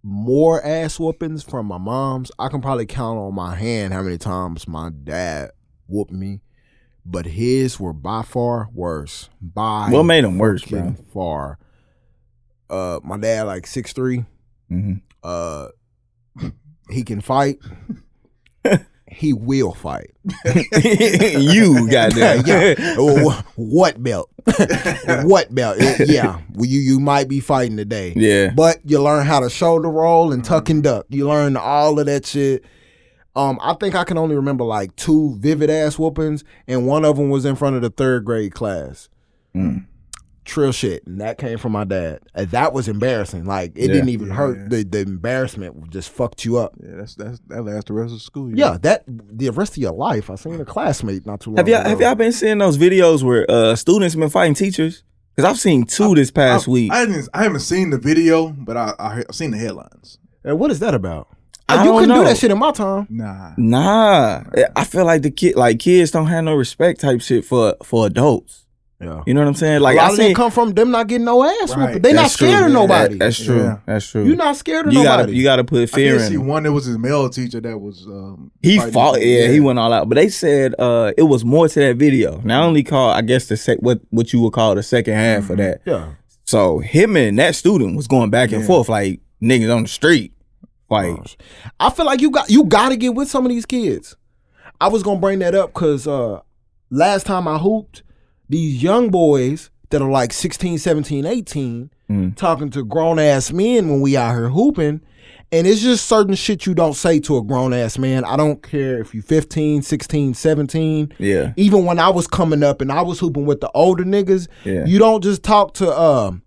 Speaker 2: more ass whoopings from my mom's. I can probably count on my hand how many times my dad whooped me, but his were by far worse. By
Speaker 1: What made them worse, bro?
Speaker 2: fucking far. Uh, my dad like six three.
Speaker 1: hmm
Speaker 2: Uh, he
Speaker 1: [LAUGHS]
Speaker 2: can fight. he will fight.
Speaker 1: Mm-hmm. [LAUGHS] you goddamn.
Speaker 2: yeah. Wh- Oh,
Speaker 1: [LAUGHS]
Speaker 2: what belt? what belt? Yeah. Well, you you might be fighting today.
Speaker 1: Yeah.
Speaker 2: But you learn how to shoulder roll
Speaker 1: Mm-hmm.
Speaker 2: and tuck and duck. You learn all of that shit. Um, I think I can only remember like two vivid ass whoopings, and one of them was in front of the third grade class.
Speaker 1: Mm.
Speaker 2: Trill shit, and that came from my dad. And that was embarrassing. Like it
Speaker 1: Yeah.
Speaker 2: didn't even
Speaker 3: Yeah,
Speaker 2: hurt.
Speaker 3: yeah.
Speaker 2: The the embarrassment just fucked you up.
Speaker 3: Yeah, that's that's that lasts the rest of school. year.
Speaker 2: Yeah, that the rest of your life. I seen a classmate not too long.
Speaker 1: Have y'all
Speaker 2: ago.
Speaker 1: have y'all been seeing those videos where uh, students been fighting teachers? Because I've seen two this past
Speaker 3: I,
Speaker 1: week.
Speaker 3: I didn't. I haven't seen the video, but I I have seen the headlines.
Speaker 2: And what is that about?
Speaker 1: I
Speaker 2: you
Speaker 1: don't
Speaker 2: couldn't
Speaker 1: know.
Speaker 2: do that shit in my time.
Speaker 3: Nah.
Speaker 1: Nah, eh, I feel like the kid, like kids, don't have no respect type shit for for adults.
Speaker 2: Yeah.
Speaker 1: You know what I'm saying? Like
Speaker 2: Like, a lot
Speaker 1: I
Speaker 2: of them
Speaker 1: seen.
Speaker 2: come from them not getting no ass
Speaker 3: Right.
Speaker 2: whooping. They not
Speaker 1: That's true.
Speaker 2: scared of
Speaker 1: That-
Speaker 2: nobody.
Speaker 1: that's true.
Speaker 3: Yeah.
Speaker 1: That's true.
Speaker 2: you not scared of
Speaker 1: You
Speaker 2: nobody.
Speaker 1: gotta you gotta put
Speaker 3: I did
Speaker 1: fear
Speaker 3: see
Speaker 1: in. 'em.
Speaker 3: one. It was his male teacher that was. Um,
Speaker 1: He
Speaker 3: fighting.
Speaker 1: fought. Yeah, he went all out. But they said uh, it was more to that video. Not only called, I guess the sec- what what you would call the second half
Speaker 2: Mm-hmm.
Speaker 1: of that.
Speaker 2: yeah.
Speaker 1: So him and that student was going back and
Speaker 3: Yeah.
Speaker 1: forth like niggas on the street. Like
Speaker 2: I feel like you got you gotta get with some of these kids. I was gonna bring that up because uh last time I hooped, these young boys that are like 16, 17, 18,
Speaker 1: Mm.
Speaker 2: talking to grown ass men when we out here hooping. And it's just certain shit you don't say to a grown ass man. I don't care if you 15, 16, 17.
Speaker 1: yeah,
Speaker 2: even when I was coming up and I was hooping with the older niggas,
Speaker 1: Yeah.
Speaker 2: you don't just talk to um,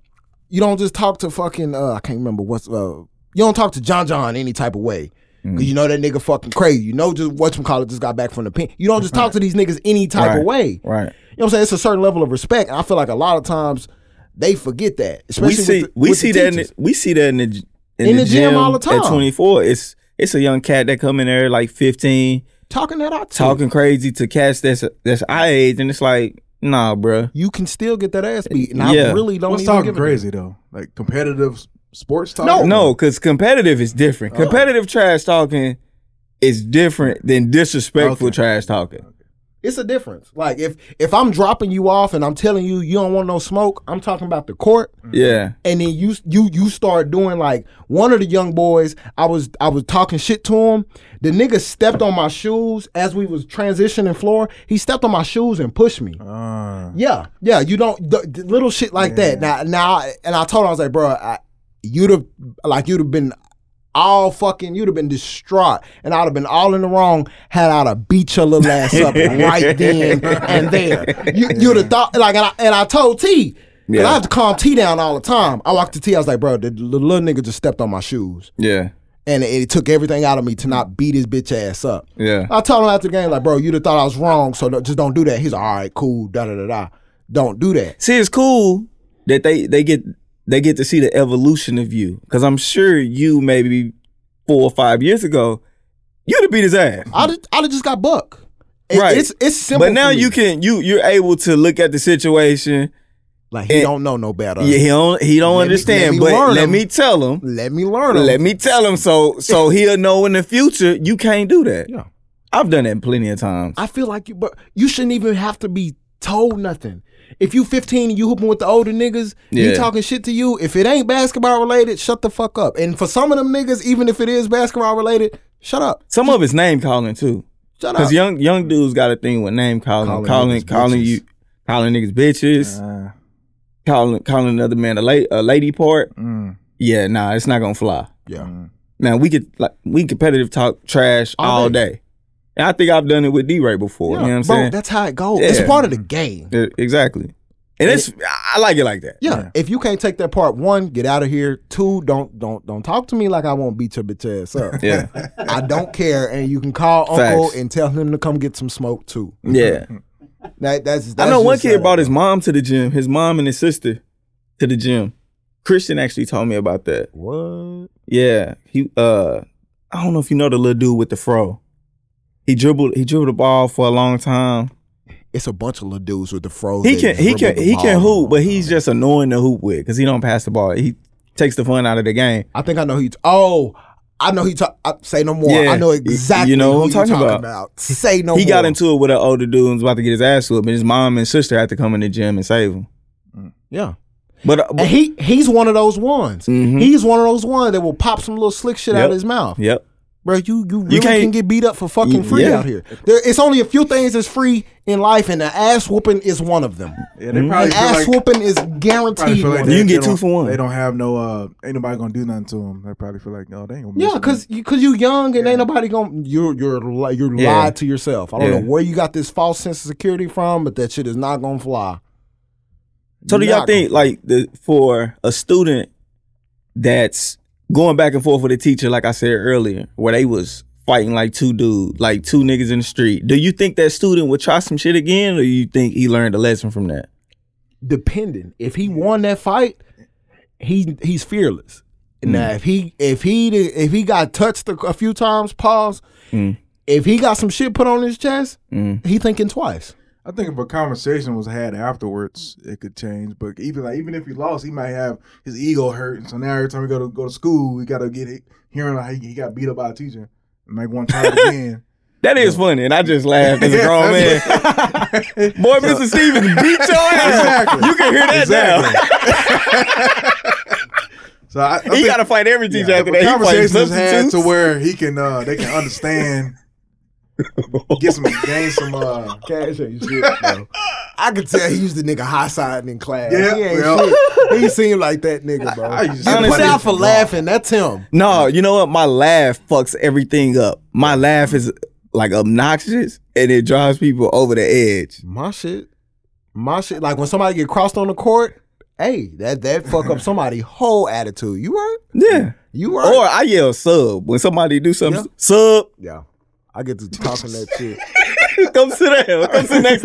Speaker 2: you don't just talk to fucking uh, I can't remember what's uh, you don't talk to John John any type of way.
Speaker 1: Mm.
Speaker 2: Cause you know that nigga fucking crazy. You know just what call it just got back from the pen. You don't just talk to these niggas any type
Speaker 1: Right.
Speaker 2: of way.
Speaker 1: right.
Speaker 2: You know what I'm saying? It's a certain level of respect, and I feel like a lot of times they forget that.
Speaker 1: We
Speaker 2: Especially
Speaker 1: see
Speaker 2: with the,
Speaker 1: we
Speaker 2: with
Speaker 1: see
Speaker 2: the
Speaker 1: that in the,
Speaker 2: teachers.
Speaker 1: we see that in the g- in, the, gym, all the time. At 24, it's it's a young cat that come in there like 15,
Speaker 2: talking that out. to
Speaker 1: talking crazy to cats that's that's our age, and it's like nah, bruh.
Speaker 2: you can still get that ass beat, and I
Speaker 1: Yeah.
Speaker 2: really don't.
Speaker 3: What's
Speaker 2: even
Speaker 3: talking
Speaker 2: give a-
Speaker 3: crazy though? Like competitive s- sports talk?
Speaker 1: No, because competitive is different. Competitive trash talking is different than disrespectful
Speaker 3: Okay.
Speaker 1: trash talking.
Speaker 2: It's a difference. Like if if I'm dropping you off and I'm telling you you don't want no smoke, I'm talking about the court.
Speaker 1: Yeah.
Speaker 2: and then you you you start doing like one of the young boys i was i was talking shit to him the nigga stepped on my shoes as we was transitioning floor he stepped on my shoes and pushed me
Speaker 3: Uh,
Speaker 2: yeah yeah you don't the, the little shit like that now now and i told him i was like bro I, you'd have like you'd have been all fucking you'd have been distraught and i'd have been all in the wrong had i'd have beat your little ass up right then and there you, you'd have thought like and i, and I told t 'cause
Speaker 1: Yeah.
Speaker 2: I have to calm T down all the time. I walked to T. I was like, bro, the, the little nigga just stepped on my shoes,
Speaker 1: Yeah.
Speaker 2: and it, it took everything out of me to not beat his bitch ass up.
Speaker 1: Yeah.
Speaker 2: I told him after the game, like, bro, you'd have thought I was wrong, so no, just don't do that. He's like, all right, cool, da da da da. Don't do that.
Speaker 1: See, it's cool that they they get they get to see the evolution of you. Cause I'm sure you maybe four or five years ago, you'd have beat his ass.
Speaker 2: I'd I'd have just got buck. It-
Speaker 1: Right.
Speaker 2: It's it's simple.
Speaker 1: But now
Speaker 2: for me.
Speaker 1: you can you you're able to look at the situation.
Speaker 2: like he
Speaker 1: and-
Speaker 2: don't know no better.
Speaker 1: yeah, he don't he don't
Speaker 2: let me-
Speaker 1: understand.
Speaker 2: let me
Speaker 1: but
Speaker 2: learn
Speaker 1: let
Speaker 2: him.
Speaker 1: me tell him.
Speaker 2: Let me learn. him.
Speaker 1: Let me tell him so so he'll know in the future you can't do that.
Speaker 2: Yeah.
Speaker 1: I've done that plenty of times.
Speaker 2: I feel like you, but you shouldn't even have to be told nothing. If you 15 and you hooping with the older niggas,
Speaker 1: Yeah.
Speaker 2: you talking shit to you. If it ain't basketball related, shut the fuck up. And for some of them niggas, even if it is basketball related, shut up.
Speaker 1: Some of it's name calling too.
Speaker 2: Shut
Speaker 1: Cause
Speaker 2: up.
Speaker 1: young young dudes got a thing with name calling,
Speaker 2: Calling
Speaker 1: calling, calling,
Speaker 2: niggas
Speaker 1: you, calling niggas bitches,
Speaker 3: uh,
Speaker 1: calling calling another man a, la- a lady part.
Speaker 3: mm,
Speaker 1: Yeah, nah, it's not gonna fly.
Speaker 2: Yeah.
Speaker 1: Now we could like we competitive talk trash all,
Speaker 2: All
Speaker 1: day. and I think I've done it with D Ray before.
Speaker 2: Yeah.
Speaker 1: You know what I'm
Speaker 2: Bro,
Speaker 1: saying?
Speaker 2: that's how it goes.
Speaker 1: Yeah.
Speaker 2: It's part of the game.
Speaker 1: Yeah, E, exactly, and it's I- I like it like that.
Speaker 2: Yeah. If you can't take that part, one, get out of here. Two, don't don't don't talk to me like I won't beat your bitch ass up. [LAUGHS]
Speaker 1: Yeah,
Speaker 2: I don't care. And you can call
Speaker 1: Facts.
Speaker 2: Uncle and tell him to come get some smoke too.
Speaker 1: yeah.
Speaker 2: That, that's, that's
Speaker 1: Mm-hmm. I know one
Speaker 2: just how
Speaker 1: kid
Speaker 2: that
Speaker 1: brought his mom to the gym, his mom and his sister to the gym. Christian actually told me about that.
Speaker 2: What?
Speaker 1: Yeah, he uh, I don't know if you know the little dude with the fro. He dribbled, he dribbled the ball for a long time.
Speaker 2: It's a bunch of little dudes with the fro.
Speaker 1: He
Speaker 2: that
Speaker 1: can, he can,
Speaker 2: dribble the
Speaker 1: he can
Speaker 2: ball.
Speaker 1: hoop, but he's just annoying to hoop with because he don't pass the ball. He takes the fun out of the game.
Speaker 2: I think I know who. You t- oh, I know he. Ta- I, say no more.
Speaker 1: Yeah,
Speaker 2: I know exactly.
Speaker 1: you know
Speaker 2: who
Speaker 1: what I'm
Speaker 2: you
Speaker 1: talking about.
Speaker 2: Say no.
Speaker 1: he
Speaker 2: more.
Speaker 1: got into it with an older dude and was about to get his ass whooped, and his mom and sister had to come in the gym and save him.
Speaker 2: yeah.
Speaker 1: But, uh, but-
Speaker 2: And he he's one of those ones.
Speaker 1: Mhm.
Speaker 2: He's one of those ones that will pop some little slick shit out
Speaker 1: Yep.
Speaker 2: of his mouth,
Speaker 1: yep,
Speaker 2: bro. You you really
Speaker 1: can't-
Speaker 2: can get beat up for fucking
Speaker 1: Y-
Speaker 2: free
Speaker 1: yeah.
Speaker 2: out here. There, it's only a few things that's free in life, and the ass whooping is one of them.
Speaker 3: yeah, they
Speaker 1: Mm.
Speaker 3: probably
Speaker 2: An
Speaker 3: feel
Speaker 2: ass
Speaker 3: like,
Speaker 2: whooping is
Speaker 3: probably
Speaker 2: guaranteed.
Speaker 3: feel like
Speaker 1: You
Speaker 2: one.
Speaker 3: they-
Speaker 1: can
Speaker 3: they
Speaker 1: get two
Speaker 3: don't-
Speaker 1: for one.
Speaker 3: They don't have no. uh Ain't nobody gonna do nothing to them. They probably feel like, oh, they ain't gonna.
Speaker 2: Yeah,
Speaker 3: miss
Speaker 2: cause you cause you young and ain't nobody gonna you're you're li- you're
Speaker 1: Yeah.
Speaker 2: lied to yourself. I don't
Speaker 1: Yeah.
Speaker 2: know where you got this false sense of security from, but that shit is not gonna fly.
Speaker 1: So do y'all
Speaker 2: Not
Speaker 1: think like the for a student that's going back and forth with a teacher, like I said earlier, where they was fighting like two dudes, like two niggas in the street, do you think that student would try some shit again or you think he learned a lesson from that?
Speaker 2: depending. If he won that fight, he he's fearless. Now if he if he did- if he got touched a, a few times, pause. If he got some shit put on his chest, he thinking twice.
Speaker 3: I think if a conversation was had afterwards, it could change. But even like even if he lost, he might have his ego hurt, and so now every time we go to go to school, we gotta get it hearing how he, he got beat up by a teacher. And like one time
Speaker 1: [LAUGHS]
Speaker 3: again,
Speaker 1: That is funny, and I just laughed [LAUGHS] as a grown man. Boy, Mr. Stevens beat your ass.
Speaker 3: Exactly.
Speaker 1: You can hear that now.
Speaker 3: [LAUGHS] so I, I
Speaker 1: He
Speaker 3: think-
Speaker 1: got to fight every teacher
Speaker 3: yeah,
Speaker 1: after
Speaker 3: if a
Speaker 1: that. He fights
Speaker 3: Conversation is had
Speaker 1: substitutes.
Speaker 3: to where he can uh they can understand, get some gain some uh
Speaker 2: Cash ain't shit, bro. I could tell he used the nigga high siding in class.
Speaker 3: Yeah,
Speaker 2: he ain't
Speaker 3: well.
Speaker 2: shit. He seemed like that nigga, bro.
Speaker 3: I used to-
Speaker 2: you
Speaker 1: Honestly-
Speaker 2: put out for laughing. That's him.
Speaker 1: No, you know what? My laugh fucks everything up. My laugh is like obnoxious and it drives people over the edge.
Speaker 2: My shit. My shit. Like when somebody get crossed on the court, hey, that that fuck up somebody whole attitude. You right?
Speaker 1: Yeah.
Speaker 2: You right?
Speaker 1: Or I yell sub when somebody do something.
Speaker 2: Yeah. I get to talking that shit.
Speaker 1: Sub, come sit down. Come sit next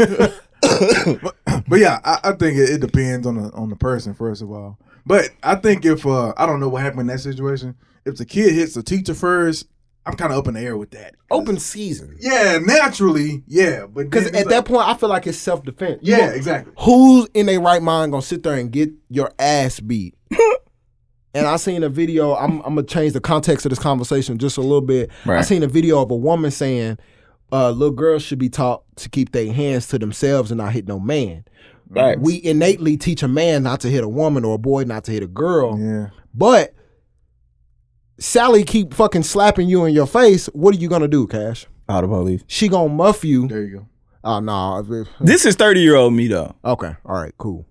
Speaker 1: [LAUGHS] to us.
Speaker 3: But yeah, I, I think it, it depends on the on the person first of all. But I think if uh, I don't know what happened in that situation, if the kid hits the teacher first, I'm kind of up in the air with that.
Speaker 2: Open season.
Speaker 3: Yeah, naturally, yeah. But
Speaker 2: Because at that point, I feel like it's self defense.
Speaker 3: yeah, exactly.
Speaker 2: Who's in their right mind gonna sit there and get your ass
Speaker 3: [LAUGHS]
Speaker 2: beat? and I seen a video. I'm, I'm gonna change the context of this conversation just a little bit. I
Speaker 1: Right.
Speaker 2: seen a video of a woman saying, uh, little girls should be taught to keep their hands to themselves and not hit no man.
Speaker 1: Right.
Speaker 2: We innately teach a man not to hit a woman or a boy not to hit a girl,
Speaker 3: Yeah.
Speaker 2: but Sally keep fucking slapping you in your face. What are you gonna do, Cash?
Speaker 1: Out of police.
Speaker 2: She gonna muff you?
Speaker 3: There you go.
Speaker 2: Oh no. Nah.
Speaker 1: This is thirty year old me though.
Speaker 2: Okay. All right. Cool.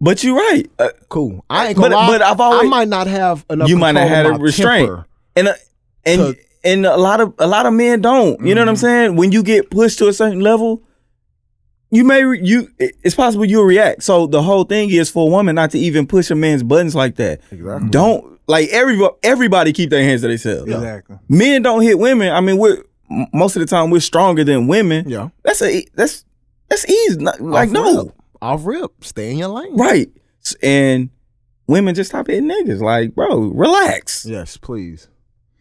Speaker 1: But you're right. Uh,
Speaker 2: Cool. I ain't
Speaker 1: but
Speaker 2: gonna lie.
Speaker 1: but I've always
Speaker 2: I might not have enough.
Speaker 1: You might not
Speaker 2: control
Speaker 1: had
Speaker 2: of
Speaker 1: a
Speaker 2: my
Speaker 1: restraint.
Speaker 2: temper.
Speaker 1: and uh, and
Speaker 2: Cause-
Speaker 1: and a lot of a lot of men don't. You know what I'm
Speaker 2: Mm-hmm.
Speaker 1: saying? When you get pushed to a certain level, you may re- you it- it's possible you'll react. So the whole thing is for a woman not to even push a man's buttons like that.
Speaker 2: Exactly.
Speaker 1: Don't like every everybody keep their hands to themselves.
Speaker 3: Exactly.
Speaker 1: Men don't hit women. I mean, we're m- most of the time we're stronger than women.
Speaker 2: Yeah.
Speaker 1: That's a e- that's that's easy. Not- Like
Speaker 2: Off
Speaker 1: no,
Speaker 2: rip. off rip. Stay in your lane.
Speaker 1: right? S- And women just stop hitting niggas. Like bro, relax.
Speaker 2: Yes, please,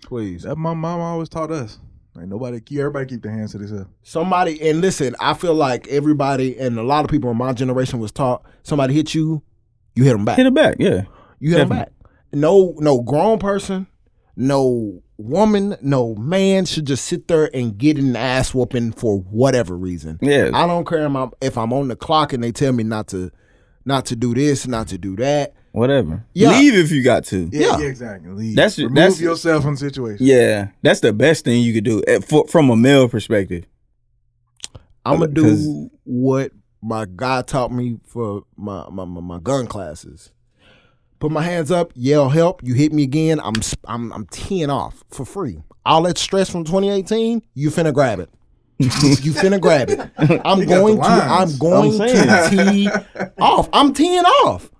Speaker 2: please.
Speaker 3: That my mom always taught us. Like nobody keep everybody keep their hands to themselves.
Speaker 2: Somebody and listen. I feel like everybody and a lot of people in my generation was taught somebody hit you, you hit them back.
Speaker 1: Hit it back. Yeah.
Speaker 2: you hit them back.
Speaker 1: definitely.
Speaker 2: No, no grown person, no woman, no man should just sit there and get an ass whooping for whatever reason.
Speaker 1: Yeah.
Speaker 2: I don't care if I'm, if I'm on the clock and they tell me not to, not to do this, not to do that.
Speaker 1: Whatever.
Speaker 2: Yeah.
Speaker 1: Leave if you got to.
Speaker 2: Yeah.
Speaker 3: exactly. Leave.
Speaker 1: That's-
Speaker 3: remove
Speaker 1: that's-
Speaker 3: yourself from the situation.
Speaker 1: Yeah, that's the best thing you could do eh, for, from a male perspective.
Speaker 2: I'm
Speaker 3: uh,
Speaker 2: gonna do
Speaker 1: 'Cause-
Speaker 2: what my guy taught me for my, my my my gun classes. Put my hands up, yell help. You hit me again, I'm sp- I'm I'm teeing off for free. All that stress from 2018, you finna grab it. you finna grab
Speaker 3: [LAUGHS]
Speaker 2: it. I'm
Speaker 3: You got
Speaker 2: going
Speaker 3: the
Speaker 2: to
Speaker 3: lines.
Speaker 2: I'm going
Speaker 1: I'm
Speaker 2: to tee off. I'm teeing off.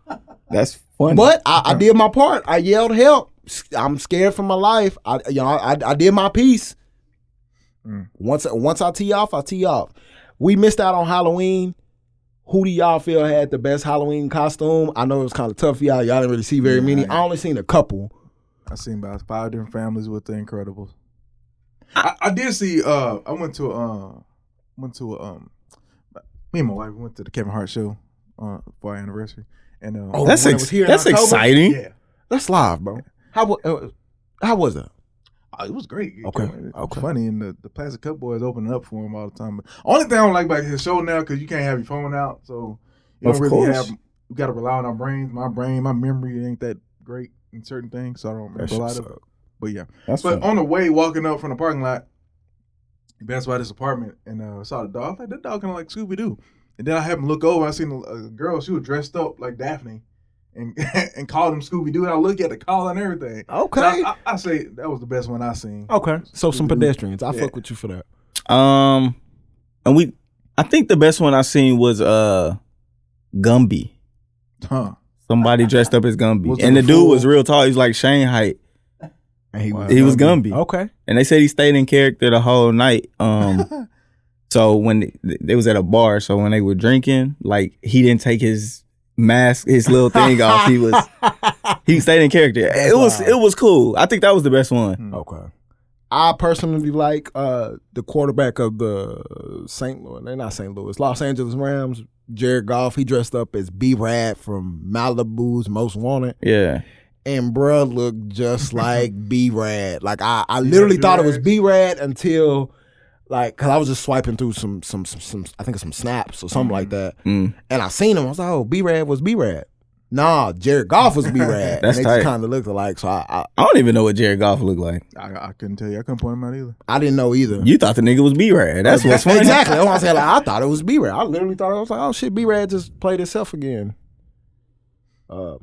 Speaker 1: That's funny.
Speaker 2: But I, I did my part. I yelled help. S- I'm scared for my life. I you know I, I did my piece.
Speaker 1: Mm.
Speaker 2: Once once I tee off, I tee off. We missed out on Halloween. Who do y'all feel had the best Halloween costume? I know it was kind of tough for y'all. Y'all didn't really see very many. I only seen a couple.
Speaker 3: I seen about five different families with the Incredibles. I, I did see. Uh, I went to uh, went to um, me and my wife went to the Kevin Hart show uh, for our anniversary, and uh,
Speaker 2: Oh,
Speaker 1: that's
Speaker 2: when it
Speaker 1: ex-
Speaker 2: was here in
Speaker 1: that's
Speaker 2: October?
Speaker 1: exciting.
Speaker 3: yeah,
Speaker 2: That's live, bro. How wa- uh, how was it?
Speaker 3: Oh, it was great. It
Speaker 2: Okay,
Speaker 3: was
Speaker 2: okay.
Speaker 3: funny, and the, the Plastic Cup Boys opening up for him all the time. But only thing I don't like about his show now because you can't have your phone out, so you
Speaker 1: Of
Speaker 3: don't really
Speaker 1: course.
Speaker 3: have. We gotta rely on our brains. My brain, my memory ain't that great in certain things, so I don't remember a lot of. it. But yeah,
Speaker 1: That's
Speaker 3: But
Speaker 1: funny.
Speaker 3: on the way walking up from the parking lot, I passed by this apartment and uh, saw the dog. I was like, that dog kind of like Scooby Doo. And then I happened to look over. I seen a, a girl. She was dressed up like Daphne, and [LAUGHS] and called him Scooby Doo. And I looked at the collar and everything. So
Speaker 2: Okay. Oh.
Speaker 3: I, Mm-hmm. I, I say that was the best one I seen.
Speaker 2: Okay. So some pedestrians. I
Speaker 3: Yeah.
Speaker 2: fuck with you for that.
Speaker 1: um, and we, I think the best one I seen was uh, Gumby.
Speaker 3: Huh.
Speaker 2: [LAUGHS]
Speaker 1: Somebody dressed up as Gumby,
Speaker 3: Was it
Speaker 1: and the
Speaker 3: a
Speaker 1: dude
Speaker 3: fool?
Speaker 1: was real tall. He was like Shane height.
Speaker 2: And he
Speaker 3: Wow.
Speaker 1: He was Gumby,
Speaker 2: Okay.
Speaker 1: and they said he stayed in character the whole night.
Speaker 2: [LAUGHS]
Speaker 1: Um, so when they, they was at a bar, so when they were drinking, like he didn't take his mask, his little thing off. He was
Speaker 2: [LAUGHS]
Speaker 1: he stayed in character. It was
Speaker 2: wild.
Speaker 1: it was cool. I think that was the best one.
Speaker 2: Okay. I personally like uh, the quarterback of the St. Louis, they're not St. Louis, Los Angeles Rams, Jared Goff. He dressed up as B Rad from Malibu's Most Wanted,
Speaker 1: Yeah.
Speaker 2: and bruh
Speaker 1: [LAUGHS]
Speaker 2: looked just like B Rad. Like I, I literally
Speaker 3: do
Speaker 2: thought it was
Speaker 3: rags?
Speaker 2: B Rad until, like, cause I was just swiping through some, some, some, some I think it's some snaps or something like that,
Speaker 1: Mm.
Speaker 2: and I seen him. I was like, oh, B Rad was B Rad. Nah, Jared Goff was B Rad.
Speaker 1: [LAUGHS]
Speaker 2: and
Speaker 1: That's
Speaker 2: they
Speaker 1: tight.
Speaker 2: just kind of looked alike. So I, I,
Speaker 1: I don't even know what Jared Goff looked like.
Speaker 3: I, I couldn't tell you. I couldn't point him out either.
Speaker 2: I didn't know either.
Speaker 1: You thought the nigga was B Rad. That's what's funny.
Speaker 2: exactly. That's why I said like, I thought it was B Rad. I literally thought I was like, oh shit, B Rad just played itself again. Uh,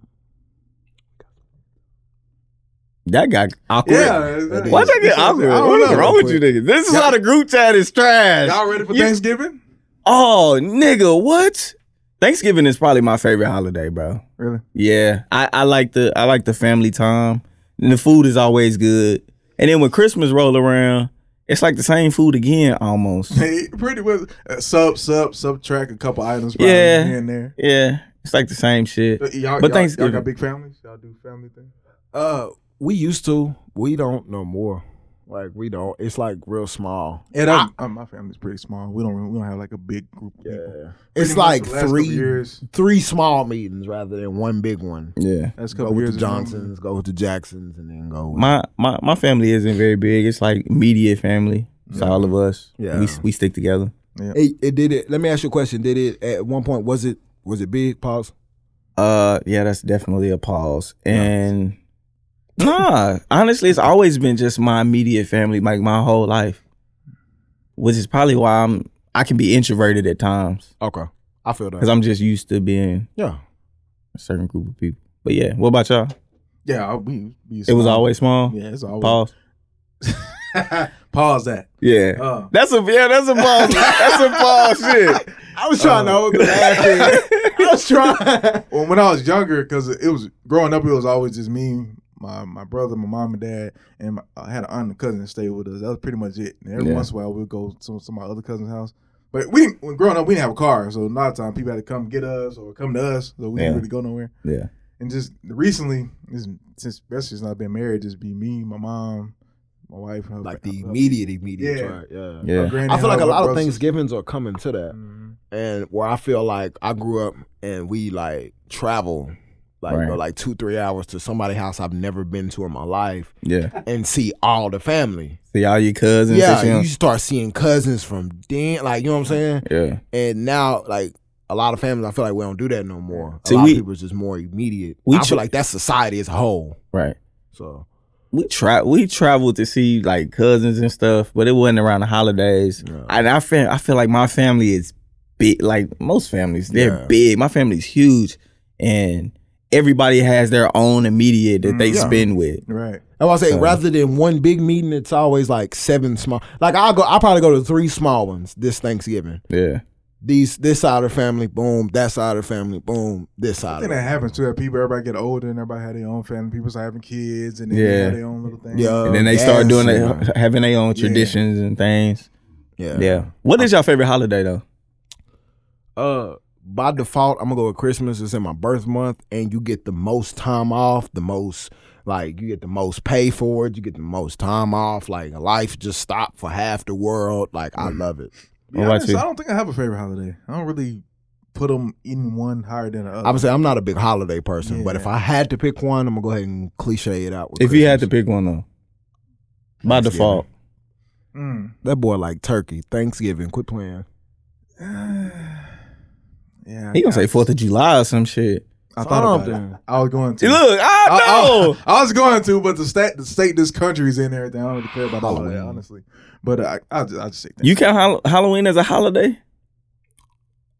Speaker 1: That got awkward.
Speaker 3: that-
Speaker 2: is.
Speaker 1: Why that
Speaker 3: that's
Speaker 1: get
Speaker 3: what I'm
Speaker 1: awkward?
Speaker 3: saying. I don't
Speaker 1: What is
Speaker 3: know.
Speaker 1: wrong with you niggas? This is how the group chat is trash.
Speaker 3: Y'all ready for
Speaker 1: You-
Speaker 3: Thanksgiving? [LAUGHS]
Speaker 1: Oh, nigga, what? Thanksgiving is probably my favorite holiday, bro.
Speaker 3: Really?
Speaker 1: Yeah. I, I like the I like the family time. And the food is always good. And then when Christmas roll around, it's like the same food again almost.
Speaker 3: [LAUGHS] Hey, pretty well. Uh, sub, sub, subtract a couple items. Probably
Speaker 1: Yeah.
Speaker 3: Here and there.
Speaker 1: yeah. It's like the same shit.
Speaker 3: But Y'all,
Speaker 1: But
Speaker 3: y'all,
Speaker 1: Thanksgiving.
Speaker 3: y'all got big families. Y'all do family things.
Speaker 2: uh, we used to. We don't no more. Like we don't. It's like real small.
Speaker 3: And I'm, I'm, uh, my family's pretty small. We don't we don't have like a big group. Of people.
Speaker 2: It's
Speaker 3: Pretty much
Speaker 2: like
Speaker 3: the last couple
Speaker 2: three
Speaker 3: years.
Speaker 2: three small meetings rather than one big one.
Speaker 1: Yeah.
Speaker 3: That's a
Speaker 2: Go
Speaker 3: couple
Speaker 2: with
Speaker 3: years. um,
Speaker 2: the
Speaker 3: ago.
Speaker 2: Johnsons, go with the Jacksons, and then go. With,
Speaker 1: My my my family isn't very big. It's like media family. It's all of us.
Speaker 2: Yeah.
Speaker 1: We we stick together.
Speaker 2: It, it did it. Let me ask you a question. Did it at one point? Was it was it big? Pause.
Speaker 1: Uh, yeah, that's definitely a pause. And nah, honestly, it's always been just my immediate family, like my whole life, which is probably why I'm I can be introverted at times
Speaker 2: Okay, I feel that.
Speaker 1: because I'm just used to being
Speaker 2: yeah, [LAUGHS]
Speaker 1: a certain group of people. But yeah, what about y'all?
Speaker 3: Yeah, I- we, we
Speaker 1: It was always small.
Speaker 3: Yeah, it's always
Speaker 2: [LAUGHS]
Speaker 1: Pause.
Speaker 3: Pause that.
Speaker 1: Yeah.
Speaker 3: Uh,
Speaker 1: That's a yeah. That's a pause. that's a pause. Shit.
Speaker 2: I was trying to hold the laugh in. I was trying.
Speaker 3: well, when I was younger, because it was growing up, it was always just me, my my brother, my mom and dad, and my, I had an aunt and cousin that stayed with us. That was pretty much it. And every
Speaker 1: Yeah.
Speaker 3: once in a while, we'd go to, to my other cousin's house. But we didn't, when growing up, we didn't have a car, so a lot of time people had to come get us or come to us, so we
Speaker 1: Yeah.
Speaker 3: didn't really go nowhere.
Speaker 1: Yeah.
Speaker 3: And just recently, this- since especially since I've been married, just be me, my mom, my wife, her,
Speaker 2: Like
Speaker 3: her-
Speaker 2: the immediate, immediate.
Speaker 3: Yeah.
Speaker 2: Right? Yeah.
Speaker 1: Yeah.
Speaker 3: her granny,
Speaker 2: I feel like
Speaker 3: her
Speaker 2: a lot of
Speaker 3: brothers.
Speaker 2: Thanksgivings are coming to that.
Speaker 3: Mhm.
Speaker 2: and where I feel like I grew up and we like travel like
Speaker 1: Right.
Speaker 2: for like two three hours to somebody's house I've never been to in my life
Speaker 1: Yeah.
Speaker 2: and see all the family.
Speaker 1: See all your cousins.
Speaker 2: yeah,
Speaker 1: and
Speaker 2: you
Speaker 1: shit.
Speaker 2: start seeing cousins from then, like you know what I'm saying.
Speaker 1: Yeah.
Speaker 2: And now like a lot of families, I feel like we don't do that no more. A
Speaker 1: See,
Speaker 2: lot
Speaker 1: we-
Speaker 2: of people is just more immediate.
Speaker 1: we
Speaker 2: I
Speaker 1: tr-
Speaker 2: feel like that's society as a whole.
Speaker 1: Right.
Speaker 2: So
Speaker 1: we try we traveled to see like cousins and stuff, but it wasn't around the holidays.
Speaker 2: Yeah.
Speaker 1: And I feel I feel like my family is big, like most families, they're
Speaker 2: Yeah.
Speaker 1: big. My family's huge, and everybody has their own immediate that they
Speaker 3: Mm, yeah.
Speaker 1: spend with.
Speaker 3: Right.
Speaker 2: that's why I say
Speaker 1: So-
Speaker 2: rather than one big meeting, it's always like seven small. Like I go, I probably go to three small ones this Thanksgiving.
Speaker 1: Yeah,
Speaker 2: these this side of the family, boom, that side of the family, boom, this
Speaker 3: I
Speaker 2: side of
Speaker 3: think
Speaker 2: the
Speaker 3: that happens too. That people, everybody get older and everybody had their own family. People start having kids and then
Speaker 1: Yeah.
Speaker 3: they have their own little thing.
Speaker 2: Yeah.
Speaker 1: and then they
Speaker 2: yes,
Speaker 1: start doing [LAUGHS]
Speaker 2: yeah.
Speaker 1: their, having their own
Speaker 3: Yeah.
Speaker 1: traditions and things.
Speaker 2: Yeah.
Speaker 1: Yeah. What is your favorite holiday though?
Speaker 2: Uh by default, I'm gonna go with Christmas. It's in my birth month, and you get the most time off, the most like you get the most pay for it, you get the most time off, like life just stopped for half the world. Like Oh, I
Speaker 1: Mm.
Speaker 2: love it.
Speaker 3: Be
Speaker 1: What about
Speaker 3: honest,
Speaker 1: you?
Speaker 3: I don't think I have a favorite holiday. I don't really put them in one higher than the
Speaker 2: I
Speaker 3: other.
Speaker 2: would say I'm not a big holiday person, but if
Speaker 3: Yeah.
Speaker 2: I had to pick one, I'm gonna go ahead and cliche it out. With
Speaker 1: If you had to
Speaker 2: Christmas.
Speaker 1: pick one though, by
Speaker 2: Thanksgiving.
Speaker 1: default,
Speaker 3: Mm. [SIGHS]
Speaker 2: that boy like turkey, Thanksgiving, quit playing.
Speaker 3: yeah,
Speaker 1: he gonna
Speaker 3: I-
Speaker 1: say Fourth of July or some shit.
Speaker 3: I thought about
Speaker 2: something.
Speaker 3: it. I was going to.
Speaker 1: Look,
Speaker 2: Uh,
Speaker 1: I know.
Speaker 3: I, I was going to, but the state, the state, this country's in there. I don't really care about all of that,
Speaker 2: Halloween.
Speaker 3: honestly. But I, I, just, I just say
Speaker 1: You count Hall- Halloween as a holiday?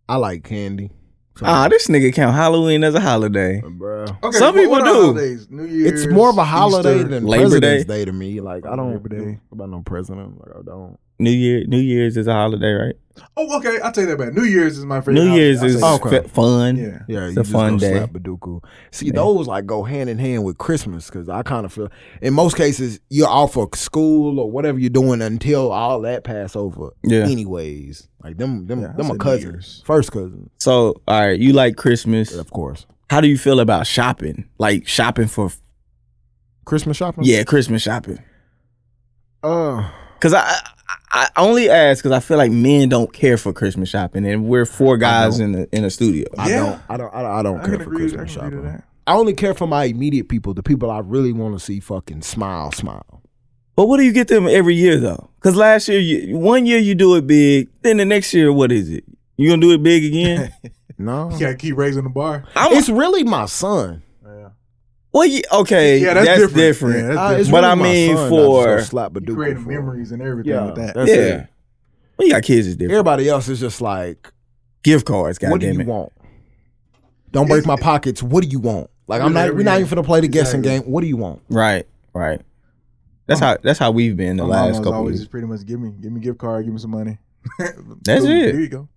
Speaker 2: I like candy. So,
Speaker 1: Ah, this nigga count Halloween as a holiday.
Speaker 2: bruh.
Speaker 3: Okay,
Speaker 1: Some
Speaker 3: what-
Speaker 1: people
Speaker 3: what are
Speaker 1: do.
Speaker 3: Holidays? New Year's.
Speaker 2: It's more of a holiday
Speaker 3: Easter.
Speaker 2: than
Speaker 1: Labor
Speaker 2: President's
Speaker 1: Day.
Speaker 2: Day. to me. Like I don't
Speaker 3: Labor Day.
Speaker 2: about no president. Like I don't.
Speaker 1: New Year, New Year's is a holiday, right?
Speaker 3: Oh, okay. I'll take that back. New Year's is my favorite.
Speaker 1: New
Speaker 3: holiday.
Speaker 1: Year's
Speaker 3: I'll
Speaker 1: is
Speaker 3: say that.
Speaker 2: okay.
Speaker 1: f- fun.
Speaker 3: Yeah.
Speaker 2: Yeah,
Speaker 1: It's
Speaker 2: you
Speaker 1: a
Speaker 2: just
Speaker 1: fun
Speaker 2: gonna
Speaker 1: day.
Speaker 2: slap Baduku. See, those like go hand in hand with Christmas because I kind of feel in most cases you're off of school or whatever you're doing until all that pass over.
Speaker 1: Yeah.
Speaker 2: Anyways, like them, them,
Speaker 3: Yeah, I
Speaker 2: them
Speaker 3: said
Speaker 2: are
Speaker 3: New
Speaker 2: cousins,
Speaker 3: Year's.
Speaker 2: first cousins,
Speaker 1: So, all right, you like Christmas.
Speaker 2: of course.
Speaker 1: How do you feel about shopping? Like shopping for
Speaker 2: Christmas shopping.
Speaker 1: yeah, Christmas shopping.
Speaker 2: Uh,
Speaker 1: Cause I I, I only ask because I feel like men don't care for Christmas shopping, and we're four guys in the in a studio.
Speaker 2: I
Speaker 3: Yeah.
Speaker 2: don't. I don't. I don't, I don't
Speaker 3: I
Speaker 2: care
Speaker 3: can
Speaker 2: for
Speaker 3: agree. I
Speaker 2: Christmas
Speaker 3: can agree to
Speaker 2: shopping.
Speaker 3: that.
Speaker 2: I only care for my immediate people, the people I really want to see fucking smile, smile.
Speaker 1: But what do you get them every year though? Cause last year, you, one year you do it big, then the next year, what is it? You gonna do it big
Speaker 2: [LAUGHS]
Speaker 1: again?
Speaker 2: No,
Speaker 3: You gotta keep raising the bar.
Speaker 1: I'm
Speaker 2: it's really my son.
Speaker 3: Yeah.
Speaker 1: well, yeah, okay,
Speaker 3: Yeah, that's different. Yeah, that's
Speaker 2: Uh, it's
Speaker 1: But I
Speaker 2: my
Speaker 1: mean
Speaker 2: son I
Speaker 1: for-
Speaker 2: just don't slap Baduka
Speaker 3: You creating
Speaker 2: for.
Speaker 3: memories and everything with that.
Speaker 2: that's
Speaker 1: Yeah.
Speaker 2: it.
Speaker 1: When you got kids, it's different.
Speaker 2: Everybody else is just like,
Speaker 1: Gift cards,
Speaker 2: what do
Speaker 1: goddamn
Speaker 2: you
Speaker 1: it.
Speaker 2: want? Don't break
Speaker 3: It's-
Speaker 2: my pockets. What do you want? Like I'm
Speaker 3: Really
Speaker 2: not.
Speaker 3: every
Speaker 2: We're not
Speaker 3: year.
Speaker 2: even gonna play the guessing game.
Speaker 3: Exactly.
Speaker 2: What do you want?
Speaker 1: Right, right. That's how that's how we've been the
Speaker 3: My mom
Speaker 1: last
Speaker 3: was
Speaker 1: couple
Speaker 3: always
Speaker 1: years.
Speaker 3: just pretty much give me, give me gift card, give me some money. [LAUGHS]
Speaker 1: That's
Speaker 3: Boom,
Speaker 1: it.
Speaker 3: There you go.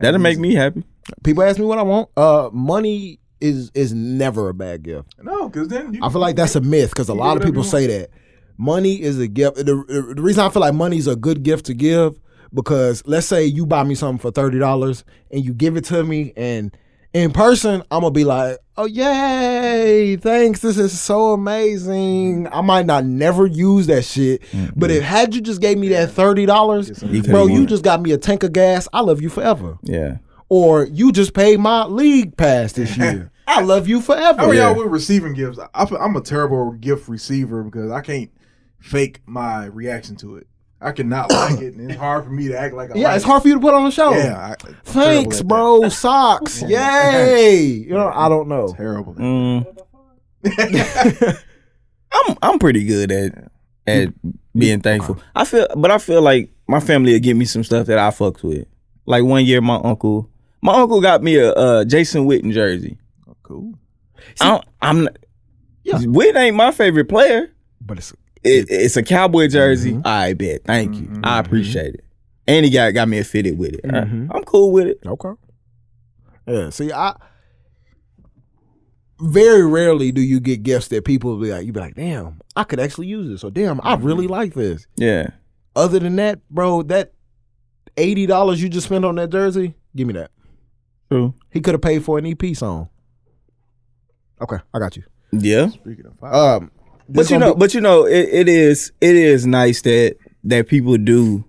Speaker 1: That'll make me happy.
Speaker 2: People ask me what I want. Uh, money is is never a bad gift.
Speaker 3: No, because then you,
Speaker 2: I feel like that's a myth because a
Speaker 3: You
Speaker 2: lot
Speaker 3: get
Speaker 2: of people
Speaker 3: whatever
Speaker 2: say that money is a gift. The, the- the reason I feel like money is a good gift to give because let's say you buy me something for thirty dollars and you give it to me, and in person I'm gonna be like, "Oh yay, thanks! This is so amazing." I might not never use that shit, but if had you just gave me that thirty dollars,
Speaker 3: some-
Speaker 1: You could've
Speaker 2: bro,
Speaker 1: won.
Speaker 2: you just got me a tank of gas. I love you forever.
Speaker 1: Yeah.
Speaker 2: Or you just paid my league pass this year. I love you forever.
Speaker 3: How are y'all with receiving gifts? I, I, feel- I'm a terrible gift receiver because I can't fake my reaction to it. I cannot like it, and it's hard for me to act like I
Speaker 2: Yeah,
Speaker 3: like
Speaker 2: it's hard for you to put on a show.
Speaker 3: It. Yeah, I,
Speaker 2: Thanks,
Speaker 3: terrible
Speaker 1: [LAUGHS]
Speaker 2: bro. Socks. Yay. You know, I don't
Speaker 3: at that.
Speaker 2: know. [LAUGHS]
Speaker 3: Terrible. [LAUGHS] at
Speaker 1: Mm,
Speaker 3: that.
Speaker 1: I'm I'm pretty good at at being thankful. I feel, but I feel like my family will give me some stuff that I fucked with. Like one year, my uncle, my uncle got me a, uh Jason Witten jersey.
Speaker 3: cool.
Speaker 1: I don't, I'm not-
Speaker 2: Yeah.
Speaker 1: Witt ain't my favorite player.
Speaker 2: But it's
Speaker 1: It,
Speaker 2: Mm-hmm.
Speaker 1: it's a cowboy jersey. I bet. Thank you. I appreciate it. And he got got me fitted with it. I-
Speaker 2: Mhm.
Speaker 1: I'm cool with it.
Speaker 2: Okay. Yeah. See, I very rarely do you get gifts that people be like, you be like, damn, I could actually use this, or damn, I
Speaker 1: Mm-hmm.
Speaker 2: really like this.
Speaker 1: Yeah.
Speaker 2: Other than that, bro, that eighty dollars you just spent on that jersey, give me that.
Speaker 1: True.
Speaker 2: He could have paid for an EP song. Okay, I got you.
Speaker 1: Yeah.
Speaker 3: Speaking of fire,
Speaker 2: Um, this
Speaker 1: But you
Speaker 2: gonna
Speaker 1: know,
Speaker 2: be-
Speaker 1: but you know, it, it is it is nice that that people do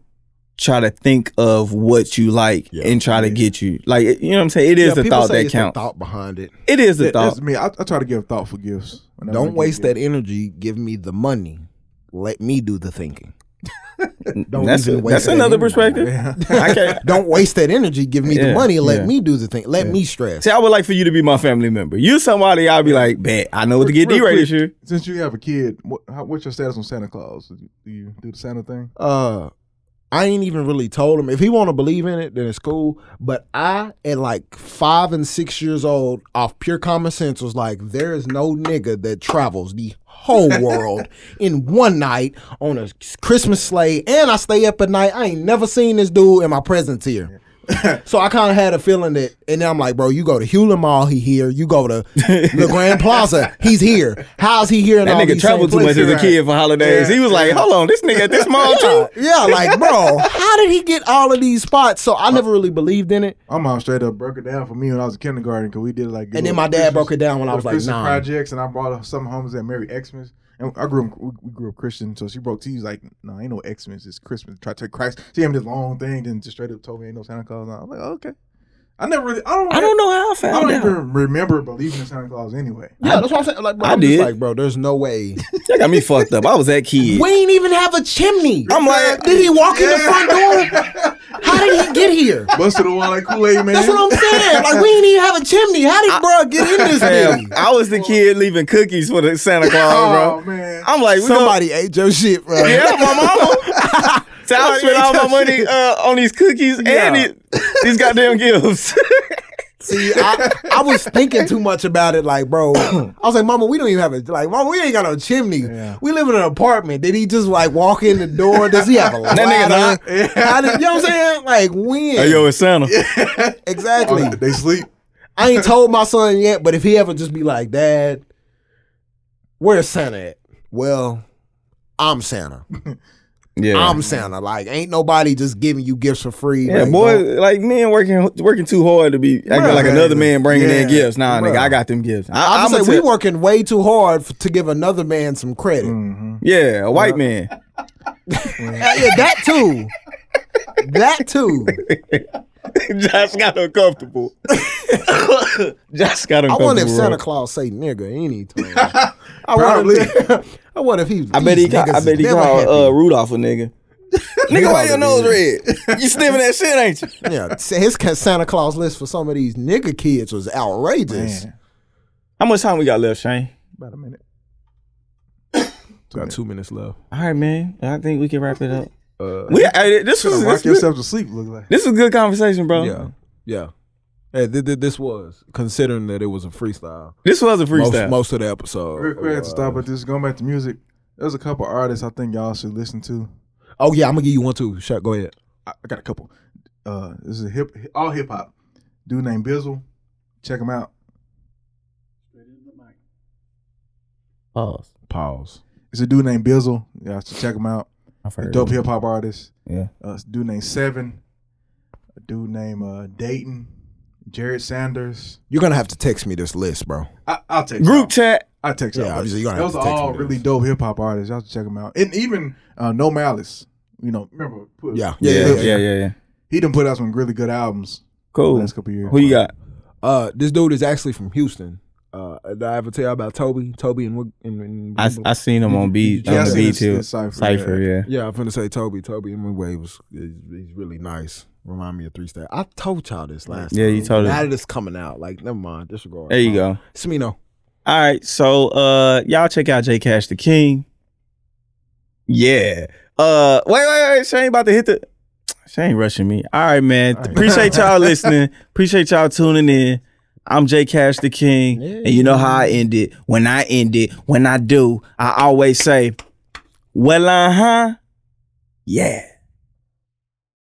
Speaker 1: try to think of what you like
Speaker 2: Yeah.
Speaker 1: and try to get you. Like you know what I'm saying? It is
Speaker 2: yeah,
Speaker 1: the
Speaker 2: people
Speaker 1: thought
Speaker 2: say
Speaker 1: that
Speaker 2: it's the
Speaker 1: counts.
Speaker 2: thought behind it.
Speaker 1: It is the
Speaker 3: That-
Speaker 1: thought.
Speaker 3: that's me. I, I try to give thoughtful gifts. when I
Speaker 2: Don't
Speaker 3: give
Speaker 2: waste
Speaker 3: gifts.
Speaker 2: that energy. Give me the money. Let me do
Speaker 1: [LAUGHS]
Speaker 2: the thinking. Don't
Speaker 1: That's
Speaker 2: even
Speaker 1: a-
Speaker 2: waste
Speaker 1: that's
Speaker 2: that
Speaker 1: another
Speaker 2: energy.
Speaker 1: perspective. I can't
Speaker 2: Don't waste that energy. Give me the
Speaker 1: Yeah,
Speaker 2: money. Let
Speaker 1: yeah.
Speaker 2: me do the thing. Let me stress.
Speaker 1: see. I would like for you to be my family member. You somebody I'd be like, bet I know what to get
Speaker 3: Real
Speaker 1: D right
Speaker 3: quick,
Speaker 1: this year.
Speaker 3: Since you have a kid, what, how, what's your status on Santa Claus? Do you, do you do the Santa thing?
Speaker 2: Uh, I ain't even really told him. If he want to believe in it, then it's cool. But I, at like five and six years old, off pure common sense, was like, there is no nigga that travels the
Speaker 1: [LAUGHS]
Speaker 2: whole world in one night on a Christmas sleigh, and I stay up at night. I ain't never seen this dude in my presence here. So I kind of had a feeling that, and then I'm like, bro, you go to Hewlett Mall, he here. You go
Speaker 1: [LAUGHS]
Speaker 2: to the Grand Plaza, he's here. How's he here? In all
Speaker 1: That nigga
Speaker 2: these same
Speaker 1: traveled too much as
Speaker 2: places?
Speaker 1: a kid for holidays.
Speaker 3: Yeah.
Speaker 1: He was like, hold on, this nigga at this mall too.
Speaker 2: [LAUGHS] Yeah, like, bro, how did he get all of these spots? So I never really believed in it.
Speaker 3: My mom straight up broke it down for me when I was in kindergarten because we did like.
Speaker 2: And then my dad broke it down when I was like
Speaker 3: Christian
Speaker 2: nine.
Speaker 3: projects, and I brought some homes that marry Xmas. And I grew up, we, we grew up Christian, so she broke teas like, no, ain't no Xmas, it's Christmas. Try to take Christ. She gave me this long thing, then just straight up told me ain't no Santa Claus. And I was like, okay. I never really, I don't,
Speaker 1: I don't know how I
Speaker 3: I
Speaker 1: found
Speaker 3: don't
Speaker 1: out.
Speaker 3: even remember believing in Santa Claus anyway.
Speaker 2: Yeah, that's what I'm saying. Like, bro,
Speaker 1: I
Speaker 2: I'm just
Speaker 1: did.
Speaker 2: like, bro, there's no way.
Speaker 1: That got me fucked up. I was that kid.
Speaker 2: [LAUGHS] We ain't even have a chimney.
Speaker 1: I'm like,
Speaker 2: [LAUGHS] did he walk in the front door? How did he get here?
Speaker 3: Busted the wall like Kool Aid
Speaker 2: [LAUGHS]
Speaker 3: man.
Speaker 2: That's what I'm saying. Like, we ain't even have a chimney. How did bro get in [LAUGHS] this
Speaker 1: Fam,
Speaker 2: thing?
Speaker 1: I was the kid leaving cookies for the Santa
Speaker 3: Oh,
Speaker 1: Claus, bro.
Speaker 3: man.
Speaker 1: I'm like, we gonna-
Speaker 2: Somebody ate your shit, bro.
Speaker 1: yeah, my mama. so I spent all my money uh, on these cookies
Speaker 2: Yeah.
Speaker 1: and it, these goddamn gifts.
Speaker 2: See, I, I was thinking too much about it.
Speaker 1: [COUGHS]
Speaker 2: Like, bro, I was like, Mama, we don't even have a like, Mama, we ain't got no chimney.
Speaker 3: Yeah.
Speaker 2: We live in an apartment. Did he just like walk in the door? Does he have a ladder?
Speaker 1: nigga
Speaker 2: How did- you know what I'm saying? Like, when
Speaker 1: hey, yo, it's Santa.
Speaker 2: exactly?
Speaker 3: Oh, they sleep.
Speaker 2: I ain't told my son yet, but if he ever just be like, Dad, where's Santa at? Well, I'm Santa.
Speaker 1: Yeah,
Speaker 2: I'm Santa. Like, ain't nobody just giving you gifts for free.
Speaker 1: yeah,
Speaker 2: Like,
Speaker 1: boy,
Speaker 2: don't-
Speaker 1: like men working working too hard to be acting
Speaker 2: Bruh.
Speaker 1: like another man bringing in
Speaker 3: Yeah.
Speaker 1: gifts. Nah,
Speaker 2: Bruh.
Speaker 1: nigga, I got them gifts. I,
Speaker 2: I
Speaker 1: am
Speaker 2: would
Speaker 1: gonna
Speaker 2: say we
Speaker 1: tell-
Speaker 2: working way too hard f- to give another man some credit.
Speaker 1: Yeah, a white man.
Speaker 2: Yeah, Uh, yeah, that too. That too. [LAUGHS]
Speaker 1: Josh got uncomfortable. [LAUGHS] Josh got uncomfortable.
Speaker 2: I wonder if Santa
Speaker 1: bro.
Speaker 2: Claus say nigga anytime. [LAUGHS] I wonder. if- I wonder if he.
Speaker 1: I bet he.
Speaker 2: these
Speaker 1: Call,
Speaker 2: niggas
Speaker 1: I bet
Speaker 2: is
Speaker 1: he
Speaker 2: never
Speaker 1: called
Speaker 2: happy.
Speaker 1: uh, Rudolph a nigga. nigga, why your nose red? You sniffing that shit, ain't you?
Speaker 2: [LAUGHS] Yeah, sa- his ca- Santa Claus list for some of these nigga kids was outrageous.
Speaker 3: Man.
Speaker 1: [LAUGHS] How much time we got left, Shane?
Speaker 3: About a minute.
Speaker 2: Got two minutes left.
Speaker 1: All right, man. I think we can wrap it up. we I, this was
Speaker 3: Rock
Speaker 1: this, was-
Speaker 3: yourself to sleep, look like.
Speaker 1: this was good conversation, bro.
Speaker 2: yeah. Hey, th- th- this was considering that it was a freestyle.
Speaker 1: This was a freestyle.
Speaker 2: most of the episode.
Speaker 3: Real quick,
Speaker 1: Oh,
Speaker 3: I had to
Speaker 2: was-
Speaker 3: stop at this. Going back to music, there's a couple artists I think y'all should listen to.
Speaker 2: Oh yeah, I'm gonna give you one too. Shut. Go ahead.
Speaker 3: I, I got a couple. Uh, this is a hip, all hip hop. Dude named Bizzle. Check him out.
Speaker 1: Pause.
Speaker 2: Pause.
Speaker 3: It's a dude named Bizzle. Yeah, I should check him out.
Speaker 1: I've
Speaker 3: A
Speaker 1: heard.
Speaker 3: dope
Speaker 1: of it.
Speaker 3: hip hop artist.
Speaker 1: Yeah.
Speaker 3: Uh, it's a dude named Seven. A dude named uh, Dayton. Jared Sanders.
Speaker 2: You're gonna have to text me this list, bro.
Speaker 3: I, I'll take
Speaker 1: Group chat.
Speaker 3: I text
Speaker 2: Yeah,
Speaker 3: y'all.
Speaker 2: obviously you're gonna have
Speaker 3: Those
Speaker 2: to
Speaker 3: are
Speaker 2: text
Speaker 3: all
Speaker 2: me this.
Speaker 3: really dope hip hop artists. Y'all should check them out. And even uh, No Malice. You know, remember? put-
Speaker 2: Yeah.
Speaker 1: Yeah,
Speaker 2: yeah,
Speaker 1: yeah, yeah, yeah.
Speaker 3: He done put out some really good albums
Speaker 1: Cool.
Speaker 3: last couple years.
Speaker 1: Who you got?
Speaker 2: Uh, this dude is actually from Houston. Uh, Uh, did I ever tell you about Toby? Toby and Wig- and, and
Speaker 1: I, I seen him on B
Speaker 3: Yeah, I
Speaker 1: on
Speaker 3: seen
Speaker 1: B
Speaker 3: this-
Speaker 1: too.
Speaker 3: this Cypher,
Speaker 1: Cipher, yeah.
Speaker 2: yeah, I'm finna say Toby. Toby and Wigway was is, he's really nice. Remind me of Three Stacks. I told y'all this last.
Speaker 1: Yeah,
Speaker 2: time.
Speaker 1: you told us.
Speaker 2: Now that it's coming out, like never mind. Disregard. Um,
Speaker 1: There you go.
Speaker 2: Smino.
Speaker 1: All right, so uh, y'all check out J Cash the King. Yeah. Uh, wait, wait, wait. Shane about to hit the. Shane rushing me. All right, man.
Speaker 2: All right. [LAUGHS]
Speaker 1: Appreciate y'all listening. Appreciate y'all tuning in. I'm J Cash the King, and you know how I end it. When I end it, when I do, I always say, "Well, uh huh, uh-huh. yeah."